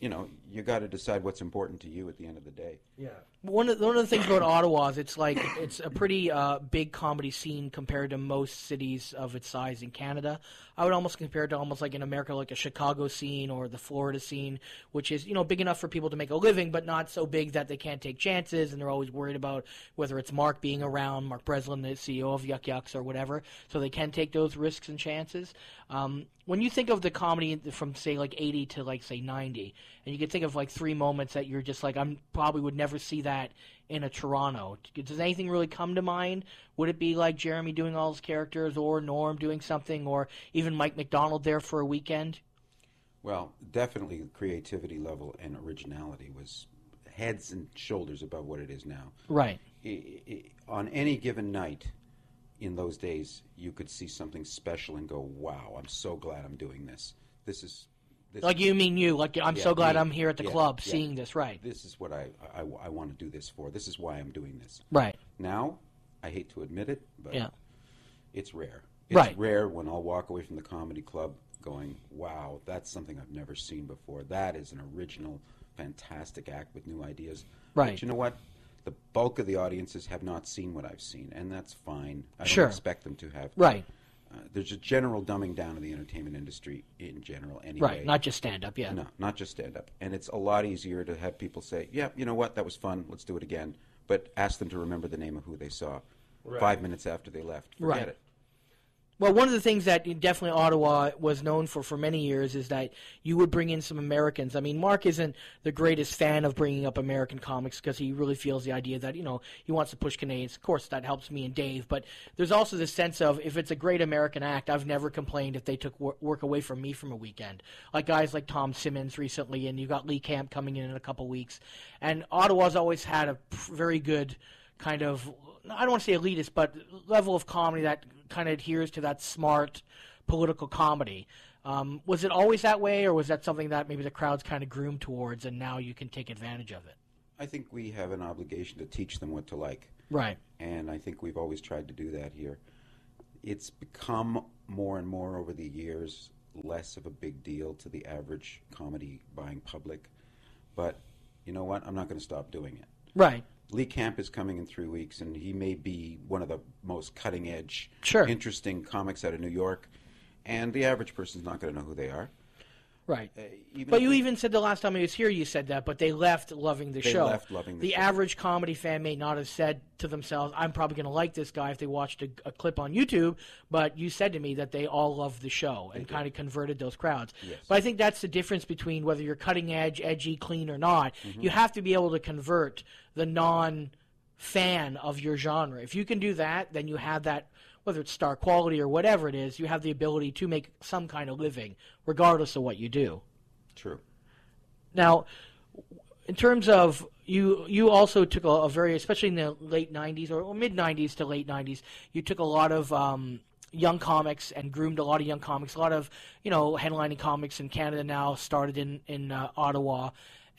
Speaker 10: you know, you got to decide what's important to you at the end of the day.
Speaker 4: Yeah.
Speaker 6: One of one of the things about Ottawa is it's like it's a pretty uh, big comedy scene compared to most cities of its size in Canada. I would almost compare it to almost like in America, like a Chicago scene or the Florida scene, which is you know big enough for people to make a living, but not so big that they can't take chances and they're always worried about whether it's Mark being around, Mark Breslin, the CEO of Yuck Yucks or whatever, so they can take those risks and chances. Um, when you think of the comedy from say like 80 to like say 90 and you can think of like three moments that you're just like i'm probably would never see that in a toronto does anything really come to mind would it be like jeremy doing all his characters or norm doing something or even mike mcdonald there for a weekend
Speaker 10: Well, definitely the creativity level and originality was heads and shoulders above what it is now.
Speaker 6: Right.
Speaker 10: I- I- on any given night in those days, you could see something special and go, "Wow, I'm so glad I'm doing this. This is." This
Speaker 6: Like you mean you, like, "I'm so glad I'm here at the club seeing
Speaker 10: this."
Speaker 6: Right.
Speaker 10: This is what I I, want to do this for. This is why I'm doing this.
Speaker 6: Right.
Speaker 10: Now, I hate to admit it, but
Speaker 6: Yeah.
Speaker 10: it's rare. It's
Speaker 6: Right.
Speaker 10: rare when I'll walk away from the comedy club going, wow, that's something I've never seen before. That is an original, fantastic act with new ideas.
Speaker 6: Right.
Speaker 10: But you know what? The bulk of the audiences have not seen what I've seen, and that's fine. I don't
Speaker 6: Sure.
Speaker 10: expect them to have.
Speaker 6: Right.
Speaker 10: Uh, there's a general dumbing down of the entertainment industry in general, anyway.
Speaker 6: Right, not just stand-up, yeah.
Speaker 10: No, not just stand up. And it's a lot easier to have people say, yeah, you know what? That was fun. Let's do it again. But ask them to remember the name of who they saw
Speaker 6: Right.
Speaker 10: five minutes after they left. Forget
Speaker 6: Right.
Speaker 10: it.
Speaker 6: Well, one of the things that definitely Ottawa was known for for many years is that you would bring in some Americans. I mean, Mark isn't the greatest fan of bringing up American comics because he really feels the idea that, you know, he wants to push Canadians. Of course, that helps me and Dave, but there's also this sense of if it's a great American act, I've never complained if they took wor- work away from me from a weekend. Like guys like Tom Simmons recently, and you got Lee Camp coming in in a couple weeks. And Ottawa's always had a p- very good kind of I don't want to say elitist, but level of comedy that kind of adheres to that smart political comedy. Um, was it always that way, or was that something that maybe the crowd's kind of groomed towards, and now you can take advantage of it?
Speaker 10: I think we have an obligation to teach them what to like.
Speaker 6: Right.
Speaker 10: And I think we've always tried to do that here. It's become more and more over the years less of a big deal to the average comedy buying public. But you know what? I'm not going to stop doing it.
Speaker 6: Right.
Speaker 10: Lee Camp is coming in three weeks, and he may be one of the most cutting edge,
Speaker 6: Sure.
Speaker 10: interesting comics out of New York. And the average person's not going to know who they are.
Speaker 6: Right.
Speaker 13: Uh, even
Speaker 6: but
Speaker 13: if
Speaker 6: you
Speaker 13: they-
Speaker 6: even said the last time I was here, you said that, but they left loving the
Speaker 13: They
Speaker 6: show.
Speaker 13: left loving the
Speaker 6: the
Speaker 13: show.
Speaker 6: average comedy fan may not have said to themselves, I'm probably going to like this guy if they watched a, a clip on YouTube, but you said to me that they all loved the show and kind of converted those crowds.
Speaker 13: Yes.
Speaker 6: But I think that's the difference between whether you're cutting edge, edgy, clean, or not.
Speaker 13: Mhm.
Speaker 6: You have to be able to convert the non fan of your genre. If you can do that, then you have that. Whether it's star quality or whatever it is, you have the ability to make some kind of living, regardless of what you do.
Speaker 13: True.
Speaker 6: Now, in terms of you, you also took a, a very, especially in the late '90s or, or mid '90s to late '90s, you took a lot of um, young comics and groomed a lot of young comics. A lot of you know headlining comics in Canada now started in in uh, Ottawa.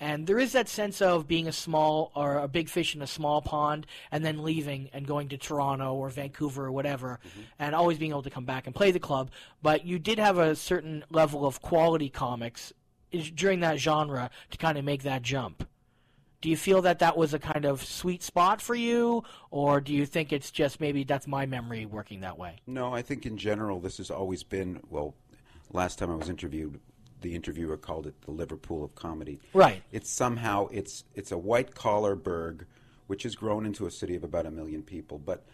Speaker 6: And there is that sense of being a small or a big fish in a small pond and then leaving and going to Toronto or Vancouver or whatever and always being able to come back and play the club. But you did have a certain level of quality comics is during that genre to kind of make that jump. Do you feel that that was a kind of sweet spot for you, or do you think it's just maybe that's my memory working that way?
Speaker 13: No, I think in general this has always been well. Last time I was interviewed, the interviewer called it the Liverpool of comedy.
Speaker 6: Right.
Speaker 13: It's somehow it's it's a white collar burg, which has grown into a city of about a million people, but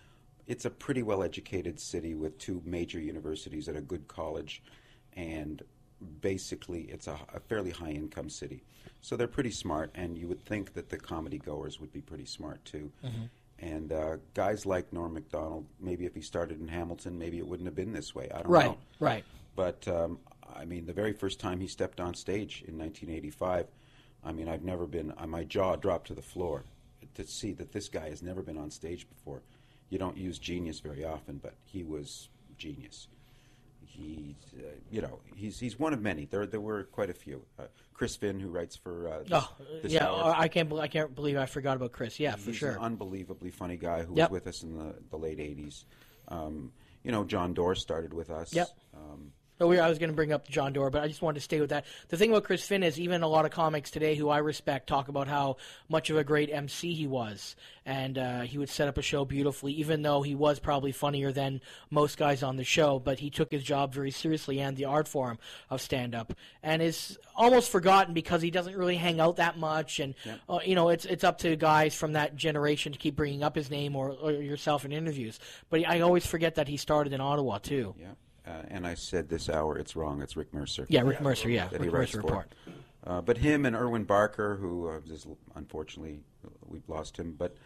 Speaker 13: it's a pretty well educated city with two major universities and a good college, and basically it's a, a fairly high income city. So they're pretty smart, and you would think that the comedy goers would be pretty smart too.
Speaker 14: Mhm.
Speaker 13: And uh, guys like Norm Macdonald, maybe if he started in Hamilton, maybe it wouldn't have been this way. I don't
Speaker 6: Right,
Speaker 13: know.
Speaker 6: right.
Speaker 13: But um, I mean, the very first time he stepped on stage in 1985, I mean, I've never been. Uh, my jaw dropped to the floor to see that this guy has never been on stage before. You don't use genius very often, but he was genius. He, uh, you know, he's he's one of many. There there were quite a few. Uh, Chris Finn, who writes for uh, this,
Speaker 6: Oh,
Speaker 13: this
Speaker 6: yeah,
Speaker 13: hour.
Speaker 6: or I can't bel- I can't believe I forgot about Chris. Yeah, for
Speaker 13: He's
Speaker 6: sure.
Speaker 13: An unbelievably funny guy who
Speaker 6: Yep.
Speaker 13: was with us in the, the late '80s. Um, you know, John Doerr started with us.
Speaker 6: Yep.
Speaker 13: Um,
Speaker 6: No, we, I was going to bring up John Doerr, but I just wanted to stay with that. The thing about Chris Finn is even a lot of comics today who I respect talk about how much of a great MC he was. And uh, he would set up a show beautifully, even though he was probably funnier than most guys on the show. But he took his job very seriously and the art form of stand up. And is almost forgotten because he doesn't really hang out that much. And,
Speaker 13: Yep.
Speaker 6: uh, you know, it's, it's up to guys from that generation to keep bringing up his name or, or yourself in interviews. But I always forget that he started in Ottawa, too.
Speaker 13: Yeah. uh, and I said this hour, it's wrong. It's Rick Mercer.
Speaker 6: Yeah, Rick Mercer, yeah.
Speaker 13: That he
Speaker 6: Rick
Speaker 13: writes
Speaker 6: Mercer
Speaker 13: for.
Speaker 6: Report.
Speaker 13: Uh, but him and Erwin Barker, who uh, is, unfortunately we've lost him, but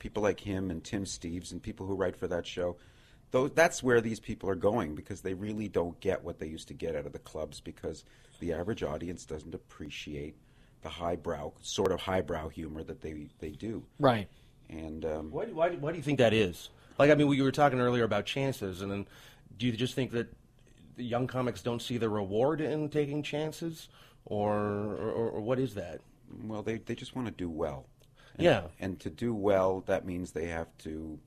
Speaker 13: people like him and Tim Steves and people who write for that show, those, that's where these people are going because they really don't get what they used to get out of the clubs because the average audience doesn't appreciate the highbrow, sort of highbrow humor that they, they do.
Speaker 6: Right.
Speaker 13: And um,
Speaker 15: Why, why, why do you think that is? Like, I mean, we were talking earlier about chances, and then do you just think that the young comics don't see the reward in taking chances, or or, or what is that?
Speaker 13: Well, they, they just want to do well. And,
Speaker 15: Yeah.
Speaker 13: And to do well, that means they have to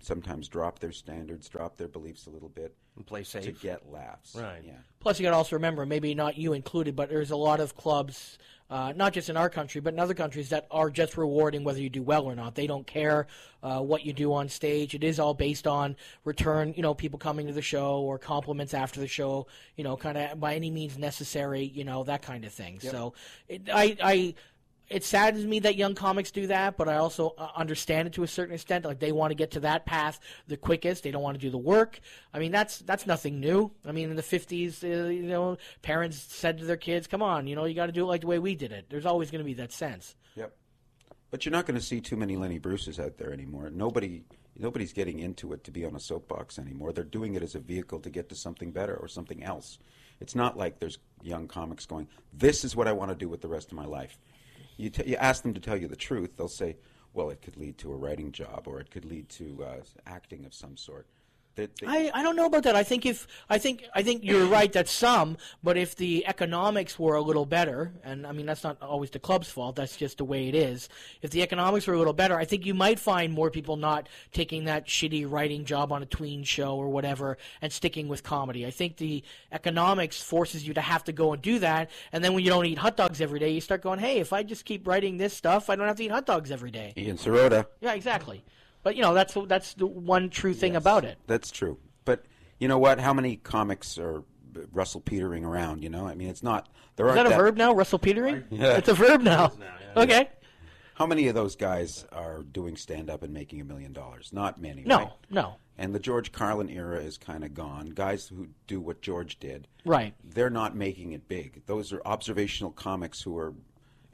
Speaker 13: sometimes drop their standards, drop their beliefs a little bit.
Speaker 15: And play
Speaker 13: To
Speaker 15: safe.
Speaker 13: get laughs.
Speaker 15: Right.
Speaker 13: Yeah.
Speaker 6: Plus, you got to also remember, maybe not you included, but there's a lot of clubs, uh, not just in our country, but in other countries that are just rewarding whether you do well or not. They don't care uh, what you do on stage. It is all based on return, you know, people coming to the show or compliments after the show, you know, kind of by any means necessary, you know, that kind of thing.
Speaker 16: Yep.
Speaker 6: So, it, I, I, it saddens me that young comics do that, but I also uh, understand it to a certain extent. Like they want to get to that path the quickest. They don't want to do the work. I mean, that's that's nothing new. I mean, in the fifties, uh, you know, parents said to their kids, "Come on, you know, you got to do it like the way we did it." There's always going to be that sense.
Speaker 13: Yep. But you're not going to see too many Lenny Bruces out there anymore. Nobody, nobody's getting into it to be on a soapbox anymore. They're doing it as a vehicle to get to something better or something else. It's not like there's young comics going, "This is what I want to do with the rest of my life." You, t- you ask them to tell you the truth, they'll say, "Well, it could lead to a writing job, or it could lead to uh, acting of some sort." They, they,
Speaker 6: I, I don't know about that. I think if I think I think you're right that some, but if the economics were a little better, and I mean that's not always the club's fault. That's just the way it is. If the economics were a little better, I think you might find more people not taking that shitty writing job on a tween show or whatever and sticking with comedy. I think the economics forces you to have to go and do that, and then when you don't eat hot dogs every day, you start going, hey, if I just keep writing this stuff, I don't have to eat hot dogs every day.
Speaker 13: Ian Sirota.
Speaker 6: Yeah, exactly. But you know that's that's the one true thing about it.
Speaker 13: That's true. But you know what? How many comics are
Speaker 10: b- Russell Petering around. You know, I mean, it's not there
Speaker 6: Is
Speaker 10: aren't
Speaker 6: that a verb now? Russell Petering?
Speaker 10: Yeah.
Speaker 6: It's a verb now. Okay.
Speaker 10: How many of those guys are doing stand up and making a million dollars? Not many.
Speaker 6: No,
Speaker 10: right?
Speaker 6: no.
Speaker 10: And the George Carlin era is kind of gone. Guys who do what George did,
Speaker 6: Right.
Speaker 10: they're not making it big. Those are observational comics who are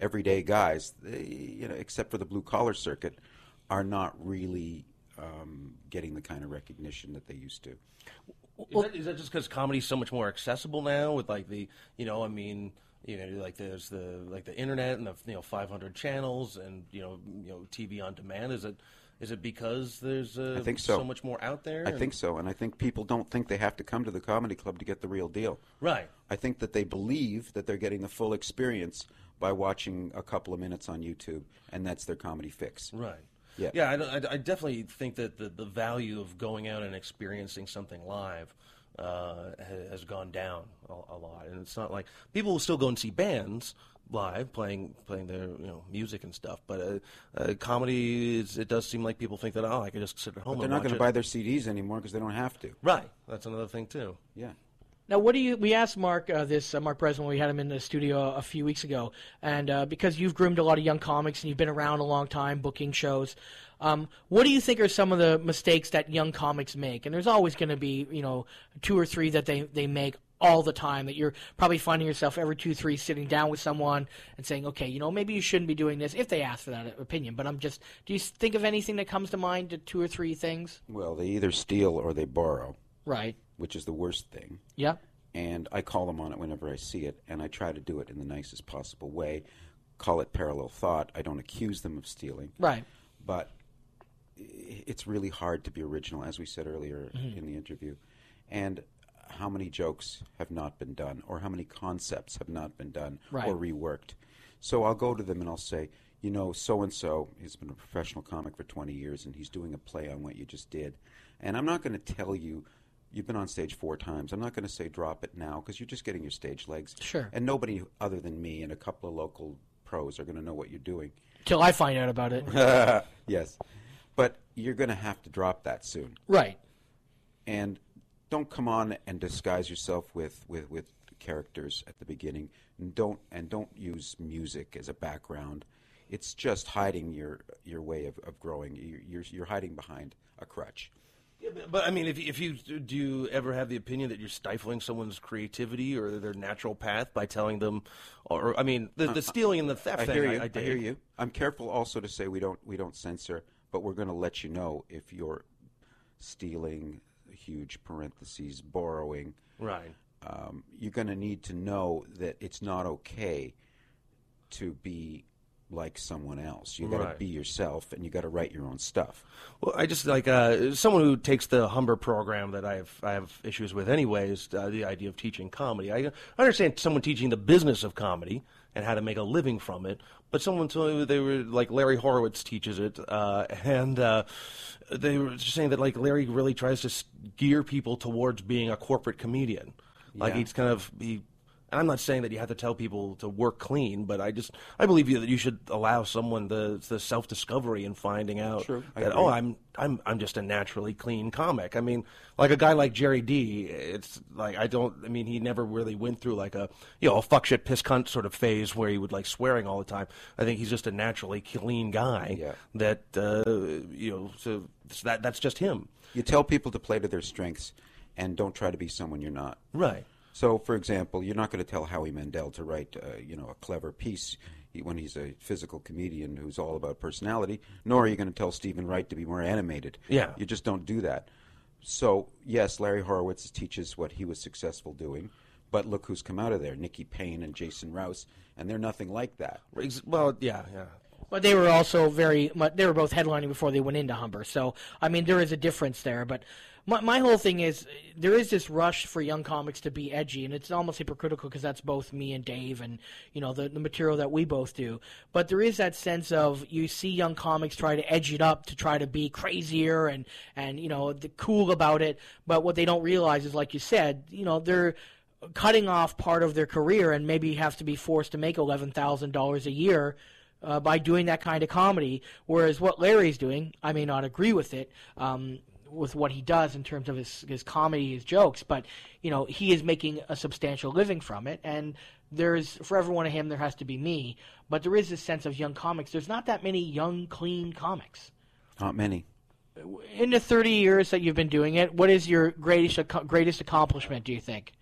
Speaker 10: everyday guys, they, you know, except for the blue collar circuit, are not really um, getting the kind of recognition that they used to.
Speaker 4: Is that, is that just because comedy's so much more accessible now with like the you know I mean you know like there's the like the internet and the you know 500 channels and you know you know TV on demand is it is it because there's uh,
Speaker 10: I think so.
Speaker 4: much more out there
Speaker 10: I
Speaker 4: and-
Speaker 10: think so, and I think people don't think they have to come to the comedy club to get the real deal.
Speaker 4: Right.
Speaker 10: I think that they believe that they're getting the full experience by watching a couple of minutes on YouTube, and that's their comedy fix.
Speaker 4: Right.
Speaker 10: Yeah.
Speaker 4: Yeah, I, I, I definitely think that the, the value of going out and experiencing something live uh, ha- has gone down a, a lot, and it's not like people will still go and see bands live playing playing their you know music and stuff, but uh, uh, comedy is, it does seem like people think that oh I could just sit at home.
Speaker 10: But they're
Speaker 4: and
Speaker 10: not
Speaker 4: watch
Speaker 10: going to
Speaker 4: it."
Speaker 10: buy their CDs anymore because they don't have to.
Speaker 4: Right. That's another thing too.
Speaker 10: Yeah.
Speaker 6: Now, what do you? We asked Mark uh, this, uh, Mark Presley, when we had him in the studio a few weeks ago, and uh, because you've groomed a lot of young comics and you've been around a long time booking shows, um, what do you think are some of the mistakes that young comics make? And there's always going to be, you know, two or three that they they make all the time that you're probably finding yourself every two three sitting down with someone and saying okay you know maybe you shouldn't be doing this if they ask for that opinion but i'm just do you think of anything that comes to mind to two or three things
Speaker 10: Well, they either steal or they borrow,
Speaker 6: right
Speaker 10: which is the worst thing.
Speaker 6: yeah
Speaker 10: And I call them on it whenever I see it, and I try to do it in the nicest possible way. Call it parallel thought. I don't accuse them of stealing.
Speaker 6: right
Speaker 10: but i- it's really hard to be original, as we said earlier
Speaker 6: Mhm.
Speaker 10: in the interview. And how many jokes have not been done, or how many concepts have not been done
Speaker 6: Right.
Speaker 10: or reworked? So I'll go to them and I'll say, you know, so and so has been a professional comic for 20 years and he's doing a play on what you just did. And I'm not going to tell you, you've been on stage four times. I'm not going to say drop it now because you're just getting your stage legs.
Speaker 6: Sure.
Speaker 10: And nobody other than me and a couple of local pros are going to know what you're doing.
Speaker 6: till i find out about it
Speaker 10: *laughs* yes. But you're going to have to drop that soon.
Speaker 6: right
Speaker 10: And don't come on and disguise yourself with, with, with characters at the beginning. And don't, and don't use music as a background. It's just hiding your, your way of, of growing. You- You're, you're hiding behind a crutch.
Speaker 4: Yeah, but, but I mean, if if you do you ever have the opinion that you're stifling someone's creativity or their natural path by telling them, or I mean, the,
Speaker 10: Uh,
Speaker 4: the stealing and the theft
Speaker 10: I
Speaker 4: thing,
Speaker 10: hear you.
Speaker 4: I, I, dig.
Speaker 10: hear you. I'm careful also to say we don't we don't censor, but we're going to let you know if you're stealing huge parentheses borrowing.
Speaker 4: Right.
Speaker 10: Um, you're going to need to know that it's not okay to be like someone else. You got to
Speaker 4: Right.
Speaker 10: be yourself, and you got to write your own stuff.
Speaker 4: Well, I just like uh, someone who takes the Humber program that I have I have issues with, anyways. Uh, the idea of teaching comedy, I, I understand someone teaching the business of comedy and how to make a living from it, but someone told me they were like Larry Horowitz teaches it, uh, and uh, they were just saying that like Larry really tries to s- gear people towards being a corporate comedian, like
Speaker 17: Yeah.
Speaker 4: he's kind of he. And I'm not saying that you have to tell people to work clean, but I just I believe you that you should allow someone the the self discovery and finding out
Speaker 17: True. I
Speaker 4: that
Speaker 17: agree.
Speaker 4: oh I'm I'm I'm just a naturally clean comic. I mean, like a guy like Jerry D, it's like I don't I mean he never really went through like a you know a fuck shit piss cunt sort of phase where he would like swearing all the time. I think he's just a naturally clean guy that uh, you know so so that that's just him.
Speaker 10: You tell people to play to their strengths, and don't try to be someone you're not.
Speaker 4: Right.
Speaker 10: So, for example, you're not going to tell Howie Mandel to write, uh, you know, a clever piece he- when he's a physical comedian who's all about personality. Nor are you going to tell Stephen Wright to be more animated.
Speaker 4: Yeah.
Speaker 10: you just don't do that. So, yes, Larry Horowitz teaches what he was successful doing, but look who's come out of there: Nikki Payne and Jason Rouse, and they're nothing like that.
Speaker 4: Well, yeah, yeah.
Speaker 6: But they were also very much, they were both headlining before they went into Humber. So, I mean, there is a difference there. But my, my whole thing is there is this rush for young comics to be edgy, and it's almost hypocritical because that's both me and Dave and, you know, the, the material that we both do. But there is that sense of you see young comics try to edge it up to try to be crazier and, and you know, the cool about it. But what they don't realize is, like you said, you know, they're cutting off part of their career and maybe have to be forced to make $11,000 a year uh, by doing that kind of comedy. Whereas what Larry's doing, I may not agree with it. Um, with what he does in terms of his his comedy, his jokes, but you know he is making a substantial living from it. And there's for every one of him, there has to be me. But there is this sense of young comics. There's not that many young, clean comics
Speaker 10: Not many.
Speaker 6: in the 30 years that you've been doing it. What is your greatest ac- greatest accomplishment? Do you think?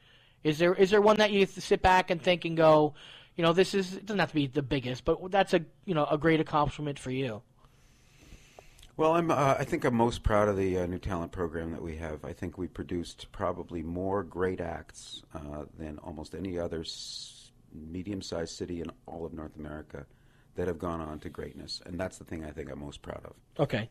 Speaker 6: Is there is there one that you sit back and think and go, you know, this is it doesn't have to be the biggest, but that's a you know a great accomplishment for you.
Speaker 10: Well, I'm. Uh, I think I'm most proud of the uh, new talent program that we have. I think we produced probably more great acts uh, than almost any other s- medium-sized city in all of North America that have gone on to greatness, and that's the thing I think I'm most proud of.
Speaker 6: Okay.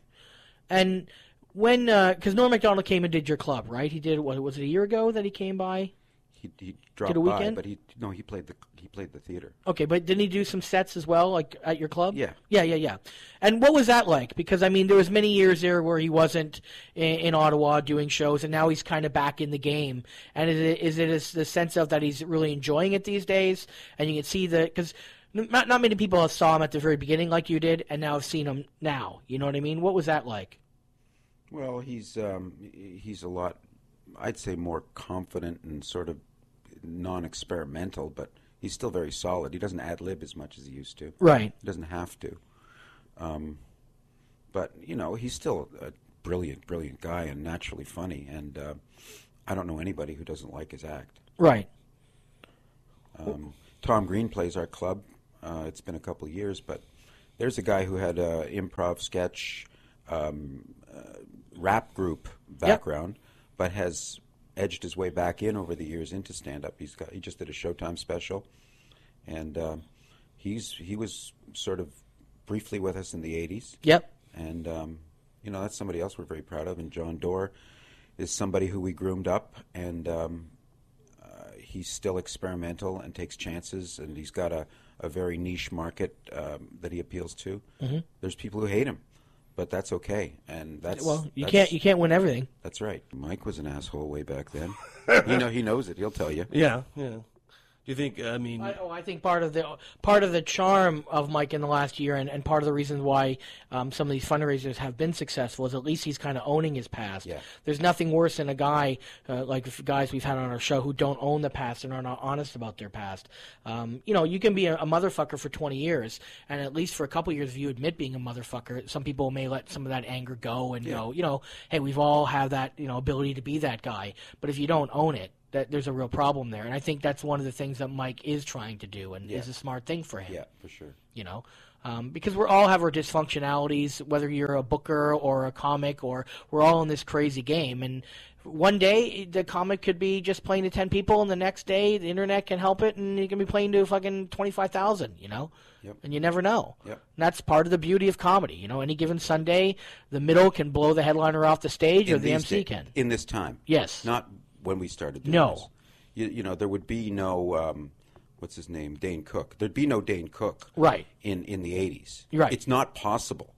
Speaker 6: And when, because Norm Macdonald came and did your club, right? He did what was it a year ago that he came by?
Speaker 10: He, he dropped
Speaker 6: a
Speaker 10: by,
Speaker 6: weekend?
Speaker 10: but he no, he played the he played the theater.
Speaker 6: Okay, but didn't he do some sets as well, like at your club?
Speaker 10: Yeah.
Speaker 6: yeah, yeah, yeah. And what was that like? Because I mean, there was many years there where he wasn't in, in Ottawa doing shows, and now he's kind of back in the game. And is it is it is the sense of that he's really enjoying it these days? And you can see the because not not many people saw him at the very beginning like you did, and now have seen him now. You know what I mean? What was that like?
Speaker 10: Well, he's um, he's a lot, I'd say, more confident and sort of non-experimental, but he's still very solid. He doesn't ad lib as much as he used to.
Speaker 6: Right.
Speaker 10: He doesn't have to. Um, but you know, he's still a brilliant, brilliant guy and naturally funny. And uh, I don't know anybody who doesn't like his act.
Speaker 6: Right.
Speaker 10: Um, Tom Green plays our club. Uh, it's been a couple of years, but there's a guy who had uh, improv, sketch, um, uh, rap group background, but has edged his way back in over the years into stand up. He's got he just did a Showtime special, and um he's he was sort of briefly with us in the '80s.
Speaker 6: Yep.
Speaker 10: And um, you know that's somebody else we're very proud of. And John Doerr is somebody who we groomed up and. Um, he's still experimental and takes chances, and he's got a, a very niche market um, that he appeals to.
Speaker 6: Mhm.
Speaker 10: There's people who hate him, but that's okay, and that's
Speaker 6: well, you
Speaker 10: that's-
Speaker 6: can't you can't win everything.
Speaker 10: That's right. Mike was an asshole way
Speaker 6: *laughs*
Speaker 10: back then. you know, he knows it. He'll tell you.
Speaker 4: Yeah, yeah. Do you think? I mean,
Speaker 6: I, oh, I think part of the part of the charm of Mike in the last year, and, and part of the reason why um, some of these fundraisers have been successful is at least he's kind of owning his past.
Speaker 10: Yeah.
Speaker 6: There's nothing worse than a guy uh, like the guys we've had on our show who don't own the past and are not honest about their past. Um, you know, you can be a, a motherfucker for 20 years, and at least for a couple years, if you admit being a motherfucker, some people may let some of that anger go and
Speaker 18: Yeah.
Speaker 6: know, you know, hey, we've all have that you know ability to be that guy. But if you don't own it, that there's a real problem there, and I think that's one of the things that Mike is trying to do, and
Speaker 10: Yeah.
Speaker 6: is a smart thing for him
Speaker 10: Yeah, for sure.
Speaker 6: you know um, because we all have our dysfunctionalities whether you're a booker or a comic or we're all in this crazy game and one day the comic could be just playing to 10 people and the next day the internet can help it and you can be playing to fucking 25,000 you know
Speaker 10: Yep.
Speaker 6: and you never know
Speaker 10: Yep.
Speaker 6: and that's part of the beauty of comedy you know any given sunday the middle can blow the headliner off the stage or
Speaker 10: In
Speaker 6: the
Speaker 10: these
Speaker 6: mc
Speaker 10: da-
Speaker 6: can
Speaker 10: In this time.
Speaker 6: Yes.
Speaker 10: Not when we started doing
Speaker 6: No.
Speaker 10: this. You, you know, there would be no, um, what's his name? Dane Cook. There'd be no Dane Cook.
Speaker 6: Right.
Speaker 10: In, in the 80s.
Speaker 6: Right.
Speaker 10: It's not possible.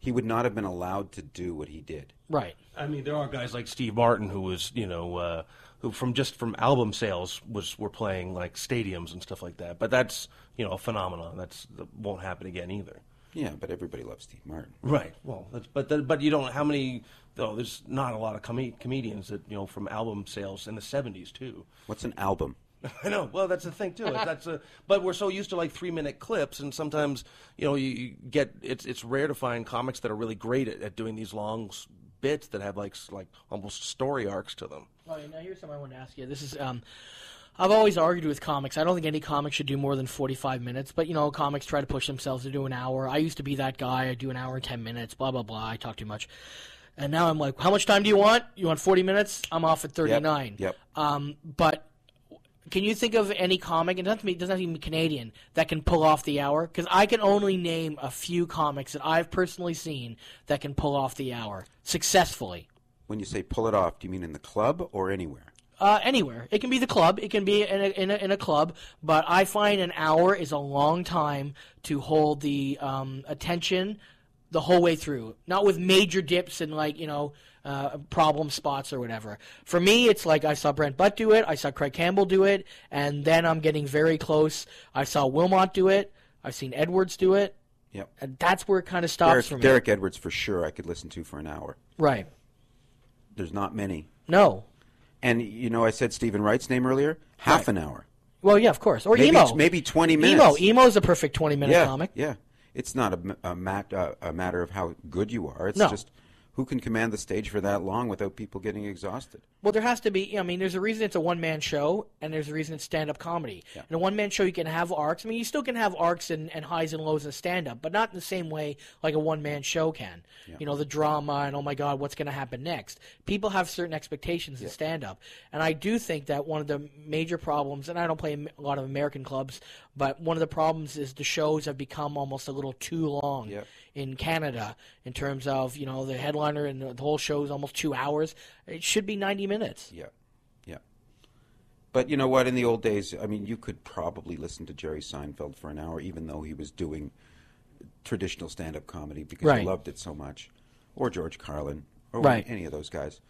Speaker 10: He would not have been allowed to do what he did.
Speaker 6: Right.
Speaker 4: I mean, there are guys like Steve Martin who was, you know, uh, who from just from album sales was were playing like stadiums and stuff like that. But that's you know a phenomenon that's that won't happen again either.
Speaker 10: Yeah, but everybody loves Steve Martin.
Speaker 4: Right. Well, that's, but the, but you don't. How many? Though there's not a lot of com- comedians that you know from album sales in the '70s too.
Speaker 10: What's an album?
Speaker 4: *laughs* I know. Well, that's the thing too. That's a, but we're so used to like three minute clips, and sometimes you know you, you get it's it's rare to find comics that are really great at, at doing these long s- bits that have like s- like almost story arcs to them.
Speaker 6: Oh, yeah, now here's something I wanted to ask you. This is um, I've always argued with comics. I don't think any comic should do more than 45 minutes, but you know, comics try to push themselves to do an hour. I used to be that guy. I do an hour and 10 minutes. Blah blah blah. I talk too much, and now I'm like, how much time do you want? You want 40 minutes? I'm off at 39.
Speaker 10: Yep.
Speaker 6: Um, but can you think of any comic, and it doesn't have to be- it doesn't have to even be Canadian, that can pull off the hour? Because I can only name a few comics that I've personally seen that can pull off the hour successfully.
Speaker 10: When you say pull it off, do you mean in the club or anywhere?
Speaker 6: Uh, anywhere. It can be the club. It can be in a, in a, in a club. But I find an hour is a long time to hold the um, attention the whole way through. Not with major dips and like you know uh, problem spots or whatever. For me, it's like I saw Brent Butt do it. I saw Craig Campbell do it, and then I'm getting very close. I saw Wilmot do it. I've seen Edwards do it.
Speaker 10: Yep.
Speaker 6: And that's where it kind of stops
Speaker 10: Derek,
Speaker 6: for me.
Speaker 10: Derek Edwards for sure I could listen to for an hour.
Speaker 6: Right.
Speaker 10: There's not many.
Speaker 6: No.
Speaker 10: And you know, I said Stephen Wright's name earlier. Half an hour.
Speaker 6: Well, yeah, of course. Or
Speaker 10: maybe,
Speaker 6: emo.
Speaker 10: Maybe 20 minutes.
Speaker 6: Emo. Emo's a perfect 20 minute
Speaker 10: yeah,
Speaker 6: comic.
Speaker 10: Yeah. It's not a, m- a mat, uh, a matter of how good you are. It's
Speaker 6: No.
Speaker 10: just who can command the stage for that long without people getting exhausted.
Speaker 6: Well, there has to be. I mean, there's a reason it's a one man show, and there's a reason it's stand up comedy.
Speaker 10: Yeah.
Speaker 6: In a one man show, you can have arcs. I mean, you still can have arcs and, and highs and lows in stand up, but not in the same way like a one man show can.
Speaker 10: Yeah.
Speaker 6: You know, the drama and oh my God, what's going to happen next? People have certain expectations in
Speaker 10: Yeah.
Speaker 6: stand up. And I do think that one of the major problems, and I don't play a lot of American clubs, but one of the problems is the shows have become almost a little too long in Canada in terms of, you know, the headliner and the whole show is almost two hours. It should be 90 minutes.
Speaker 10: Yeah. Yeah. But you know what? In the old days, I mean, you could probably listen to Jerry Seinfeld for an hour, even though he was doing traditional stand up comedy because
Speaker 6: Right.
Speaker 10: he loved it so much. Or George Carlin, or
Speaker 6: Right.
Speaker 10: any of those guys.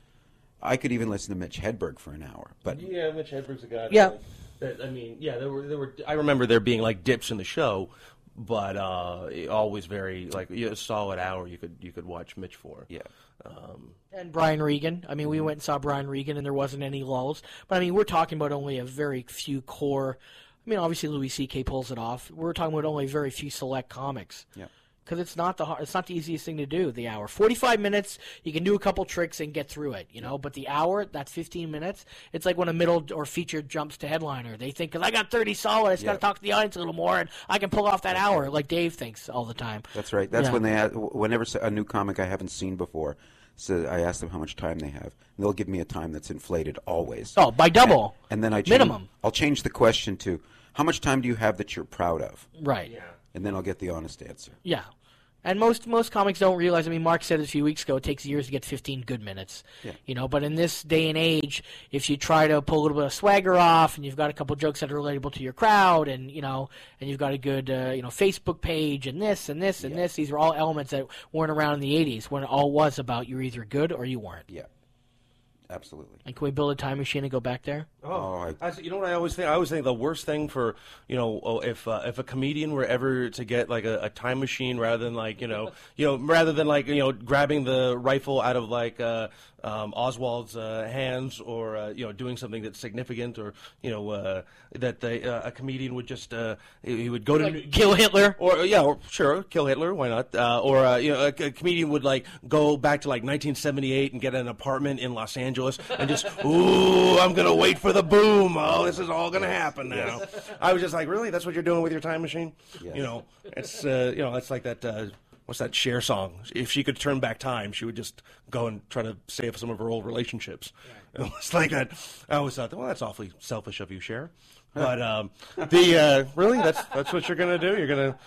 Speaker 10: I could even listen to Mitch Hedberg for an hour. But
Speaker 4: yeah, Mitch Hedberg's a guy.
Speaker 6: Yeah.
Speaker 4: That, I mean, yeah, there were there were. I remember there being like dips in the show, but uh, it always very like you know, a solid hour you could you could watch Mitch for.
Speaker 10: Yeah.
Speaker 4: Um,
Speaker 6: And Brian Regan. I mean,
Speaker 10: Mm-hmm.
Speaker 6: we went and saw Brian Regan, and there wasn't any lulls. But I mean, we're talking about only a very few core. I mean, obviously Louis C.K. pulls it off. We're talking about only very few select comics.
Speaker 10: Yeah.
Speaker 6: Because it's not the har- it's not the easiest thing to do. The hour, forty five minutes, you can do a couple tricks and get through it, you know. But the hour, that's fifteen minutes. It's like when a middle or feature jumps to headliner. They think, 'Cause I got thirty solid, I just got
Speaker 10: Yeah.
Speaker 6: to talk to the audience a little more, and I can pull off that hour, like Dave thinks all the time.
Speaker 10: That's right. That's
Speaker 6: Yeah.
Speaker 10: when they ask, whenever s- a new comic I haven't seen before, so I ask them how much time they have, and they'll give me a time that's inflated always.
Speaker 6: Oh, by double.
Speaker 10: And, and then I change,
Speaker 6: Minimum.
Speaker 10: I'll change the question to how much time do you have that you're proud of,
Speaker 6: Right.
Speaker 10: and then I'll get the honest answer.
Speaker 6: Yeah. And most most comics don't realize. I mean, Mark said it a few weeks ago. It takes years to get 15 good minutes.
Speaker 10: Yeah.
Speaker 6: You know, but in this day and age, if you try to pull a little bit of swagger off, and you've got a couple jokes that are relatable to your crowd, and you know, and you've got a good uh, you know Facebook page, and this and this and this, these are all elements that weren't around in the 80s when it all was about you're either good or you weren't.
Speaker 10: Yeah. Absolutely.
Speaker 6: And can we build a time machine and go back there?
Speaker 4: Oh, I, you know what I always think? I always think the worst thing for you know oh, if uh, if a comedian were ever to get like a, a time machine rather than like you know you know rather than like you know grabbing the rifle out of like uh, um, Oswald's uh, hands or uh, you know doing something that's significant or you know uh, that they, uh, a comedian would just uh, he he would go to
Speaker 6: Like, kill Hitler
Speaker 4: or yeah or, sure kill Hitler why not uh, or uh, you know a, a comedian would like go back to like 1978 and get an apartment in Los Angeles and just *laughs* ooh I'm gonna wait for the boom. Oh, this is all going to happen now. I was just like, really? That's what you're doing with your time machine? You know, it's uh, you know, that's like that. Uh, what's that Cher song? If she could turn back time, she would just go and try to save some of her old relationships. *laughs* It was like that. I always thought, well, that's awfully selfish of you, Cher. But um, the uh, really, that's that's what you're gonna do. You're gonna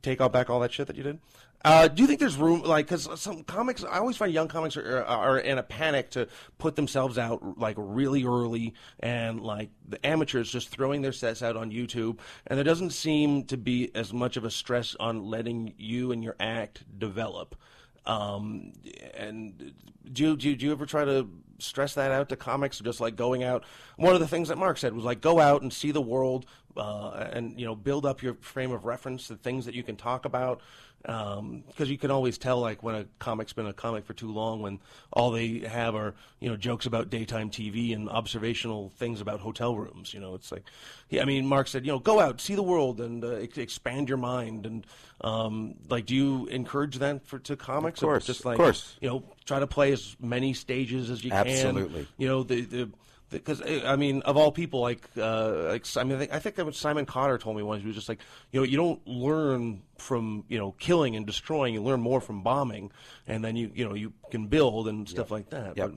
Speaker 4: take all back all that shit that you did. Uh, do you think there's room, like, because some comics, I always find young comics are, are in a panic to put themselves out, like, really early, and, like, the amateurs just throwing their sets out on YouTube, and there doesn't seem to be as much of a stress on letting you and your act develop. Um, and do you, do, you, do you ever try to stress that out to comics, just like going out? One of the things that Mark said was like go out and see the world, uh, and you know build up your frame of reference, the things that you can talk about, because you can always tell like when a comic's been a comic for too long when all they have are you know jokes about daytime TV and observational things about hotel rooms. You know, it's like, yeah, I mean, Mark said you know go out, see the world, and uh, ex- expand your mind, and um, like do you encourage that for to comics? Or
Speaker 10: course,
Speaker 4: just
Speaker 10: of
Speaker 4: like
Speaker 10: course.
Speaker 4: you know, try to play as many stages as you can.
Speaker 10: Absolutely.
Speaker 4: You know, the the because I mean, of all people, like uh, like I mean, I think, I think that was Simon Cotter told me once. He was just like, you know, you don't learn from you know killing and destroying. You learn more from bombing, and then you you know you can build and stuff like that.
Speaker 10: Yep.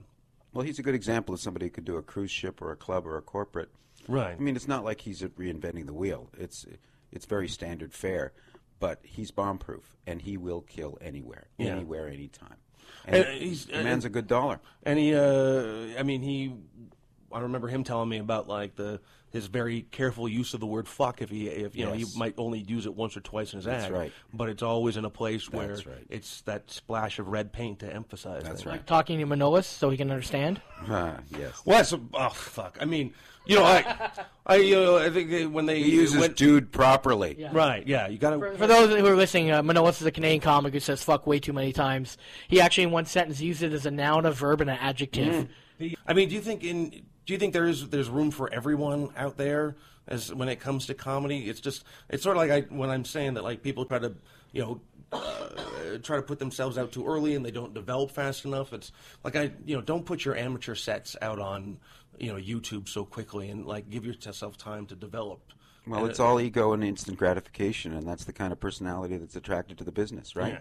Speaker 10: Well, he's a good example of somebody who could do a cruise ship or a club or a corporate.
Speaker 4: Right.
Speaker 10: I mean, it's not like he's reinventing the wheel. It's it's very standard fare, but he's bomb proof and he will kill anywhere,
Speaker 4: Yeah.
Speaker 10: anywhere, anytime.
Speaker 4: And
Speaker 10: And,
Speaker 4: he's- uh,
Speaker 10: the man's a good dollar.
Speaker 4: And he, uh, I mean, he I remember him telling me about like the his very careful use of the word fuck. If he, if you know,
Speaker 10: Yes.
Speaker 4: he might only use it once or twice in his
Speaker 10: That's
Speaker 4: act,
Speaker 10: right.
Speaker 4: but it's always in a place where
Speaker 10: That's right.
Speaker 4: it's that splash of red paint to emphasize. That's
Speaker 6: Like talking to Manolis so he can understand.
Speaker 10: *laughs* yes.
Speaker 4: Well, that's a, oh fuck. I mean, you know, I, I, you know, I think they, when they
Speaker 10: He uses
Speaker 4: when-
Speaker 10: dude properly.
Speaker 4: right, yeah, you gotta.
Speaker 6: For those who are listening, uh, Manolis is a Canadian comic who says fuck way too many times. He actually, in one sentence, used it as a noun, a verb, and an adjective.
Speaker 4: The- I mean, do you think in do you think there is there's room for everyone out there as when it comes to comedy? It's just it's sort of like I when I'm saying that like people try to you know uh, try to put themselves out too early and they don't develop fast enough. It's like I you know don't put your amateur sets out on you know YouTube so quickly and like give yourself time to develop.
Speaker 10: Well,
Speaker 4: And
Speaker 10: it's
Speaker 4: it-
Speaker 10: all ego and instant gratification, and that's the kind of personality that's attracted to the business, right?
Speaker 4: Yeah.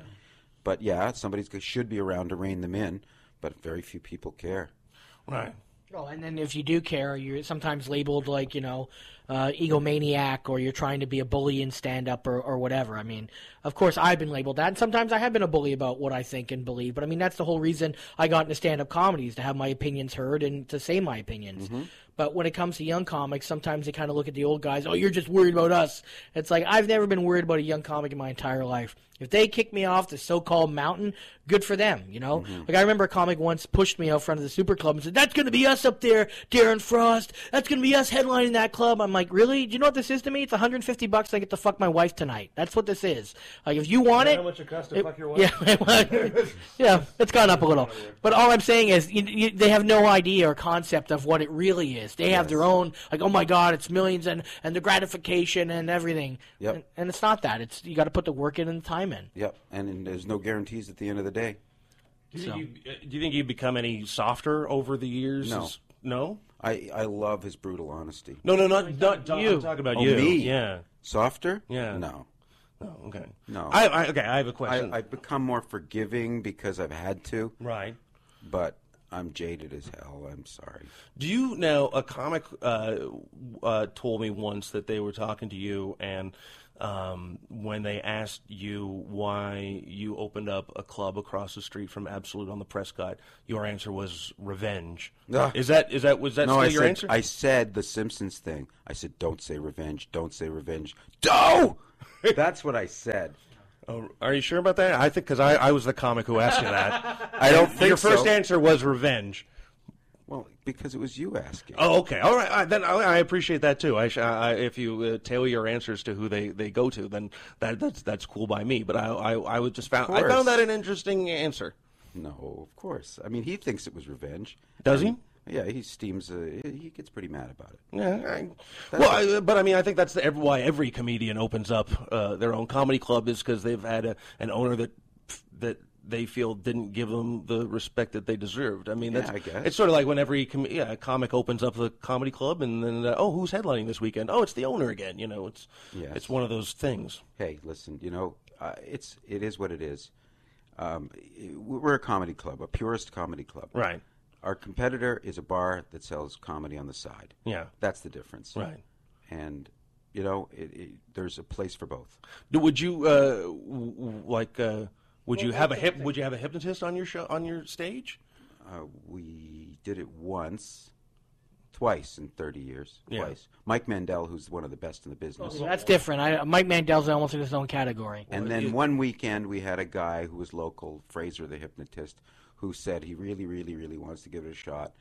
Speaker 10: But yeah, somebody should be around to rein them in, but very few people care.
Speaker 4: Right.
Speaker 6: Oh, and then if you do care, you're sometimes labeled like you know, uh, egomaniac, or you're trying to be a bully in stand up, or, or whatever. I mean, of course, I've been labeled that, and sometimes I have been a bully about what I think and believe. But I mean, that's the whole reason I got into stand up comedy is to have my opinions heard and to say my opinions. But when it comes to young comics, sometimes they kind of look at the old guys. Oh, you're just worried about us. It's like I've never been worried about a young comic in my entire life. If they kick me off the so-called mountain, good for them. You know, like I remember a comic once pushed me out front of the Super Club and said, "That's going to be us up there, Darren Frost. That's going to be us headlining that club." I'm like, "Really? Do you know what this is to me? It's 150 bucks. I get to fuck my wife tonight. That's what this is. Like, if you want it,
Speaker 4: it costs
Speaker 6: it- Yeah, *laughs* well,
Speaker 10: *laughs*
Speaker 6: yeah, it's gone up a little. But all I'm saying is, you, you, they have no idea or concept of what it really is. They have their own, like, oh my god, it's millions and and the gratification and everything.
Speaker 10: Yep.
Speaker 6: And, and it's not that. It's you got to put the work in and the time in.
Speaker 10: Yep, and, and there's no guarantees at the end of the day.
Speaker 4: Do you, think you, uh, do you think you've become any softer over the years?
Speaker 10: No.
Speaker 4: Is- No.
Speaker 10: I, I love his brutal honesty.
Speaker 4: No, no, not not
Speaker 10: about
Speaker 4: Don,
Speaker 10: you.
Speaker 4: I'm talking about
Speaker 10: Oh,
Speaker 4: you.
Speaker 10: me?
Speaker 4: Yeah.
Speaker 10: Softer?
Speaker 4: Yeah.
Speaker 10: No.
Speaker 4: Oh, okay.
Speaker 10: No.
Speaker 4: I, I okay. I have a question.
Speaker 10: I, I've become more forgiving because I've had to.
Speaker 4: Right.
Speaker 10: But I'm jaded as hell. I'm sorry.
Speaker 4: Do you now? A comic uh, uh, told me once that they were talking to you, and um, when they asked you why you opened up a club across the street from Absolute on the Prescott, your answer was revenge.
Speaker 10: Ah.
Speaker 4: Is that is that was that
Speaker 10: no,
Speaker 4: still
Speaker 10: I
Speaker 4: your
Speaker 10: said,
Speaker 4: answer?
Speaker 10: I said the Simpsons thing. I said, "Don't say revenge. Don't say revenge. Do." *laughs* That's what I said.
Speaker 4: Oh, are you sure about that? I think because I, I was the comic who asked you *laughs* that.
Speaker 10: I don't think
Speaker 4: your first
Speaker 10: so.
Speaker 4: answer was revenge.
Speaker 10: Well, because it was you asking.
Speaker 4: Oh, okay. All right. I, then I, I appreciate that too. I, sh- I, I- if you uh, tailor your answers to who they, they go to, then that that's that's cool by me. But I I, I was just found I
Speaker 10: course.
Speaker 4: found that an interesting answer.
Speaker 10: No, of course. I mean, he thinks it was revenge.
Speaker 4: Does
Speaker 10: And- Yeah, he steams. Uh, he gets pretty mad about it.
Speaker 4: Yeah. I, well, I, but I mean, I think that's the, ev- why every comedian opens up uh, their own comedy club is because they've had a, an owner that that they feel didn't give them the respect that they deserved. I mean,
Speaker 10: Yeah,
Speaker 4: that's
Speaker 10: I guess.
Speaker 4: it's sort of like when every com- yeah, comic opens up the comedy club and then uh, oh, who's headlining this weekend? Oh, it's the owner again. You know, it's
Speaker 10: Yes.
Speaker 4: it's one of those things.
Speaker 10: Hey, listen. You know, uh, it's it is what it is. Um, it- we're a comedy club, a purist comedy club.
Speaker 4: Right.
Speaker 10: Our competitor is a bar that sells comedy on the side.
Speaker 4: Yeah.
Speaker 10: That's the difference.
Speaker 4: Right.
Speaker 10: And you know, it, it, there's a place for both.
Speaker 4: Do- Would you uh, w- w- like? Uh, would you have a hip? Would you have a hypnotist on your show on your stage?
Speaker 10: Uh, we did it once, twice in 30 years.
Speaker 4: Yeah.
Speaker 10: Twice. Mike Mandel, who's one of the best in the business.
Speaker 6: So that's different. I, Mike Mandel's almost in his own category.
Speaker 10: And then one weekend, we had a guy who was local, Fraser the hypnotist, who said he really, really, really wants to give it a shot,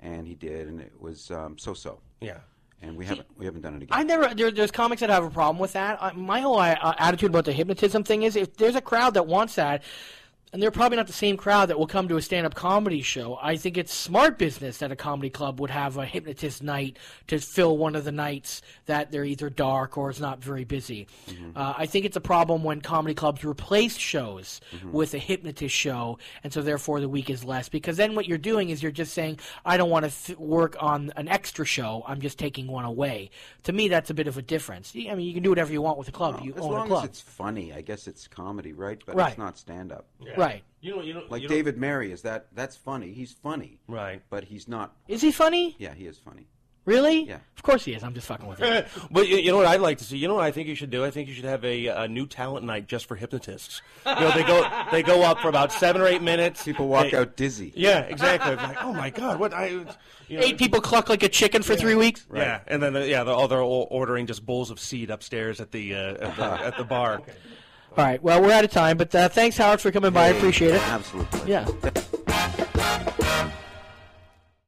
Speaker 10: and he did, and it was um, so-so.
Speaker 4: Yeah.
Speaker 10: And we haven't we haven't done it again.
Speaker 6: I never. There, there's comics that have a problem with that. I, my whole uh, attitude about the hypnotism thing is, if there's a crowd that wants that, and they're probably not the same crowd that will come to a stand-up comedy show. I think it's smart business that a comedy club would have a hypnotist night to fill one of the nights that they're either dark or it's not very busy.
Speaker 10: Mm-hmm.
Speaker 6: Uh, I think it's a problem when comedy clubs replace shows
Speaker 10: Mm-hmm.
Speaker 6: with a hypnotist show, and so therefore the week is less. Because then what you're doing is you're just saying, I don't want to f- work on an extra show. I'm just taking one away. To me, that's a bit of a difference. I mean, you can do whatever you want with a club. you
Speaker 10: as
Speaker 6: own
Speaker 10: long
Speaker 6: a club.
Speaker 10: as it's funny, I guess it's comedy, right? But
Speaker 6: Right.
Speaker 10: it's not stand-up.
Speaker 6: Right.
Speaker 4: You know, you know,
Speaker 10: Like David Mary is that that's funny. He's funny.
Speaker 4: Right.
Speaker 10: But he's not.
Speaker 6: Is he funny?
Speaker 10: Yeah, he is funny.
Speaker 6: Really? Yeah. Of course he is. I'm just fucking with
Speaker 4: *laughs*
Speaker 6: you.
Speaker 4: but Eh, you, you know what I'd like to see? You know what I think you should do? I think you should have a, a new talent night just for hypnotists. You know, they go *laughs* they go up for about seven or eight minutes. People
Speaker 10: walk out dizzy.
Speaker 4: Yeah, exactly. It's like, oh my god, what I? You know,
Speaker 6: Eight people cluck like a chicken for three weeks.
Speaker 4: Yeah, and then uh, yeah, they're all they're all ordering just bowls of seed upstairs at the uh, at the, at the bar.
Speaker 6: All right. Well, we're out of time, but uh, thanks, Howard, for coming by. I appreciate it.
Speaker 10: Absolutely.
Speaker 6: Yeah.